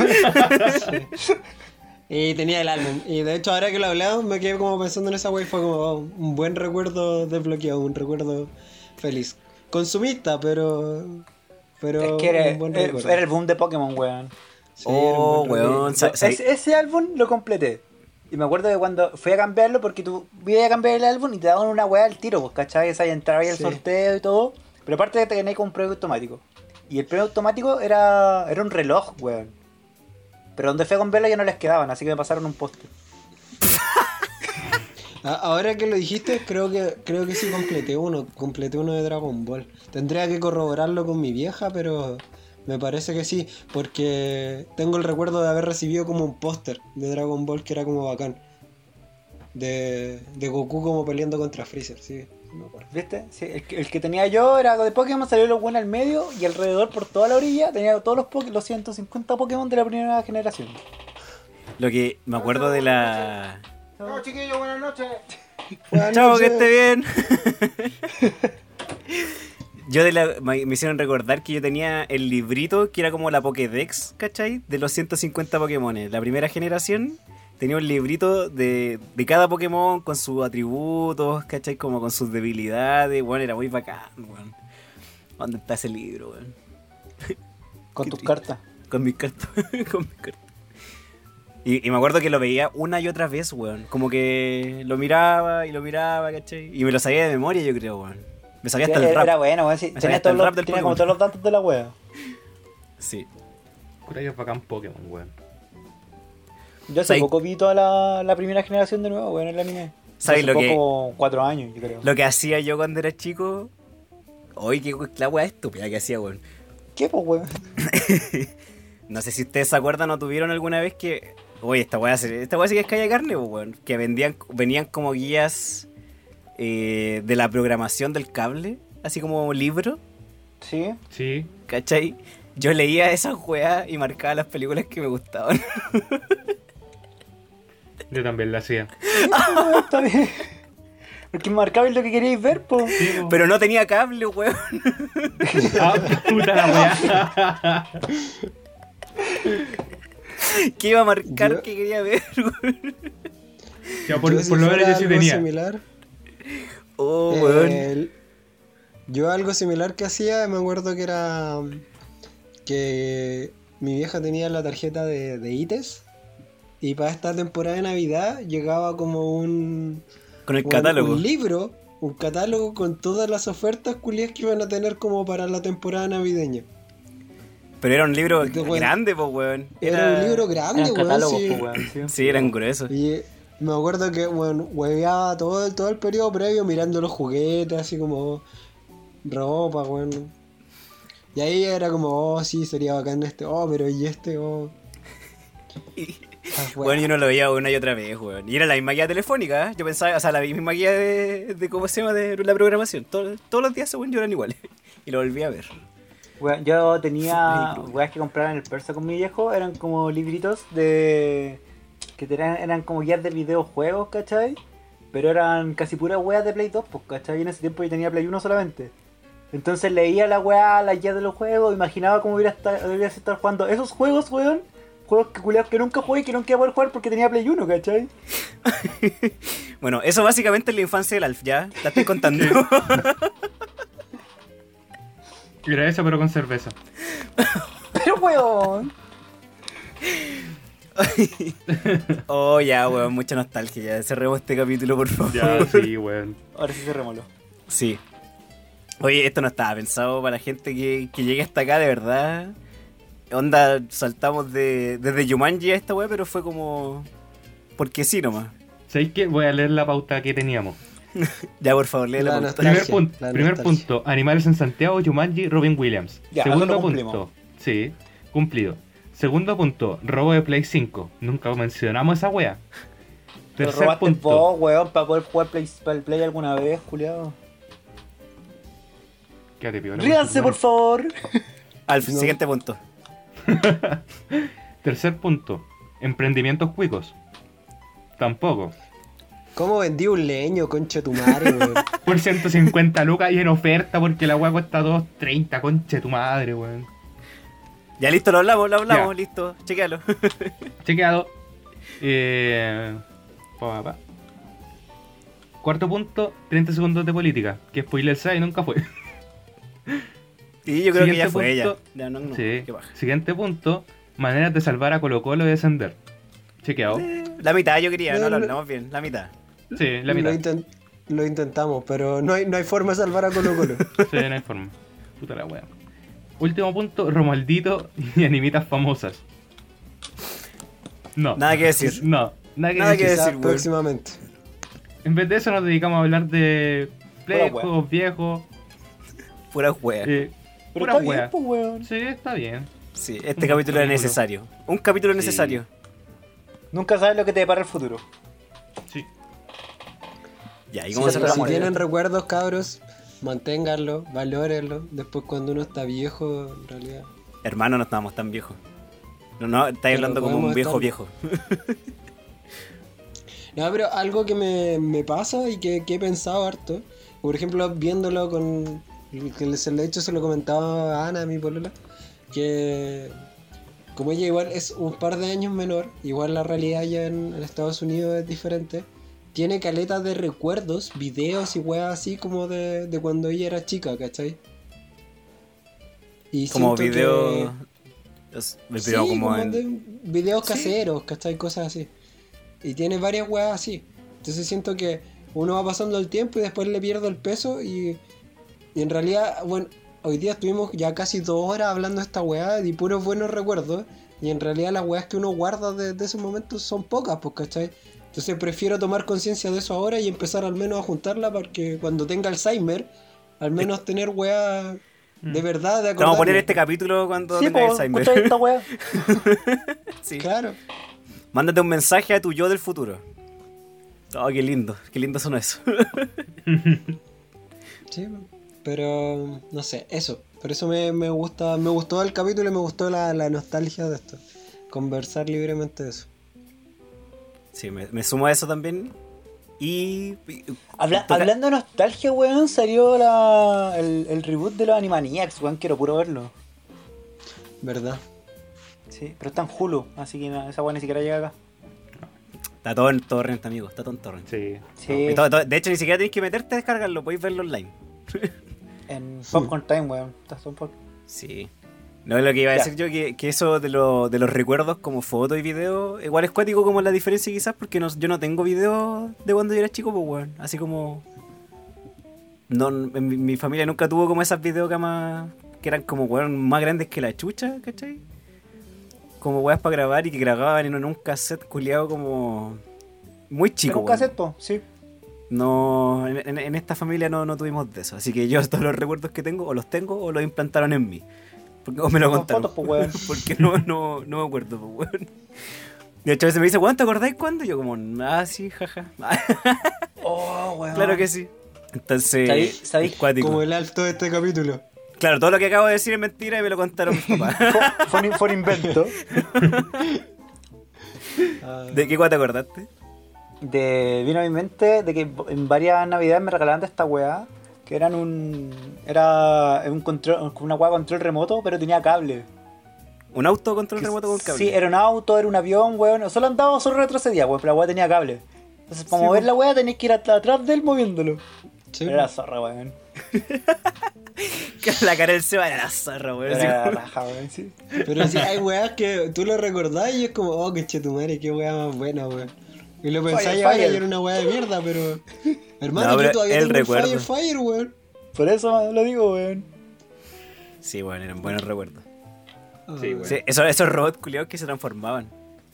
S1: Y tenía el álbum. Y de hecho, ahora que lo hablamos, me quedé como pensando en esa wey. Fue como oh, un buen recuerdo desbloqueado, un recuerdo feliz. Consumista, pero. Pero.
S2: es que era,
S1: un buen
S2: era-
S1: recuerdo.
S2: era el boom de Pokémon, weón.
S1: Sí, era un buen
S4: Oh,
S1: recuerdo.
S4: weón. sa- sa-
S2: Ese, ese álbum lo completé. Y me acuerdo de cuando fui a cambiarlo, porque tú ibas a cambiar el álbum y te daban una weá al tiro, pues, ¿cachai? Esa y entraba ahí el
S1: Sí.
S2: sorteo y todo. Pero aparte te gané con un premio automático. Y el premio automático era, era un reloj, weón. Pero donde fui a cambiarlo ya no les quedaban, así que me pasaron un poste.
S1: A- Ahora que lo dijiste, creo que creo que sí completé uno. Completé uno de Dragon Ball. Tendría que corroborarlo con mi vieja, pero me parece que sí. Porque tengo el recuerdo de haber recibido como un póster de Dragon Ball que era como bacán. De, de Goku como peleando contra Freezer, sí. sí me acuerdo.
S2: ¿Viste? Sí, el, que- el que tenía yo era de Pokémon, salió los buenos al medio y alrededor por toda la orilla tenía todos los, Poké- los 150 Pokémon de la primera generación.
S4: Lo que me acuerdo de la.
S2: No,
S4: chiquillo, buenas noches. Chao, que esté bien. Yo de la, me me hicieron recordar que yo tenía el librito que era como la Pokédex, ¿cachai? De los 150 Pokémones. La primera generación tenía un librito de, de cada Pokémon con sus atributos, ¿cachai? Como con sus debilidades. Bueno, era muy bacán, weón. ¿Dónde está ese libro, weón?
S2: Con
S4: Qué
S2: tus
S4: triste.
S2: cartas.
S4: Con mis cartas. con mis cartas. Y, y me acuerdo que lo veía una y otra vez, weón. Como que lo miraba y lo miraba, ¿cachai? Y me lo sabía de memoria, yo creo, weón. Me sabía
S2: Sí,
S4: hasta el
S2: era,
S4: rap.
S2: era bueno, weón, sí,
S4: sabía
S2: tenía,
S4: hasta
S2: todos
S4: el
S2: los-
S4: rap del
S2: tenía
S4: Pokémon.
S2: como todos los datos de la wea.
S4: Sí.
S3: Puta, yo bacán Pokémon, weón.
S2: Yo hace
S4: Sí.
S2: poco vi toda la, la primera generación de nuevo, weón, en el anime.
S4: ¿Sabes
S2: Hace
S4: lo que-
S2: poco, cuatro años, yo creo.
S4: Lo que hacía yo cuando era chico. Oye, qué la weá estúpida que hacía, weón.
S2: ¿Qué, pues, weón?
S4: No sé si ustedes se acuerdan o tuvieron alguna vez que. Oye, esta weá se- esta weá sí que es calle de carne, pues, weón. Que vendían, venían como guías eh, de la programación del cable, así como libro.
S2: Sí.
S3: Sí.
S4: ¿Cachai? Yo leía esas weas y marcaba las películas que me gustaban.
S3: Yo también la hacía.
S2: Weón, Está bien. Porque marcabais lo que queríais ver, pues.
S3: Sí, po.
S4: Pero no tenía cable, weón.
S3: Ah, puta la weá.
S4: ¿Qué iba a marcar
S1: Yo-
S4: que quería ver, weón?
S3: Ya, por,
S1: Yo, si
S3: por lo menos
S1: fuera
S3: yo sí
S1: algo
S3: tenía.
S1: similar,
S4: Oh,
S1: eh,
S4: weón.
S1: yo algo similar que hacía, me acuerdo que era mm, que mi vieja tenía la tarjeta de, de ITES y para esta temporada de Navidad llegaba como un,
S4: Con el
S1: un-
S4: catálogo.
S1: Un libro, un catálogo con todas las ofertas culias que iban a tener como para la temporada navideña.
S4: Pero era un libro
S1: Este weón-
S4: grande, pues, weón.
S1: Era, un libro grande,
S2: Eran
S1: weón.
S2: catálogos,
S1: sí.
S2: pues, weón. sí.
S4: Sí, eran gruesos.
S1: Y me acuerdo que, bueno, hueveaba todo, todo el periodo previo mirando los juguetes, así como. ropa, weón. Y ahí era como, oh, sí, sería bacán este, oh, pero y este, oh. Ah,
S4: Bueno. yo no lo veía una y otra vez, weón. Y era la misma guía telefónica, ¿eh? Yo pensaba, o sea, la misma guía de, de cómo se llama, de la programación. Todo- todos los días, según yo, eran iguales. Y lo volví a ver.
S2: Weón, yo tenía weas que compraba en el persa con mi viejo, eran como libritos de. que tenían, eran como guías de videojuegos, ¿cachai? Pero eran casi puras weas de Play 2, pues, ¿cachai? Y en ese tiempo yo tenía Play 1 solamente. Entonces leía la wea, la guía de los juegos, imaginaba cómo hubiera estar, debería estar jugando esos juegos, weón. Juegos que, culiados que nunca jugué y que nunca iba a poder jugar porque tenía Play 1, ¿cachai?
S4: Bueno, eso básicamente es la infancia del Alf, ya. La estoy contando.
S3: Era eso, pero con cerveza.
S2: Pero weón.
S4: oh, ya, weón, mucha nostalgia. Ya cerremos este capítulo, por favor.
S3: Ya, sí, weón.
S2: Ahora sí se remoló.
S4: Sí. Oye, esto no estaba pensado para la gente que, que llegue hasta acá, de verdad. Onda, saltamos de, desde Jumanji a esta weá, pero fue como. Porque sí nomás.
S3: ¿Sabéis qué? Voy a leer la pauta que teníamos.
S4: Ya, por favor, léela.
S1: La
S4: por-
S1: nostalgia,
S3: Primer, punto,
S1: la
S3: primer
S1: nostalgia.
S3: punto, Animales en Santiago, Jumanji, Robin Williams.
S2: Ya, eso
S3: Segundo
S2: lo
S3: punto,
S2: cumplimos.
S3: sí, cumplido. Segundo punto, robo de Play 5. Nunca mencionamos esa wea.
S2: Pero
S3: Tercer
S2: robaste
S3: punto,
S2: vos, weón, para poder jugar Play, para el Play alguna vez, culiado.
S3: Quédate, piola,
S2: Ríanse,
S3: bueno.
S2: por favor.
S4: Alf,
S1: No.
S4: siguiente punto.
S3: Tercer punto, emprendimientos cuicos. Tampoco.
S1: ¿Cómo vendí un leño, concha tu madre, weón?
S3: Por 150 lucas y en oferta porque la wea cuesta 2.30, conche tu madre, weón.
S4: Ya listo, lo hablamos, lo hablamos,
S3: Ya.
S4: listo. Chequealo.
S3: Chequeado. Eh, pa, pa, pa. Cuarto punto, 30 segundos de política. Que spoiler sea y nunca fue.
S4: Y yo creo que
S3: Siguiente
S4: ya fue ella.
S3: punto.
S4: Ya, no, no,
S3: Sí.
S4: qué baja.
S3: Siguiente punto, maneras de salvar a Colo Colo y descender. Chequeado.
S4: La mitad yo quería, no
S1: No,
S4: lo
S1: no.
S4: hablamos bien, la mitad.
S3: Sí, la
S1: Lo,
S3: mitad.
S1: inten- lo intentamos, pero no hay, no hay forma de salvar a Colo Colo.
S3: Sí, no hay forma. Puta la wea. Último punto, Romaldito y animitas famosas. No.
S4: Nada que decir.
S3: No, nada que
S4: Nada
S3: decir.
S4: que
S1: Quizá
S4: decir, weón.
S1: próximamente.
S3: En vez de eso nos dedicamos a hablar de play,
S2: Pura wea.
S3: juegos viejos,
S4: Pura wea.
S3: eh,
S2: Pero
S3: pura
S2: está bien,
S3: wea.
S2: pues, weón.
S3: Sí, está bien.
S4: Sí, este capítulo era
S3: capítulo.
S4: necesario. Un capítulo necesario.
S2: Nunca sabes lo que te depara el futuro.
S3: Sí.
S4: Ya, ¿y
S1: Sí,
S4: cómo
S1: si
S4: cerramos?
S1: tienen recuerdos, cabros, manténganlo, valórenlo. Después, cuando uno está viejo, en realidad.
S4: Hermano, no estábamos tan viejos. No, no, estáis
S1: Pero
S4: hablando como un
S1: podemos
S4: viejo
S1: estar-
S4: viejo.
S1: No, pero algo que me, me pasa y que, que he pensado harto, por ejemplo, viéndolo con. que se lo he hecho, se lo comentaba a Ana, mi polola, que. Como ella igual es un par de años menor, igual la realidad allá en, en Estados Unidos es diferente. Tiene caletas de recuerdos, videos y weas así como de, de cuando ella era chica, ¿cachai? Y
S4: Como
S1: siento que-
S4: video. es- El video
S1: sí, pues,
S4: como,
S1: como
S4: en-
S1: de videos
S4: Sí.
S1: caseros, ¿cachai? Cosas así. Y tiene varias weas así. Entonces siento que uno va pasando el tiempo y después le pierdo el peso y, y en realidad, bueno, hoy día estuvimos ya casi dos horas hablando de esta wea y puros buenos recuerdos. Y en realidad las weas que uno guarda de, de esos momentos son pocas, pues, ¿cachai? Entonces prefiero tomar conciencia de eso ahora y empezar al menos a juntarla para que cuando tenga Alzheimer, al menos tener weas de verdad de
S4: Mm. Te Vamos a poner
S1: acordarme.
S4: este capítulo cuando
S2: sí,
S4: tengas
S2: pues,
S4: Alzheimer.
S2: escucha esta wea.
S4: Sí.
S1: Claro.
S4: Mándate un mensaje a tu yo del futuro. Oh, qué lindo, qué lindo son eso.
S1: Sí, pero no sé, eso. Por eso me, me gusta, me gustó el capítulo y me gustó la, la nostalgia de esto. Conversar libremente de eso.
S4: Sí, me, me sumo a eso también. Y. y-
S2: Habla-
S4: toca-
S2: Hablando de nostalgia, weón, salió la, el, el reboot de los Animaniacs, weón, quiero puro verlo.
S1: ¿Verdad?
S2: Sí, pero está en Hulu, así que no, esa weón ni siquiera llega acá.
S4: Está todo en torrent, amigo. Está todo en torrent.
S3: Sí.
S2: Sí,
S4: Y todo- todo- de hecho, ni siquiera tenéis que meterte a descargarlo. Podéis verlo online.
S2: en Popcorn Time, weón. Está son por-
S4: Sí. No es lo que iba a
S2: Ya.
S4: decir yo, que, que eso de, lo- de los recuerdos como foto y video, igual es cuático como la diferencia quizás, porque no- yo no tengo video de cuando yo era chico, pues weón. Así como... No, en mi, mi familia nunca tuvo como esas videocamas que eran como weón más grandes que la chucha, ¿cachai? Como weas para grabar y que grababan en un, un cassette culiado como... Muy chico.
S2: Pero un
S4: weón.
S2: cassette, po, sí.
S4: No, en, en- en esta familia no, no tuvimos de eso. Así que yo todos los recuerdos que tengo, o los tengo, o los implantaron en mí. Porque- o me lo
S2: Son
S4: contaron.
S2: fotos, pues, weón.
S4: Porque no, no, no me acuerdo, pues, weón. De hecho, a veces me dice, weón, ¿te acordáis cuándo? Y Yo como, ah, sí, jaja.
S2: Oh, weón.
S4: claro que sí. Entonces,
S2: ¿Sabéis- sabéis
S4: cuático.
S1: Como el alto de este capítulo.
S4: Claro, todo lo que acabo de decir es mentira y me lo contaron mis papás.
S2: Fue, fue un, fue un invento
S4: ¿De qué cuál te acordaste?
S2: de. Vino a mi mente de que en varias navidades me regalaban de esta weá. Que eran un. Era un control, una weá control remoto, pero tenía cable.
S4: ¿Un auto control
S2: Que
S4: remoto con cable?
S2: Sí, era un auto, era un avión, weón. Solo andaba, solo retrocedía, weón, pero la weá tenía cable. Entonces, para mover la weá tenías que ir hasta atrás de él moviéndolo.
S1: Sí.
S2: Era la zorra, weón.
S4: La cara del Seba era la zorra, weón. así
S2: Era la
S4: como-
S2: raja, weón, sí.
S1: Pero si hay weas que tú lo recordás y es como, oh, que tu madre, qué wea más buena, weón. Y lo pensáis
S2: Fire,
S1: ahora y
S2: fire.
S1: era una wea de mierda, pero. Hermano,
S4: No, pero
S1: yo todavía
S4: el
S1: tengo el
S4: recuerdo.
S1: Fire Fire, weón.
S2: Por eso lo digo, weón.
S4: Sí, bueno, eran buenos recuerdos.
S1: Ah,
S3: Sí, weón.
S4: Sí, esos, esos robots culiados que se transformaban.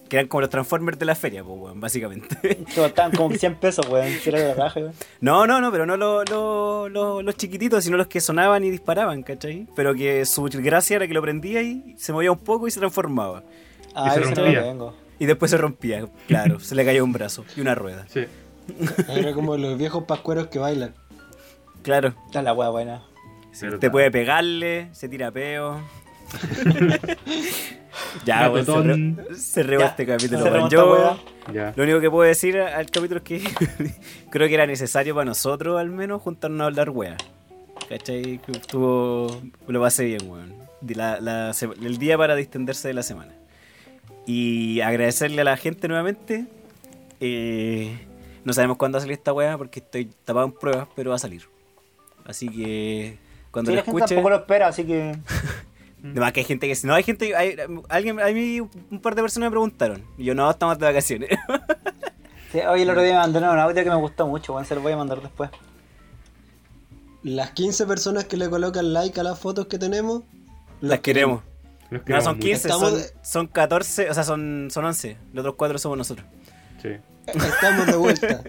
S4: Que eran como los Transformers de la feria, pues, weón, básicamente.
S2: Te costaban como 100 pesos, weón. Si era la raja, weón.
S4: No, no, no, pero no lo- lo- lo- los chiquititos, sino los que sonaban y disparaban, ¿cachai? Pero que su gracia era que lo prendía y se movía un poco y se transformaba.
S2: Ah,
S3: se
S2: eso no
S3: rompía.
S2: lo tengo.
S4: Y después se rompía, claro, se le cayó un brazo y una rueda.
S3: Sí.
S1: Era como los viejos pascueros que bailan.
S4: Claro,
S2: Está la weá buena.
S4: sí,
S3: Verdad.
S4: te puede pegarle, se tira peo. ya, weón, se,
S3: Gatotón.
S4: re, se re-
S2: Ya,
S4: este capítulo.
S2: se
S4: weón.
S2: remonta,
S4: Yo-
S2: weá.
S3: Ya.
S4: Lo único que puedo decir a- al capítulo es que creo que era necesario para nosotros, al menos, juntarnos a hablar, wea. ¿Cachai? Que Estuvo, lo pasé bien, weón. Di- la- la se- el día para distenderse de la semana. Y agradecerle a la gente nuevamente. Eh, no sabemos cuándo va a salir esta wea porque estoy tapado en pruebas, pero va a salir. Así que cuando
S2: Sí,
S4: lo
S2: la gente
S4: escuche.
S2: tampoco lo espera, así que.
S4: Además que hay gente que si no hay gente, hay- alguien, a mí un par de personas me preguntaron. Y yo no, estamos de vacaciones.
S2: Sí, hoy el otro día me mandaron un audio que me gustó mucho, weón. Se lo voy a mandar después.
S1: Las 15 personas que le colocan like a las fotos que tenemos, los
S4: Las queremos.
S3: Los
S4: No,
S3: queremos
S4: son
S3: mucho.
S4: 15,
S1: Estamos
S4: son,
S1: de-
S4: son 14, o sea, son, son 11. Los otros 4 somos nosotros.
S3: Sí.
S1: estamos de vuelta.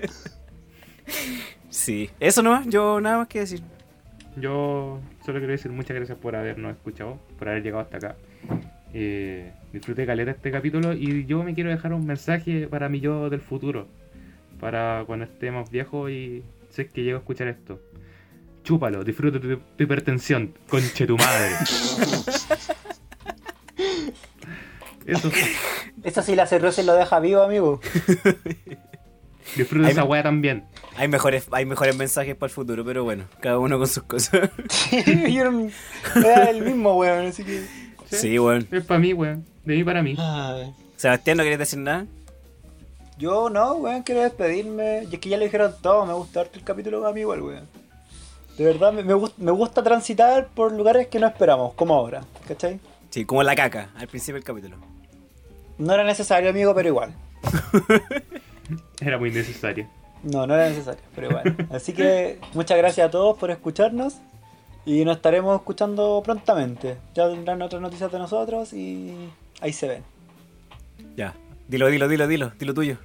S4: Sí, eso nomás, yo nada más que decir.
S3: Yo solo quiero decir muchas gracias por habernos escuchado, por haber llegado hasta acá. Eh, disfruté caleta este capítulo y yo me quiero dejar un mensaje para mi yo del futuro, para cuando esté más viejo y sé que llego a escuchar esto. Chúpalo, disfruta tu, tu hipertensión, conche tu madre. Eso,
S2: Eso sí, la cirrosis lo deja vivo, amigo.
S3: disfruta
S4: Ahí
S3: esa
S4: me-
S3: weá también.
S4: Hay mejores, hay mejores mensajes para el futuro, pero bueno, cada uno con sus cosas.
S2: Yo era- era el mismo, weón, así que.
S3: Sí.
S4: Sí, bueno.
S3: Es para mí, weón. De mí para mí.
S1: Ay,
S4: Sebastián, ¿no querías decir nada?
S2: Yo no, weón, quiero despedirme. Y es que ya lo dijeron todo, me gusta harto el capítulo a mí igual, weón. De verdad, me, me gust- me gusta transitar por lugares que no esperamos, como ahora, ¿cachai?
S4: Sí, como la caca, al principio del capítulo.
S2: No era necesario, amigo, pero igual.
S3: Era muy necesario.
S2: No, no era necesario, pero igual. Así que muchas gracias a todos por escucharnos y nos estaremos escuchando prontamente. Ya tendrán otras noticias de nosotros y ahí se ven.
S4: Ya. Dilo, dilo, dilo, dilo, dilo tuyo.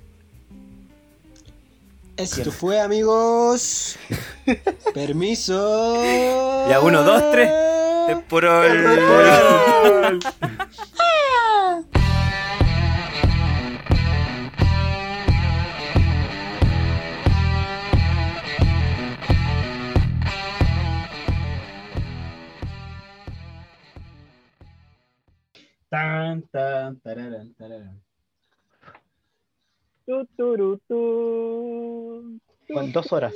S1: Esto fue, amigos. Permiso.
S4: Ya, uno, dos, tres. Temporal.
S7: Tan, tan, tararán, tararán.
S2: Con dos horas.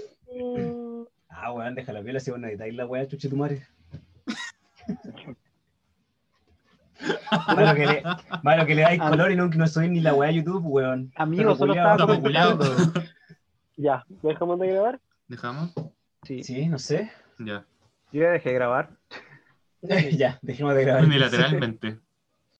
S7: Ah, weón, déjala viola si van a editar la weá, chuche tu madre. Malo que, le, malo que le dais color y no, no soy ni la weá de YouTube, weón.
S2: Amigo,
S7: Perro
S2: solo
S7: culiao.
S2: estaba
S7: Perro culiao.
S2: Ya, ¿dejamos de grabar?
S8: ¿Dejamos?
S7: Sí, no sé.
S8: Ya.
S2: Yo ya dejé de grabar.
S7: ya, dejemos de grabar.
S8: Unilateralmente.